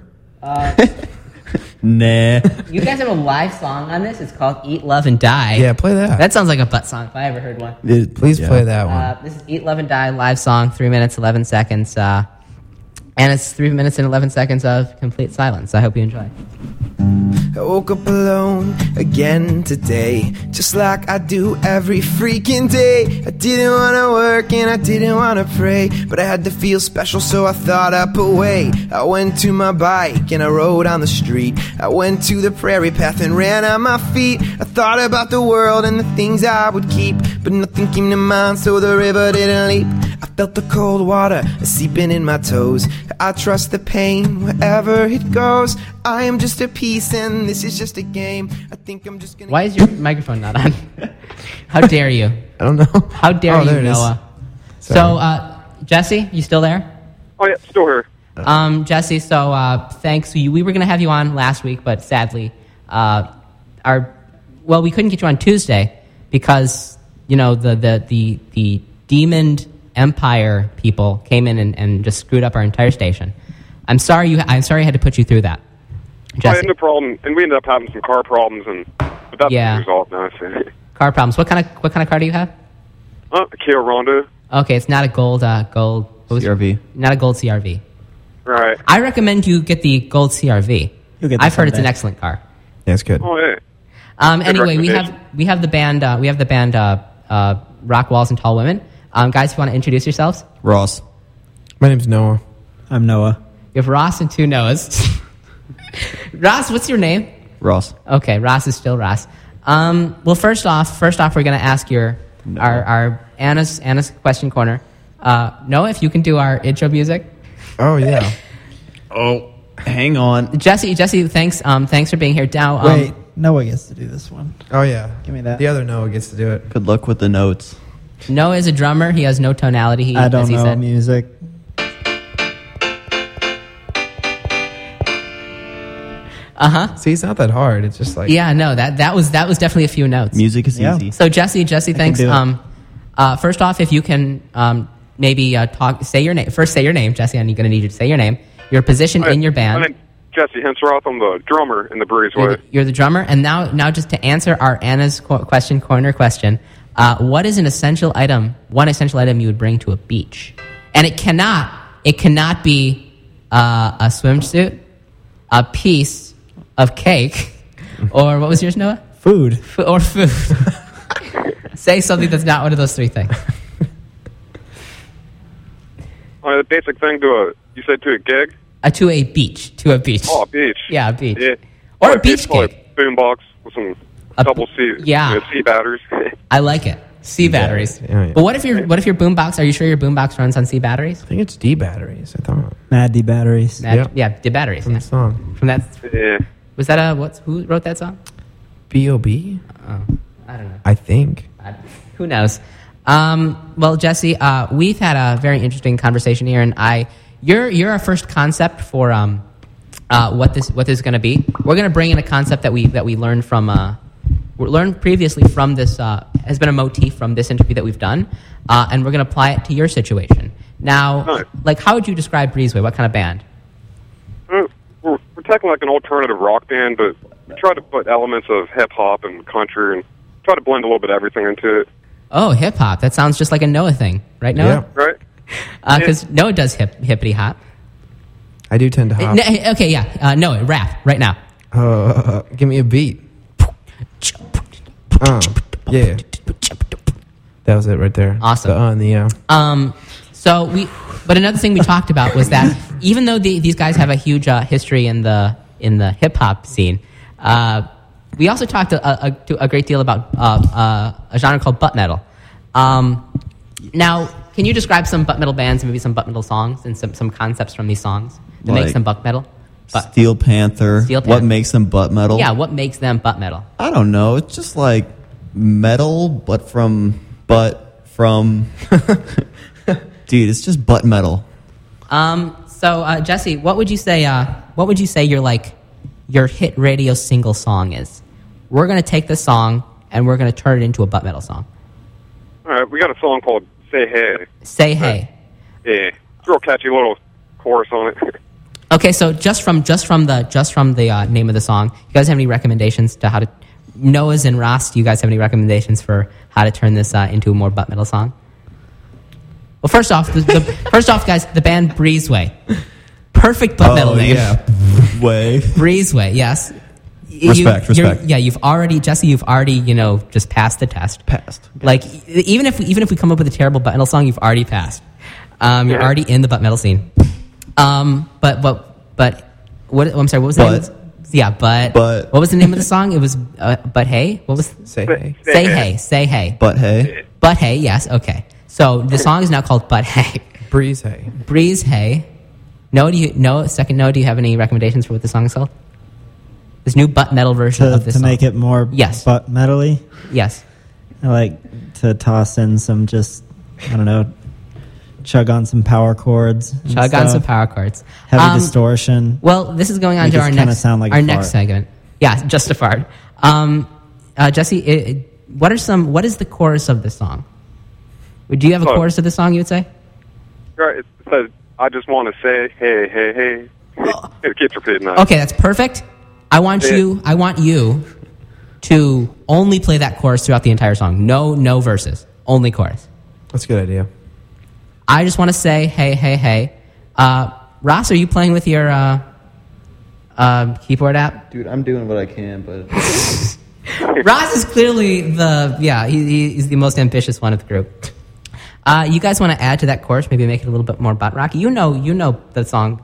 [SPEAKER 4] nah.
[SPEAKER 3] You guys have a live song on this. It's called "Eat, Love, and Die."
[SPEAKER 5] Yeah, play that.
[SPEAKER 3] That sounds like a butt song if I ever heard one.
[SPEAKER 4] It-
[SPEAKER 5] Please
[SPEAKER 4] yeah.
[SPEAKER 5] play that one.
[SPEAKER 3] Uh, this is "Eat, Love, and Die" live song, three minutes eleven seconds, uh, and it's three minutes and eleven seconds of complete silence. I hope you enjoy.
[SPEAKER 7] I woke up alone again today, just like I do every freaking day. I didn't wanna work and I didn't wanna pray, but I had to feel special, so I thought up a way. I went to my bike and I rode on the street. I went to the prairie path and ran on my feet. I thought about the world and the things I would keep, but nothing came to mind, so the river didn't leap. I felt the cold water seeping in my toes. I trust the pain wherever it goes. I am just a piece and this is just a game. I think I'm just gonna.
[SPEAKER 3] Why is your microphone not on? How dare you?
[SPEAKER 5] I don't know.
[SPEAKER 3] How dare
[SPEAKER 5] Oh, there
[SPEAKER 3] you,
[SPEAKER 5] it is.
[SPEAKER 3] Noah? So,
[SPEAKER 5] Sorry.
[SPEAKER 3] uh, Jesse, you still there?
[SPEAKER 8] Oh yeah, still here.
[SPEAKER 5] Uh-huh.
[SPEAKER 3] Um, Jesse, so uh, thanks. We, we were going to have you on last week, but sadly, uh, our well, we couldn't get you on Tuesday because you know the the the the Demon Empire people came in and, and just screwed up our entire station. I'm sorry you. I'm sorry I had to put you through that,
[SPEAKER 8] I
[SPEAKER 3] Jesse.
[SPEAKER 8] had no problem, and we ended up having some car problems, and but that's
[SPEAKER 3] Yeah.
[SPEAKER 8] resolved now. So.
[SPEAKER 3] Car problems. What kind of what kind of car do you have?
[SPEAKER 8] Uh, Kia Rondo.
[SPEAKER 3] Okay, it's not a gold uh, gold what was it?
[SPEAKER 4] CRV.
[SPEAKER 3] Not a gold CRV.
[SPEAKER 8] Right.
[SPEAKER 3] I recommend you get the gold CRV.
[SPEAKER 6] You'll get that
[SPEAKER 3] I've heard it's an
[SPEAKER 6] someday.
[SPEAKER 3] excellent car.
[SPEAKER 5] That's good.
[SPEAKER 8] Oh yeah.
[SPEAKER 3] Um, anyway, we have
[SPEAKER 8] recommendation.
[SPEAKER 3] we have the band uh, we have the band uh, uh, Rock Walls and Tall Women. Um, guys, if you want to introduce yourselves,
[SPEAKER 4] Ross.
[SPEAKER 5] My name's Noah.
[SPEAKER 6] I'm Noah.
[SPEAKER 3] you have Ross and two Noahs. Ross, what's your name?
[SPEAKER 4] Ross.
[SPEAKER 3] Okay, Ross is still Ross. Um, well, first off, first off, we're gonna ask your our, our Anna's Anna's question corner. Uh, Noah, if you can do our intro music.
[SPEAKER 5] Oh yeah.
[SPEAKER 4] Oh, hang on.
[SPEAKER 3] Jesse, Jesse, thanks, um, thanks for being here. Dow, um,
[SPEAKER 6] Wait, Noah gets to do this one.
[SPEAKER 5] Oh yeah.
[SPEAKER 6] Give me that.
[SPEAKER 5] The other Noah gets to do it.
[SPEAKER 4] Good luck with the notes.
[SPEAKER 3] Noah is a drummer. He has no tonality. He,
[SPEAKER 6] I don't
[SPEAKER 3] as he
[SPEAKER 6] know
[SPEAKER 3] said.
[SPEAKER 6] music.
[SPEAKER 3] Uh huh.
[SPEAKER 5] See, it's not that hard. It's just like
[SPEAKER 3] Yeah, no that that was that was definitely a few notes.
[SPEAKER 4] Music is
[SPEAKER 6] Yeah.
[SPEAKER 4] easy.
[SPEAKER 3] So Jesse, Jesse, thanks.
[SPEAKER 6] do it.
[SPEAKER 3] Um, uh, first off, if you can um, maybe uh, talk, say your name first. Say your name, Jesse. I'm going to need you to say your name, your position in your
[SPEAKER 8] My
[SPEAKER 3] band.
[SPEAKER 8] name's Jesse Hensroth. I'm the drummer in the Breeze
[SPEAKER 3] You're
[SPEAKER 8] Way.
[SPEAKER 3] the, you're the drummer, and now now just to answer our Anna's qu- question corner question. Uh, what is an essential item? One essential item you would bring to a beach, and it cannot. It cannot be uh, a swimsuit, a piece of cake, or what was yours, Noah?
[SPEAKER 6] Food.
[SPEAKER 3] F- or food. Say something that's not one of those three things.
[SPEAKER 8] Uh, the basic thing to a you said to a gig.
[SPEAKER 3] Uh, to a beach. To a beach.
[SPEAKER 8] Oh, a beach.
[SPEAKER 3] Yeah, a beach.
[SPEAKER 8] Yeah.
[SPEAKER 3] Or a beach
[SPEAKER 8] probably
[SPEAKER 3] cake.
[SPEAKER 8] a Boombox with some double C.
[SPEAKER 3] yeah.
[SPEAKER 8] with C batteries.
[SPEAKER 3] I like it. C batteries.
[SPEAKER 5] Oh, Yeah, yeah.
[SPEAKER 3] But what if your what if your boombox? Are you sure your boombox runs on C batteries?
[SPEAKER 5] I think it's D batteries. I thought
[SPEAKER 6] Mad D batteries.
[SPEAKER 3] That, Yeah, the batteries.
[SPEAKER 5] from
[SPEAKER 3] yeah.
[SPEAKER 5] the song
[SPEAKER 3] From that
[SPEAKER 8] yeah.
[SPEAKER 3] was that a what's who wrote that song?
[SPEAKER 5] B O B.
[SPEAKER 3] Oh, I don't know.
[SPEAKER 5] I think.
[SPEAKER 3] I- who knows? Um, well, Jesse, uh, we've had a very interesting conversation here, and I, you're you're our first concept for um, uh, what this what this is going to be. We're going to bring in a concept that we that we learned from uh, we learned previously from this uh, has been a motif from this interview that we've done, uh, and we're going to apply it to your situation. Now,
[SPEAKER 8] Nice.
[SPEAKER 3] like, how would you describe Breezeway? What kind of band?
[SPEAKER 8] Uh, We're, we're tackling like an alternative rock band, but we try to put elements of hip hop and country and try to blend a little bit of everything into it.
[SPEAKER 3] Oh, hip hop. That sounds just like a Noah thing, right, Noah?
[SPEAKER 8] Right?
[SPEAKER 3] Because Noah does hip hippity hop.
[SPEAKER 5] I do tend to hop.
[SPEAKER 3] N- okay, yeah. Uh, Noah, rap right now.
[SPEAKER 5] Uh, give me a beat. Uh, yeah. That was it right there.
[SPEAKER 3] Awesome.
[SPEAKER 5] The, uh, and the, uh,
[SPEAKER 3] Um, so we, but another thing we talked about was that even though the, these guys have a huge uh, history in the in the hip hop scene, uh, we also talked a, a, to a great deal about uh, uh, a genre called butt metal. Um, now, can you describe some butt metal bands and maybe some butt metal songs and some, some concepts from these songs that make
[SPEAKER 4] Like-
[SPEAKER 3] some butt metal? But
[SPEAKER 4] Steel Panther.
[SPEAKER 3] Steel
[SPEAKER 4] What
[SPEAKER 3] Panther.
[SPEAKER 4] makes them butt metal?
[SPEAKER 3] yeah, what makes them butt metal?
[SPEAKER 4] I don't know. It's just like metal, but from but from. Dude, it's just butt metal.
[SPEAKER 3] Um, so uh, Jesse, what would you say? Uh, what would you say your like your hit radio single song is? We're gonna take this song and we're gonna turn it into a butt metal song.
[SPEAKER 8] All right, we got a song called Say Hey.
[SPEAKER 3] Say hey.
[SPEAKER 8] Yeah. It's a real catchy little chorus on it.
[SPEAKER 3] Okay, so just from just from the just from the uh, name of the song, you guys have any recommendations to how to Noah's and Ross? Do you guys have any recommendations for how to turn this uh, into a more butt metal song? Well, first off, the, the, first off, guys, the band Breezeway, perfect
[SPEAKER 4] Oh,
[SPEAKER 3] butt metal name.
[SPEAKER 4] way.
[SPEAKER 3] Breezeway, yes. You-
[SPEAKER 4] Respect,
[SPEAKER 3] you're-
[SPEAKER 4] respect.
[SPEAKER 3] Yeah, you've already, Jesse. You've already, you know, just passed the test.
[SPEAKER 4] Passed.
[SPEAKER 3] Like e- even if we, even if we come up with a terrible butt metal song, you've already passed. Um, you're
[SPEAKER 8] Yeah.
[SPEAKER 3] already in the butt metal scene. Um, but but but what? I'm sorry. What was the name? of
[SPEAKER 4] But.
[SPEAKER 3] this- Yeah, but
[SPEAKER 4] But.
[SPEAKER 3] what was the name of the song? It was uh, but hey. What was
[SPEAKER 5] say
[SPEAKER 8] But-
[SPEAKER 5] hey.
[SPEAKER 3] say hey say hey
[SPEAKER 4] But hey,
[SPEAKER 3] but hey yes okay. So the song is now called but hey
[SPEAKER 5] Breeze hey.
[SPEAKER 3] breeze hey. No, do you no second no? Do you have any recommendations for what the song is called? This new butt metal version
[SPEAKER 6] To,
[SPEAKER 3] of this
[SPEAKER 6] to
[SPEAKER 3] song.
[SPEAKER 6] make it more
[SPEAKER 3] Yes.
[SPEAKER 6] butt metally.
[SPEAKER 3] Yes.
[SPEAKER 6] I like to toss in some just I don't know, chug on some power chords. and
[SPEAKER 3] Chug on
[SPEAKER 6] stuff.
[SPEAKER 3] some power chords.
[SPEAKER 6] Heavy
[SPEAKER 3] Um,
[SPEAKER 6] distortion.
[SPEAKER 3] Well, this is going on
[SPEAKER 6] Make
[SPEAKER 3] to
[SPEAKER 6] us
[SPEAKER 3] our
[SPEAKER 6] kinda
[SPEAKER 3] next
[SPEAKER 6] sound like a
[SPEAKER 3] our next
[SPEAKER 6] fart.
[SPEAKER 3] segment. Yeah, just a fart. Um, uh, Jesse, i i- what are some? What is the chorus of this song? Do you have a
[SPEAKER 8] Oh.
[SPEAKER 3] chorus of the song? You would say.
[SPEAKER 8] Right, it says, I just want to say, hey, hey, hey. It keeps repeating that.
[SPEAKER 3] Oh. Okay, that's perfect. I want
[SPEAKER 8] Yeah.
[SPEAKER 3] you. I want you to only play that chorus throughout the entire song. No, no verses. Only chorus.
[SPEAKER 5] That's a good idea.
[SPEAKER 3] I just want to say, hey, hey, hey. Uh, Ross, are you playing with your uh, uh, keyboard app?
[SPEAKER 4] dude, I'm doing what I can, but
[SPEAKER 3] Ross is clearly the yeah, he, he- he's the most ambitious one of the group. Uh, you guys want to add to that chorus? Maybe make it a little bit more butt rocky. You know, you know the song.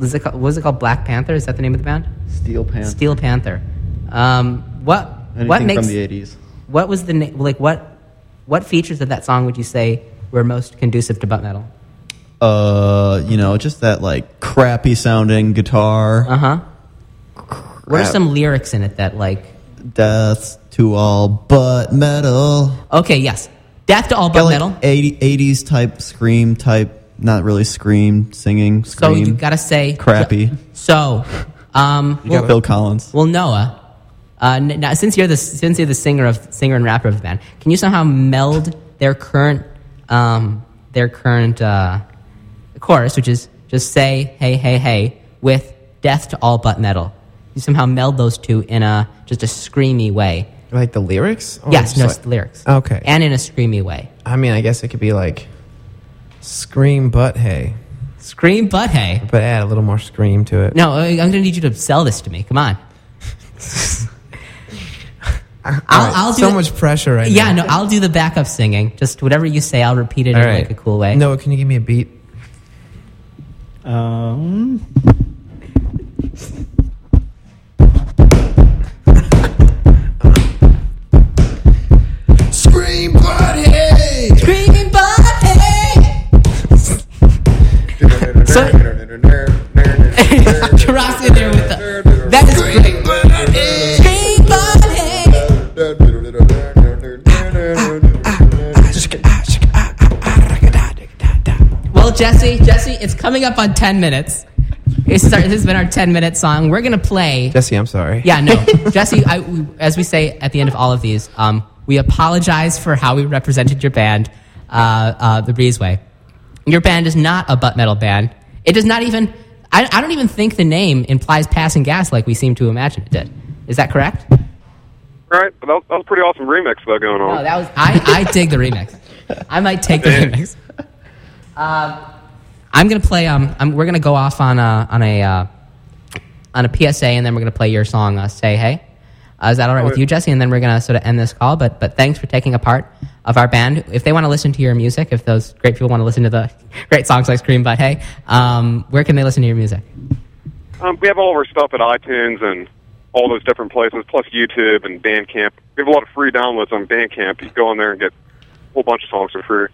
[SPEAKER 3] Is it called, what was it called? Black Panther? Is that the name of the band?
[SPEAKER 4] Steel Panther.
[SPEAKER 3] Steel Panther. Um, what
[SPEAKER 4] Anything
[SPEAKER 3] what makes
[SPEAKER 4] from the '80s?
[SPEAKER 3] what was the na- like what what features of that song would you say were most conducive to butt metal?
[SPEAKER 4] Uh, you know, just that like crappy sounding guitar.
[SPEAKER 3] Uh huh. What are
[SPEAKER 4] Crap.
[SPEAKER 3] some lyrics in it that like?
[SPEAKER 4] Death to all but metal.
[SPEAKER 3] Okay, yes, death to all
[SPEAKER 4] Got
[SPEAKER 3] but
[SPEAKER 4] like
[SPEAKER 3] metal.
[SPEAKER 4] 80, 80s type scream type, not really scream, singing,
[SPEAKER 3] so
[SPEAKER 4] scream.
[SPEAKER 3] you gotta say
[SPEAKER 4] crappy.
[SPEAKER 3] So, um, well,
[SPEAKER 4] Phil Collins.
[SPEAKER 3] well, Noah. Uh, n- now, since you're the since you're the singer of singer and rapper of the band, can you somehow meld their current um, their current uh, chorus, which is just say hey hey hey, with death to all but metal? You somehow meld those two in a just a screamy way
[SPEAKER 5] Like the lyrics? Or
[SPEAKER 3] yes,
[SPEAKER 5] just
[SPEAKER 3] no
[SPEAKER 5] like-
[SPEAKER 3] it's the lyrics.
[SPEAKER 5] Oh, Okay.
[SPEAKER 3] and in a screamy way.
[SPEAKER 5] I mean, I guess it could be like scream butt hey,
[SPEAKER 3] Scream butt hey.
[SPEAKER 5] but add a little more scream to it.
[SPEAKER 3] No, I- I'm going to need you to sell this to me. Come on. I'll, I'll do
[SPEAKER 5] so
[SPEAKER 3] the-
[SPEAKER 5] much pressure right
[SPEAKER 3] yeah,
[SPEAKER 5] now.
[SPEAKER 3] no, I'll do the backup singing. Just whatever you say, I'll repeat it
[SPEAKER 5] All
[SPEAKER 3] in
[SPEAKER 5] right.
[SPEAKER 3] like a cool way.
[SPEAKER 5] Noah, can you give me a beat?
[SPEAKER 6] Um,
[SPEAKER 7] Scream buddy!
[SPEAKER 3] Screaming butt hey. So- Karak's in there with the. That is great. Scream butt hey. Well, Jesse, Jesse, it's coming up on ten minutes. It's our, this has been our ten minute song. We're gonna play.
[SPEAKER 5] Jesse, I'm sorry.
[SPEAKER 3] Yeah, no, Jesse. I, we, as we say at the end of all of these, um, we apologize for how we represented your band, uh, uh, the Breezeway. Your band is not a butt metal band. It does not even. I, I don't even think the name implies passing gas like we seem to imagine it did. Is that correct?
[SPEAKER 8] All right, well, that, that was a pretty awesome remix though going on.
[SPEAKER 3] No, Oh, that was I. I dig the remix. I might take the remix. Uh, I'm gonna play. Um, I'm, we're gonna go off on a on a uh, on a PSA, and then we're gonna play your song. Uh, Say hey. Uh, is that all right with you, Jesse? And then we're gonna sort of end this call. But but thanks for taking a part of our band. If they want to listen to your music, if those great people want to listen to the great songs like Scream, but hey, um, where can they listen to your music?
[SPEAKER 8] Um, we have all of our stuff at iTunes and all those different places, plus YouTube and Bandcamp. We have a lot of free downloads on Bandcamp. You go on there and get a whole bunch of songs for free.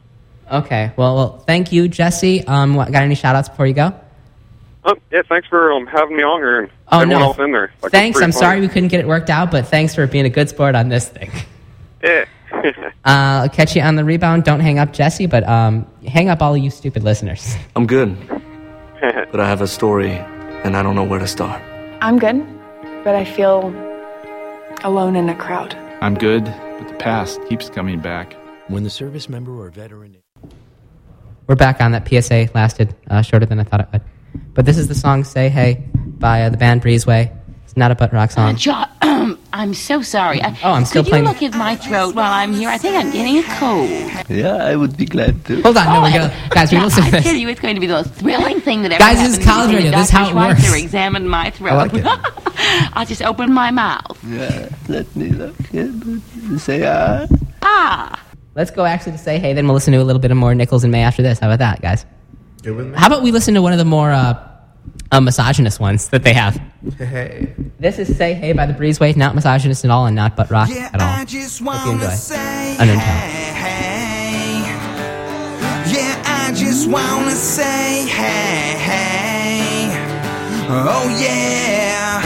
[SPEAKER 3] Okay. Well, well thank you, Jesse. Um, what, got any shout outs before you go?
[SPEAKER 8] Um, yeah, thanks for um, having me on here and
[SPEAKER 3] Oh
[SPEAKER 8] everyone
[SPEAKER 3] no!
[SPEAKER 8] else in there. Like, it's
[SPEAKER 3] thanks.
[SPEAKER 8] pretty
[SPEAKER 3] I'm
[SPEAKER 8] fun.
[SPEAKER 3] sorry we couldn't get it worked out, but thanks for being a good sport on this thing.
[SPEAKER 8] Yeah.
[SPEAKER 3] Uh, I'll catch you on the rebound. Don't hang up, Jesse, but um, hang up all you stupid listeners.
[SPEAKER 9] I'm good, but I have a story and I don't know where to start.
[SPEAKER 11] I'm good, but I feel alone in a crowd.
[SPEAKER 12] I'm good, but the past keeps coming back.
[SPEAKER 10] When the service member or veteran.
[SPEAKER 3] We're back on that PSA. Lasted uh, shorter than I thought it would, but this is the song "Say Hey" by uh, the band Breezeway. It's not a butt rock
[SPEAKER 13] Uh,
[SPEAKER 3] song.
[SPEAKER 13] Jo- I'm so sorry. I,
[SPEAKER 3] Oh, I'm still
[SPEAKER 13] Could
[SPEAKER 3] playing-
[SPEAKER 13] you look at my throat while I'm here? I think I'm getting a cold.
[SPEAKER 12] Yeah, I would be glad to.
[SPEAKER 3] Hold on, no,
[SPEAKER 13] Oh,
[SPEAKER 3] we're
[SPEAKER 13] I-
[SPEAKER 3] gonna, guys, we
[SPEAKER 13] Yeah,
[SPEAKER 3] listen
[SPEAKER 13] I
[SPEAKER 3] to this.
[SPEAKER 13] tell you, it's going to be the most thrilling thing that ever
[SPEAKER 3] Guys, this
[SPEAKER 13] happened
[SPEAKER 3] is
[SPEAKER 13] to me
[SPEAKER 3] college
[SPEAKER 13] when
[SPEAKER 3] radio. This is
[SPEAKER 13] Dr.
[SPEAKER 3] how it
[SPEAKER 13] Schweitzer
[SPEAKER 3] works.
[SPEAKER 13] examined my throat.
[SPEAKER 12] I like it.
[SPEAKER 13] I'll just open my mouth.
[SPEAKER 12] Yeah, let me look. Yeah, but say ah.
[SPEAKER 13] Ah.
[SPEAKER 3] Let's go actually to "Say Hey," then we'll listen to a little bit of more Nichols and May after this. How about that, guys?
[SPEAKER 5] Good with me?
[SPEAKER 3] How about we listen to one of the more uh, uh, misogynist ones that they have?
[SPEAKER 5] Hey.
[SPEAKER 3] This is "Say Hey" by the Breezeway. Not misogynist at all, and not butt rock
[SPEAKER 11] Yeah,
[SPEAKER 3] at all.
[SPEAKER 11] I just wanna say
[SPEAKER 3] Unintended.
[SPEAKER 11] Yeah, I just wanna say hey, hey. Oh yeah,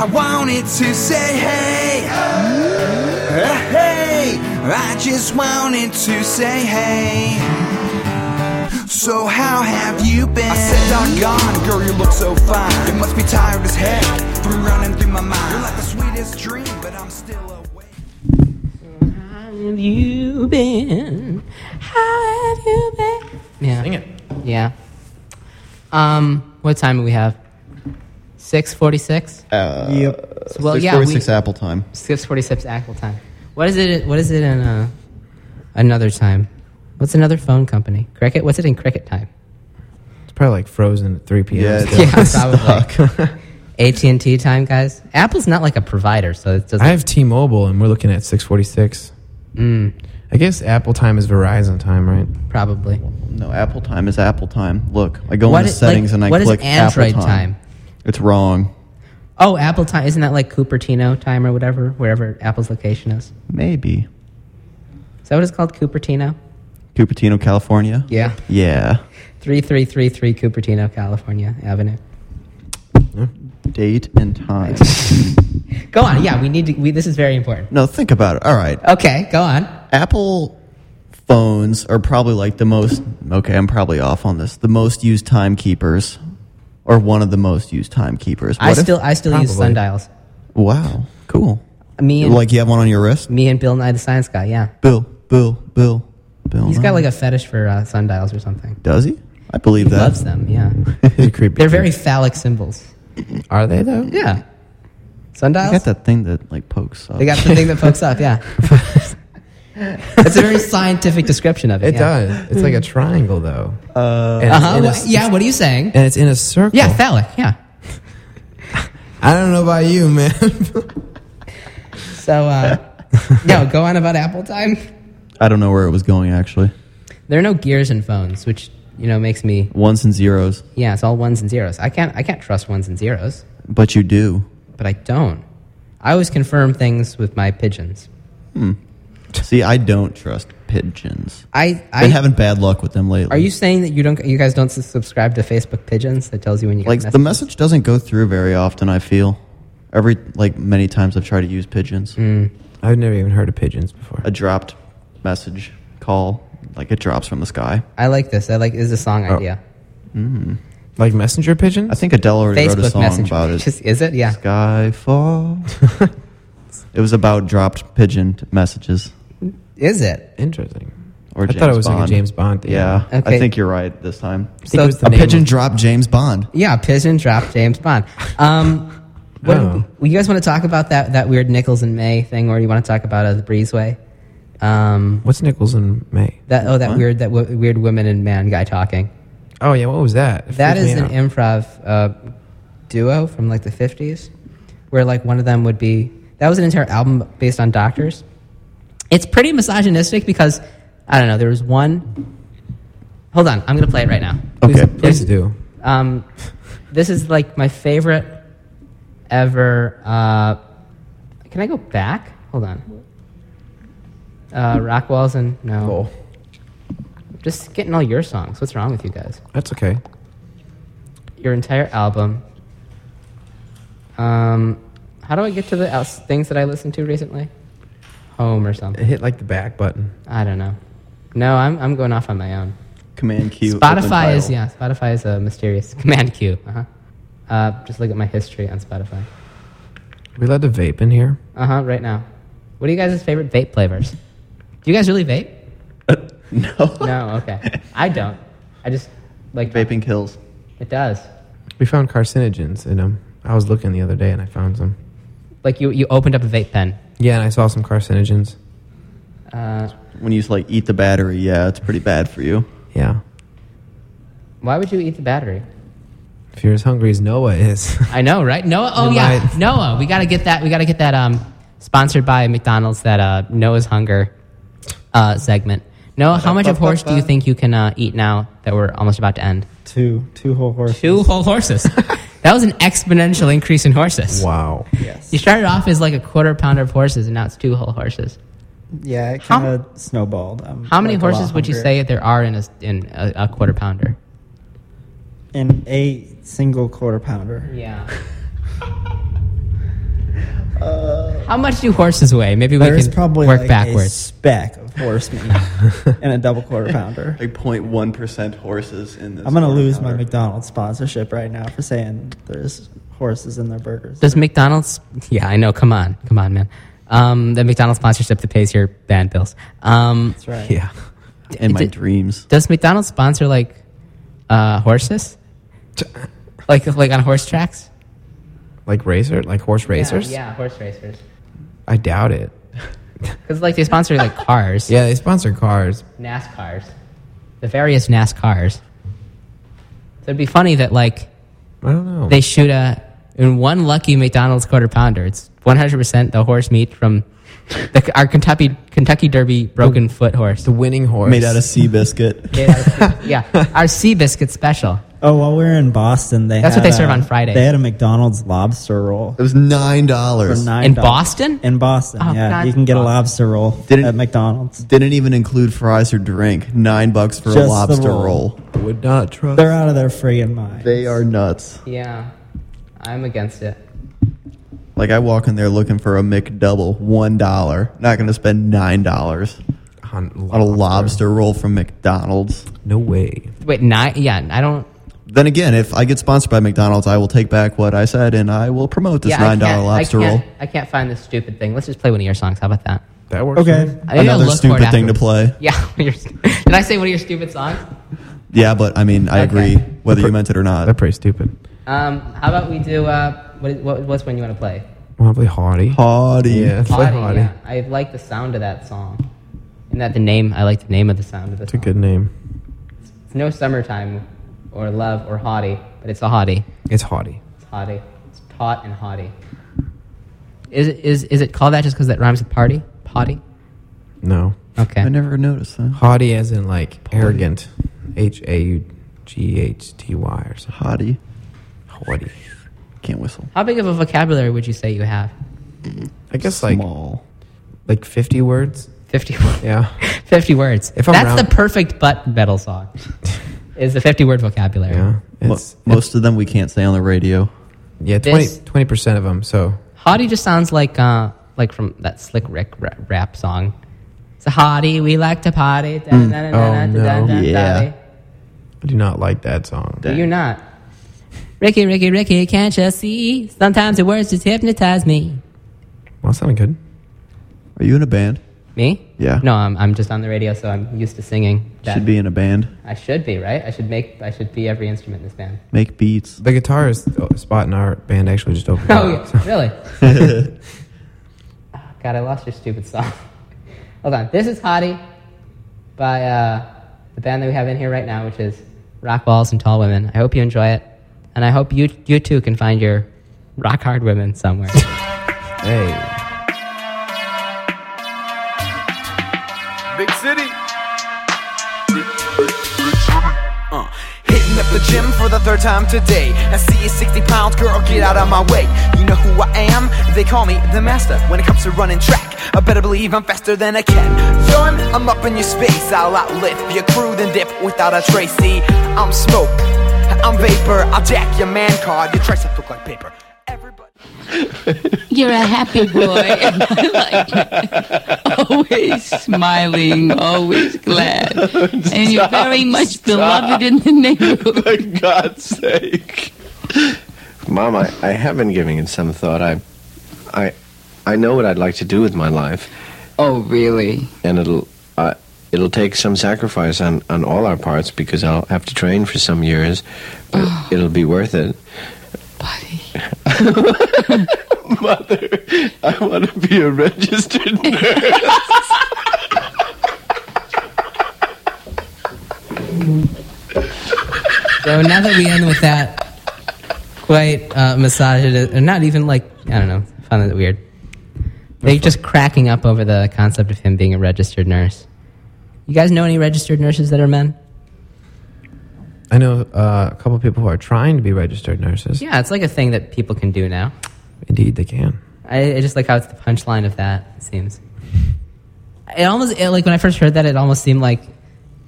[SPEAKER 11] I wanted to say hey, hey, hey. I just wanted to say hey. So how have you been? I said, doggone, girl, you look so fine. You must be tired as heck from running through my mind. You're like the sweetest dream, but I'm still awake.
[SPEAKER 3] How have you been? How have you been? Yeah.
[SPEAKER 5] Sing it.
[SPEAKER 3] Yeah. Um, what time do we have? Six forty-six.
[SPEAKER 4] Uh,
[SPEAKER 6] Yep.
[SPEAKER 3] So, well, yeah,
[SPEAKER 4] 646
[SPEAKER 3] we-
[SPEAKER 4] Apple time.
[SPEAKER 3] Six forty-six Apple time. What is it? What is it in uh, another time? What's another phone company? Cricket. What's it in cricket time?
[SPEAKER 5] It's probably like frozen at 3 p.m.
[SPEAKER 4] Yeah,
[SPEAKER 5] still.
[SPEAKER 4] it's-
[SPEAKER 3] Yeah, probably. AT and T time, guys. Apple's not like a provider, so it doesn't.
[SPEAKER 5] I have T-Mobile, and we're looking at 6:46.
[SPEAKER 3] Mm,
[SPEAKER 5] I guess Apple time is Verizon time, right?
[SPEAKER 3] probably.
[SPEAKER 4] No, Apple time is Apple time. Look, I go
[SPEAKER 3] What
[SPEAKER 4] into
[SPEAKER 3] is-
[SPEAKER 4] settings
[SPEAKER 3] like,
[SPEAKER 4] and I
[SPEAKER 3] what is
[SPEAKER 4] click
[SPEAKER 3] Android
[SPEAKER 4] Apple
[SPEAKER 3] time?
[SPEAKER 4] It's wrong.
[SPEAKER 3] Oh, Apple time isn't that like Cupertino time or whatever, wherever Apple's location is.
[SPEAKER 4] Maybe.
[SPEAKER 3] Is that what it's called, Cupertino?
[SPEAKER 4] Cupertino, California?
[SPEAKER 3] Yeah.
[SPEAKER 4] Yeah.
[SPEAKER 3] 3333 Cupertino, California Avenue.
[SPEAKER 4] Date and time.
[SPEAKER 3] Go on. Yeah, we need to. We, this is very important.
[SPEAKER 4] no, think about it. All right.
[SPEAKER 3] Okay, go on.
[SPEAKER 4] Apple phones are probably like the most okay, I'm probably off on this. The most used timekeepers or one of the most used timekeepers.
[SPEAKER 3] I
[SPEAKER 4] What if-
[SPEAKER 3] still, I still use
[SPEAKER 5] Probably.
[SPEAKER 3] sundials.
[SPEAKER 4] Wow. Cool.
[SPEAKER 3] Me and
[SPEAKER 4] Like you have one on your wrist?
[SPEAKER 3] me and Bill Nye the Science Guy. Yeah,
[SPEAKER 4] Bill, Bill, Bill, Bill.
[SPEAKER 3] he's
[SPEAKER 4] Nye.
[SPEAKER 3] got like a fetish for uh, sundials or something.
[SPEAKER 4] Does he? I believe that.
[SPEAKER 3] Loves them. Yeah,
[SPEAKER 5] These are creepy.
[SPEAKER 3] they're very phallic symbols.
[SPEAKER 5] Are they though?
[SPEAKER 3] Yeah,
[SPEAKER 4] They
[SPEAKER 3] Sundials?
[SPEAKER 4] got that thing that like pokes up.
[SPEAKER 3] They got the thing that pokes up, yeah. It's a very scientific description of it.
[SPEAKER 5] It
[SPEAKER 3] yeah.
[SPEAKER 5] does. It's like a triangle, though. Uh,
[SPEAKER 3] Uh-huh, wha- yeah, what are you saying?
[SPEAKER 5] And it's in a circle.
[SPEAKER 3] Yeah, phallic, yeah.
[SPEAKER 5] I don't know about you, man.
[SPEAKER 3] So, uh, no, go on about Apple time.
[SPEAKER 4] I don't know where it was going actually.
[SPEAKER 3] There are no gears in phones, which, you know, makes me,
[SPEAKER 4] Ones and zeros,
[SPEAKER 3] yeah, it's all ones and zeros. I can't, I can't trust ones and zeros,
[SPEAKER 4] but you do.
[SPEAKER 3] but I don't. I always confirm things with my pigeons.
[SPEAKER 4] Hmm. See, I don't trust pigeons.
[SPEAKER 3] I, I
[SPEAKER 4] Been having bad luck with them lately.
[SPEAKER 3] Are you saying that you don't? You guys don't s- subscribe to Facebook Pigeons that tells you when you
[SPEAKER 4] like
[SPEAKER 3] get
[SPEAKER 4] the message doesn't go through very often? I feel every like many times I've tried to use pigeons.
[SPEAKER 3] Mm.
[SPEAKER 5] I've never even heard of pigeons before.
[SPEAKER 4] A dropped message call, like it drops from the sky.
[SPEAKER 3] I like this. I like this is a song
[SPEAKER 4] Oh.
[SPEAKER 3] idea.
[SPEAKER 4] Mm.
[SPEAKER 5] Like messenger pigeons?
[SPEAKER 4] I think Adele already wrote a
[SPEAKER 3] Facebook
[SPEAKER 4] song
[SPEAKER 3] Messenger
[SPEAKER 4] about it.
[SPEAKER 3] pigeons, is it? Yeah.
[SPEAKER 4] Skyfall. it was about dropped pigeon t- messages.
[SPEAKER 3] Is it?
[SPEAKER 5] Interesting.
[SPEAKER 4] Or
[SPEAKER 5] I
[SPEAKER 4] James
[SPEAKER 5] thought it was
[SPEAKER 4] Bond.
[SPEAKER 5] like a James Bond. Thing.
[SPEAKER 4] Yeah,
[SPEAKER 3] Okay.
[SPEAKER 4] I think you're right this time.
[SPEAKER 3] I think it was the
[SPEAKER 4] a
[SPEAKER 3] name
[SPEAKER 4] pigeon
[SPEAKER 3] of-
[SPEAKER 4] dropped James Bond.
[SPEAKER 3] Yeah, Pigeon dropped James Bond. Um, what do
[SPEAKER 4] Oh.
[SPEAKER 3] we- you guys want to talk about that that weird Nichols and May thing, or you want to talk about uh, the breezeway? Um,
[SPEAKER 5] What's Nichols and May?
[SPEAKER 3] that oh that
[SPEAKER 5] What?
[SPEAKER 3] weird that w- weird women and man guy talking.
[SPEAKER 5] Oh yeah, what was that? It
[SPEAKER 3] That
[SPEAKER 5] freaked
[SPEAKER 3] is
[SPEAKER 5] me
[SPEAKER 3] an
[SPEAKER 5] out.
[SPEAKER 3] improv uh, duo from like the 50s, where like one of them would be. That was an entire album based on doctors. It's pretty misogynistic because, I don't know, there was one. Hold on, I'm going to play it right now.
[SPEAKER 5] Please-
[SPEAKER 4] Okay.
[SPEAKER 5] please do.
[SPEAKER 3] Um, this is like my favorite ever. Uh, can I go back? Hold on. Uh, rock walls and no. Just getting all your songs. What's wrong with you guys?
[SPEAKER 5] That's okay.
[SPEAKER 3] your entire album. Um, how do I get to the else- things that I listened to recently? Home or something.
[SPEAKER 5] Hit like the back button.
[SPEAKER 3] I don't know. No, I'm, I'm going off on my own.
[SPEAKER 4] Command Q. open
[SPEAKER 3] Spotify is
[SPEAKER 4] file.
[SPEAKER 3] yeah. Spotify is a mysterious command Q. Uh-huh. Uh, just look at my history on Spotify.
[SPEAKER 5] We allowed to vape in here.
[SPEAKER 3] Uh huh. Right now, what are you guys' favorite vape flavors? Do you guys really vape?
[SPEAKER 4] no.
[SPEAKER 3] No. Okay. I don't. I just like
[SPEAKER 4] Vaping kills.
[SPEAKER 3] it does.
[SPEAKER 5] We found carcinogens in them. I was looking the other day and I found some.
[SPEAKER 3] Like you, you opened up a vape pen.
[SPEAKER 5] Yeah, and I saw some carcinogens.
[SPEAKER 3] Uh,
[SPEAKER 4] When you just, like eat the battery, yeah, it's pretty bad for you.
[SPEAKER 5] Yeah.
[SPEAKER 3] why would you eat the battery?
[SPEAKER 5] If you're as hungry as Noah is.
[SPEAKER 3] I know, right? Noah. Oh
[SPEAKER 5] You're
[SPEAKER 3] yeah,
[SPEAKER 5] right.
[SPEAKER 3] Noah. We gotta get that. We gotta get that. Um, sponsored by McDonald's. That uh, Noah's Hunger uh, segment. Noah, how much of horse do you think you can uh, eat now that we're almost about to end?
[SPEAKER 6] Two, two whole horses.
[SPEAKER 3] Two whole horses. that was an exponential increase in horses.
[SPEAKER 5] wow.
[SPEAKER 3] You started off as like a quarter pounder of horses, and now it's two whole horses.
[SPEAKER 6] Yeah, it kind of snowballed. I'm,
[SPEAKER 3] How many
[SPEAKER 6] like, a lot
[SPEAKER 3] horses would you say
[SPEAKER 6] hungrier.
[SPEAKER 3] there are in a in a, a quarter pounder?
[SPEAKER 6] In a single quarter pounder.
[SPEAKER 3] Yeah. How much do horses weigh? Maybe we
[SPEAKER 6] There's
[SPEAKER 3] can
[SPEAKER 6] probably
[SPEAKER 3] work
[SPEAKER 6] like a
[SPEAKER 3] backwards.
[SPEAKER 6] speck of horse meat in a double quarter pounder.
[SPEAKER 4] Like 0.1 percent horses in this.
[SPEAKER 6] I'm gonna lose my
[SPEAKER 4] quarter.
[SPEAKER 6] McDonald's sponsorship right now for saying there's horses in their burgers.
[SPEAKER 3] Does McDonald's? Yeah, I know. Come on, come on, man. Um, the McDonald's sponsorship that pays your band bills. Um,
[SPEAKER 6] That's right.
[SPEAKER 5] Yeah.
[SPEAKER 4] in my
[SPEAKER 3] d-
[SPEAKER 4] dreams.
[SPEAKER 3] Does McDonald's sponsor like uh, horses? like like on horse tracks?
[SPEAKER 5] Like racer, like horse racers.
[SPEAKER 3] Yeah, horse racers.
[SPEAKER 5] I doubt it.
[SPEAKER 3] Because like they sponsor like cars,
[SPEAKER 5] Yeah, they sponsor cars.
[SPEAKER 3] NASCARs, the various NASCARs. So it'd be funny that like
[SPEAKER 5] I don't know.
[SPEAKER 3] they shoot a in one lucky McDonald's quarter pounder. It's 100 percent the horse meat from the, our Kentucky Kentucky Derby broken foot horse.
[SPEAKER 5] the winning horse
[SPEAKER 4] Made out of sea biscuit.
[SPEAKER 3] Made out of sea- yeah, our sea biscuit special.
[SPEAKER 6] Oh, while we were in Boston, they
[SPEAKER 3] That's
[SPEAKER 6] had
[SPEAKER 3] what they serve
[SPEAKER 6] a-
[SPEAKER 3] on Fridays.
[SPEAKER 6] They had a McDonald's lobster roll
[SPEAKER 4] It was nine
[SPEAKER 6] for
[SPEAKER 4] dollars.
[SPEAKER 6] nine
[SPEAKER 3] In Boston?
[SPEAKER 6] In Boston,
[SPEAKER 3] Oh,
[SPEAKER 6] yeah,
[SPEAKER 3] God.
[SPEAKER 6] you can get a lobster roll
[SPEAKER 4] Didn't-
[SPEAKER 6] at McDonald's.
[SPEAKER 4] Didn't even include fries or drink. Nine bucks for
[SPEAKER 6] Just
[SPEAKER 4] a
[SPEAKER 6] the
[SPEAKER 4] lobster
[SPEAKER 6] roll.
[SPEAKER 4] roll.
[SPEAKER 5] would not trust.
[SPEAKER 6] They're out of their friggin' mind.
[SPEAKER 4] They are nuts.
[SPEAKER 3] Yeah, I'm against it.
[SPEAKER 4] Like I walk in there looking for a McDouble, one dollar. Not gonna spend nine dollars on a lobster roll from McDonald's.
[SPEAKER 5] No way.
[SPEAKER 3] Wait, nine? Yeah, I don't.
[SPEAKER 4] Then again, if I get sponsored by McDonald's, I will take back what I said and I will promote this
[SPEAKER 3] yeah,
[SPEAKER 4] nine
[SPEAKER 3] I
[SPEAKER 4] dollar
[SPEAKER 3] can't-
[SPEAKER 4] lobster
[SPEAKER 3] I
[SPEAKER 4] roll.
[SPEAKER 3] can't, I can't find this stupid thing. Let's just play one of your songs. How about that?
[SPEAKER 5] That works.
[SPEAKER 6] okay.
[SPEAKER 5] for me.
[SPEAKER 3] I need to
[SPEAKER 4] Another
[SPEAKER 3] look for it
[SPEAKER 4] stupid thing to
[SPEAKER 3] afterwards.
[SPEAKER 4] play.
[SPEAKER 3] Yeah. your st- Did I say one of your stupid songs?
[SPEAKER 4] Yeah, but I mean, I
[SPEAKER 3] Okay.
[SPEAKER 4] agree whether you meant it or
[SPEAKER 5] They're
[SPEAKER 4] not.
[SPEAKER 5] pretty stupid.
[SPEAKER 3] Um, how about we do? Uh, what, is- what, what's one you want to play?
[SPEAKER 5] Probably Haughty.
[SPEAKER 4] Haughty.
[SPEAKER 5] Yeah, it's like Haughty.
[SPEAKER 3] Haughty, yeah. I like the sound of that song. And that the name, I like the name of the sound of the
[SPEAKER 5] It's a
[SPEAKER 3] song.
[SPEAKER 5] good name.
[SPEAKER 3] It's no summertime or love or haughty, but it's a haughty.
[SPEAKER 5] It's Haughty.
[SPEAKER 3] It's haughty. It's taut and haughty. Is it, is, is it called that just because that rhymes with party? Potty?
[SPEAKER 5] No.
[SPEAKER 3] Okay. I
[SPEAKER 4] never noticed that.
[SPEAKER 5] Haughty as in like arrogant. H A U G H T Y or something.
[SPEAKER 4] Haughty.
[SPEAKER 5] Haughty.
[SPEAKER 4] Can't whistle.
[SPEAKER 3] How big of a vocabulary would you say you have?
[SPEAKER 5] I guess
[SPEAKER 4] Small.
[SPEAKER 5] like like fifty words.
[SPEAKER 3] 50 words.
[SPEAKER 5] Yeah.
[SPEAKER 3] 50 words.
[SPEAKER 5] If I'm
[SPEAKER 3] That's
[SPEAKER 5] round-
[SPEAKER 3] the perfect butt metal song, is the 50 word vocabulary.
[SPEAKER 5] Yeah.
[SPEAKER 4] Mo-
[SPEAKER 5] It's,
[SPEAKER 4] most of them we can't say on the radio.
[SPEAKER 5] yeah,
[SPEAKER 3] This-
[SPEAKER 5] 20 percent of them. So
[SPEAKER 3] Hottie just sounds like uh, like from that Slick Rick ra- rap song. It's a hottie, we like to party. da- da- da- da- da-
[SPEAKER 5] Oh,
[SPEAKER 3] da-
[SPEAKER 5] no.
[SPEAKER 3] da- da-
[SPEAKER 5] Yeah.
[SPEAKER 3] da-
[SPEAKER 5] I do not like that song.
[SPEAKER 3] Do you not? Ricky, Ricky, Ricky, can't you see? Sometimes the words just hypnotize me.
[SPEAKER 5] Well, that sounded good.
[SPEAKER 4] Are you in a band?
[SPEAKER 3] Me?
[SPEAKER 4] Yeah.
[SPEAKER 3] No, I'm, I'm just on the radio, so I'm used to singing. That
[SPEAKER 4] Should be in a band.
[SPEAKER 3] I should be right. I should make. I should be every instrument in this band.
[SPEAKER 4] Make beats.
[SPEAKER 5] The guitarist spot in our band actually just opened.
[SPEAKER 3] Oh,
[SPEAKER 5] up, so-
[SPEAKER 3] yeah, really? Ah, God, I lost your stupid song. Hold on. This is Hottie by uh, the band that we have in here right now, which is Rock Balls and Tall Women. I hope you enjoy it, and I hope you you too can find your rock hard women somewhere.
[SPEAKER 5] Hey,
[SPEAKER 7] Big city.
[SPEAKER 11] Uh, Hitting up the gym for the third time today. I see a 60 pound girl, get out of my way. You know who I am? They call me the master when it comes to running track. I better believe I'm faster than I can. Son, I'm up in your space. I'll outlift your crew, then dip without a trace. See, I'm smoke, I'm vapor. I'll jack your man card. Your triceps look like paper.
[SPEAKER 13] You're a happy boy. And I like you. always smiling, always glad. And you're very much beloved in the neighborhood.
[SPEAKER 12] For God's sake. Mom, I, I have been giving it some thought. I, I, I know what I'd like to do with my life.
[SPEAKER 13] Oh, really?
[SPEAKER 12] And it'll, uh, it'll take some sacrifice on, on all our parts because I'll have to train for some years, but it'll be worth it. Mother, I want to be a registered nurse.
[SPEAKER 3] so now that we end with that quite uh, misogynist, and not even like I don't know, I found it weird. They're just cracking up over the concept of him being a registered nurse. You guys know any registered nurses that are men?
[SPEAKER 5] I know uh, a couple people who are trying to be registered nurses.
[SPEAKER 3] Yeah, it's like a thing that people can do now.
[SPEAKER 5] Indeed, they can.
[SPEAKER 3] I, I just like how it's the punchline of that. It seems. It almost it, like when I first heard that, it almost seemed like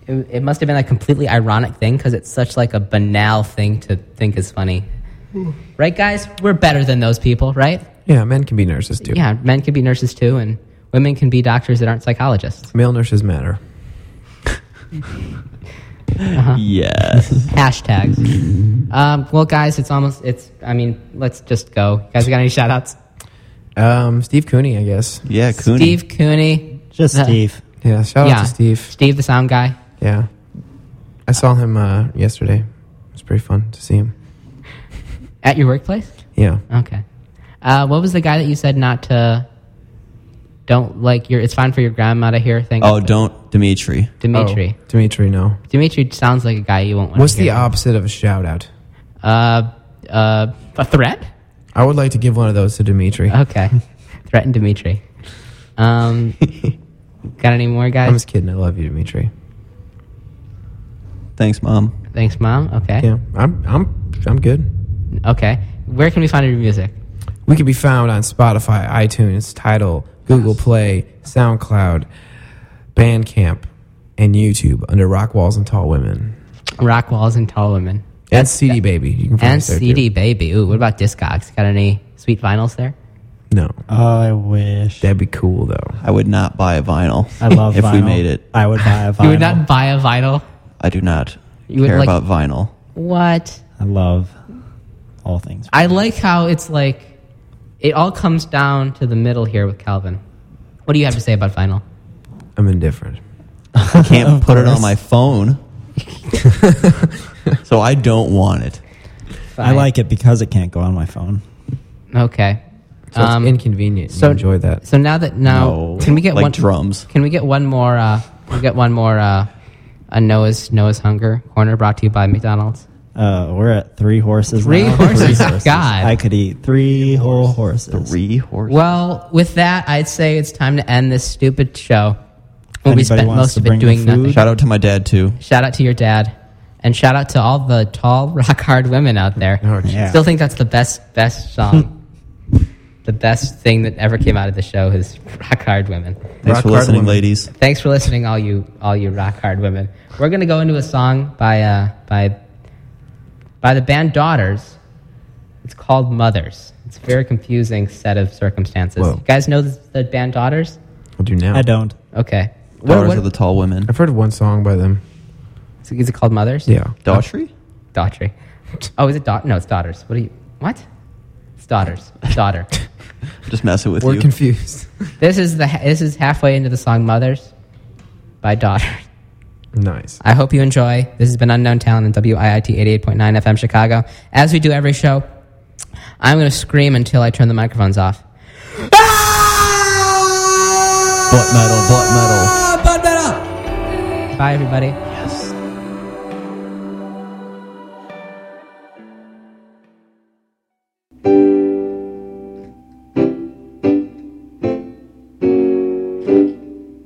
[SPEAKER 3] it, it must have been a completely ironic thing because it's such like a banal thing to think is funny, right, guys? We're better than those people, right?
[SPEAKER 5] Yeah, men can be nurses too.
[SPEAKER 3] Yeah, men can be nurses too, and women can be doctors that aren't psychologists.
[SPEAKER 5] Male nurses matter.
[SPEAKER 3] Uh-huh.
[SPEAKER 4] Yes.
[SPEAKER 3] Hashtags. Um, well, guys, it's almost it's. I mean, let's just go. You guys, got any shout outs?
[SPEAKER 5] Um, Steve Cooney, I guess.
[SPEAKER 4] Yeah, Cooney.
[SPEAKER 3] Steve Cooney.
[SPEAKER 6] Just
[SPEAKER 3] Uh,
[SPEAKER 6] Steve.
[SPEAKER 5] Yeah, shout out
[SPEAKER 3] Yeah.
[SPEAKER 5] to Steve.
[SPEAKER 3] Steve, the sound guy.
[SPEAKER 5] Yeah, I saw him uh, yesterday. It was pretty fun to see him.
[SPEAKER 3] At your workplace?
[SPEAKER 5] Yeah,
[SPEAKER 3] Okay. Uh, what was the guy that you said not to? Don't like your. It's fine for your grandma to hear things.
[SPEAKER 4] Oh, don't, Dimitri.
[SPEAKER 3] Dimitri.
[SPEAKER 5] Oh, Dimitri, no.
[SPEAKER 3] Dimitri sounds like a guy you won't want.
[SPEAKER 5] What's
[SPEAKER 3] to
[SPEAKER 5] the
[SPEAKER 3] hear.
[SPEAKER 5] opposite of a shout out?
[SPEAKER 3] Uh, uh, a threat?
[SPEAKER 5] I would like to give one of those to Dimitri.
[SPEAKER 3] Okay. Threaten Dimitri. Um, got any more guys?
[SPEAKER 5] I'm just kidding. I love you, Dimitri.
[SPEAKER 4] Thanks, mom.
[SPEAKER 3] Thanks, mom. Okay.
[SPEAKER 5] Yeah, I'm, I'm, I'm good.
[SPEAKER 3] Okay. Where can we find your music?
[SPEAKER 5] We can be found on Spotify, iTunes, Tidal, Google Play, SoundCloud, Bandcamp, and YouTube under Rock Walls and Tall Women.
[SPEAKER 3] Rock walls and tall women
[SPEAKER 5] And CD Baby. You can find
[SPEAKER 3] and
[SPEAKER 5] us there,
[SPEAKER 3] CD
[SPEAKER 5] too.
[SPEAKER 3] baby. Ooh, what about Discogs? Got any sweet vinyls there?
[SPEAKER 5] No.
[SPEAKER 6] Oh, I wish.
[SPEAKER 5] That'd be cool, though.
[SPEAKER 4] I would not buy a vinyl.
[SPEAKER 6] I love
[SPEAKER 4] if
[SPEAKER 6] vinyl.
[SPEAKER 4] we made it.
[SPEAKER 6] I would buy a vinyl.
[SPEAKER 3] You would not buy a vinyl.
[SPEAKER 4] I do not
[SPEAKER 3] You would
[SPEAKER 4] care
[SPEAKER 3] like-
[SPEAKER 4] about vinyl.
[SPEAKER 3] What?
[SPEAKER 6] I love all things.
[SPEAKER 3] I like how it's like it all comes down to the middle here with Calvin. What do you have to say about vinyl?
[SPEAKER 5] I'm indifferent.
[SPEAKER 4] I can't put it on my phone. so I don't want it.
[SPEAKER 6] I like it because it can't go on my phone.
[SPEAKER 3] Okay.
[SPEAKER 5] So it's inconvenient. You enjoy that.
[SPEAKER 3] Um, So now that now
[SPEAKER 5] No,
[SPEAKER 3] can we get
[SPEAKER 5] like
[SPEAKER 3] one
[SPEAKER 5] drums.
[SPEAKER 3] Can we get one more? Uh, can we get one more. Uh, a Noah's Noah's Hunger corner brought to you by McDonald's.
[SPEAKER 6] Uh, we're at three horses.
[SPEAKER 3] Three
[SPEAKER 6] now.
[SPEAKER 3] horses? God.
[SPEAKER 6] I could eat three whole horses.
[SPEAKER 4] Three horses.
[SPEAKER 3] Well, with that, I'd say it's time to end this stupid show. Where we
[SPEAKER 4] Anybody
[SPEAKER 3] spent
[SPEAKER 4] wants
[SPEAKER 3] most
[SPEAKER 4] to
[SPEAKER 3] of it
[SPEAKER 4] bring the
[SPEAKER 3] doing
[SPEAKER 4] food?
[SPEAKER 3] nothing.
[SPEAKER 4] Shout out to my dad too.
[SPEAKER 3] Shout out to your dad, and shout out to all the tall, rock hard women out there.
[SPEAKER 4] jeez.
[SPEAKER 3] Still think that's the best best song. the best thing that ever came out of the show is rock hard women.
[SPEAKER 4] Thanks for listening, ladies.
[SPEAKER 3] Thanks for listening, all you all you rock hard women. We're gonna go into a song by uh, by by the band Daughters. It's called Mothers. It's a very confusing set of circumstances.
[SPEAKER 5] Whoa.
[SPEAKER 3] You guys know the, the band Daughters?
[SPEAKER 5] I'll do now. I
[SPEAKER 6] don't.
[SPEAKER 3] Okay.
[SPEAKER 5] Daughters
[SPEAKER 3] what-
[SPEAKER 5] of
[SPEAKER 4] the Tall Women.
[SPEAKER 5] I've heard one song by them.
[SPEAKER 3] Is it- is it called Mothers?
[SPEAKER 5] Yeah.
[SPEAKER 4] Daughtry?
[SPEAKER 3] Daughtry. Oh, is it daughter? No, it's Daughters. What are you? What? It's Daughters. Daughter.
[SPEAKER 4] Just messing with
[SPEAKER 5] We're
[SPEAKER 4] you.
[SPEAKER 5] confused.
[SPEAKER 3] this is the this is halfway into the song Mothers by Daughters.
[SPEAKER 5] Nice.
[SPEAKER 3] I hope you enjoy. This has been Unknown Talent and WIIT 88.9 FM Chicago. As we do every show, I'm going to scream until I turn the microphones off.
[SPEAKER 4] Butt metal, butt metal.
[SPEAKER 3] Bye, everybody. Yes.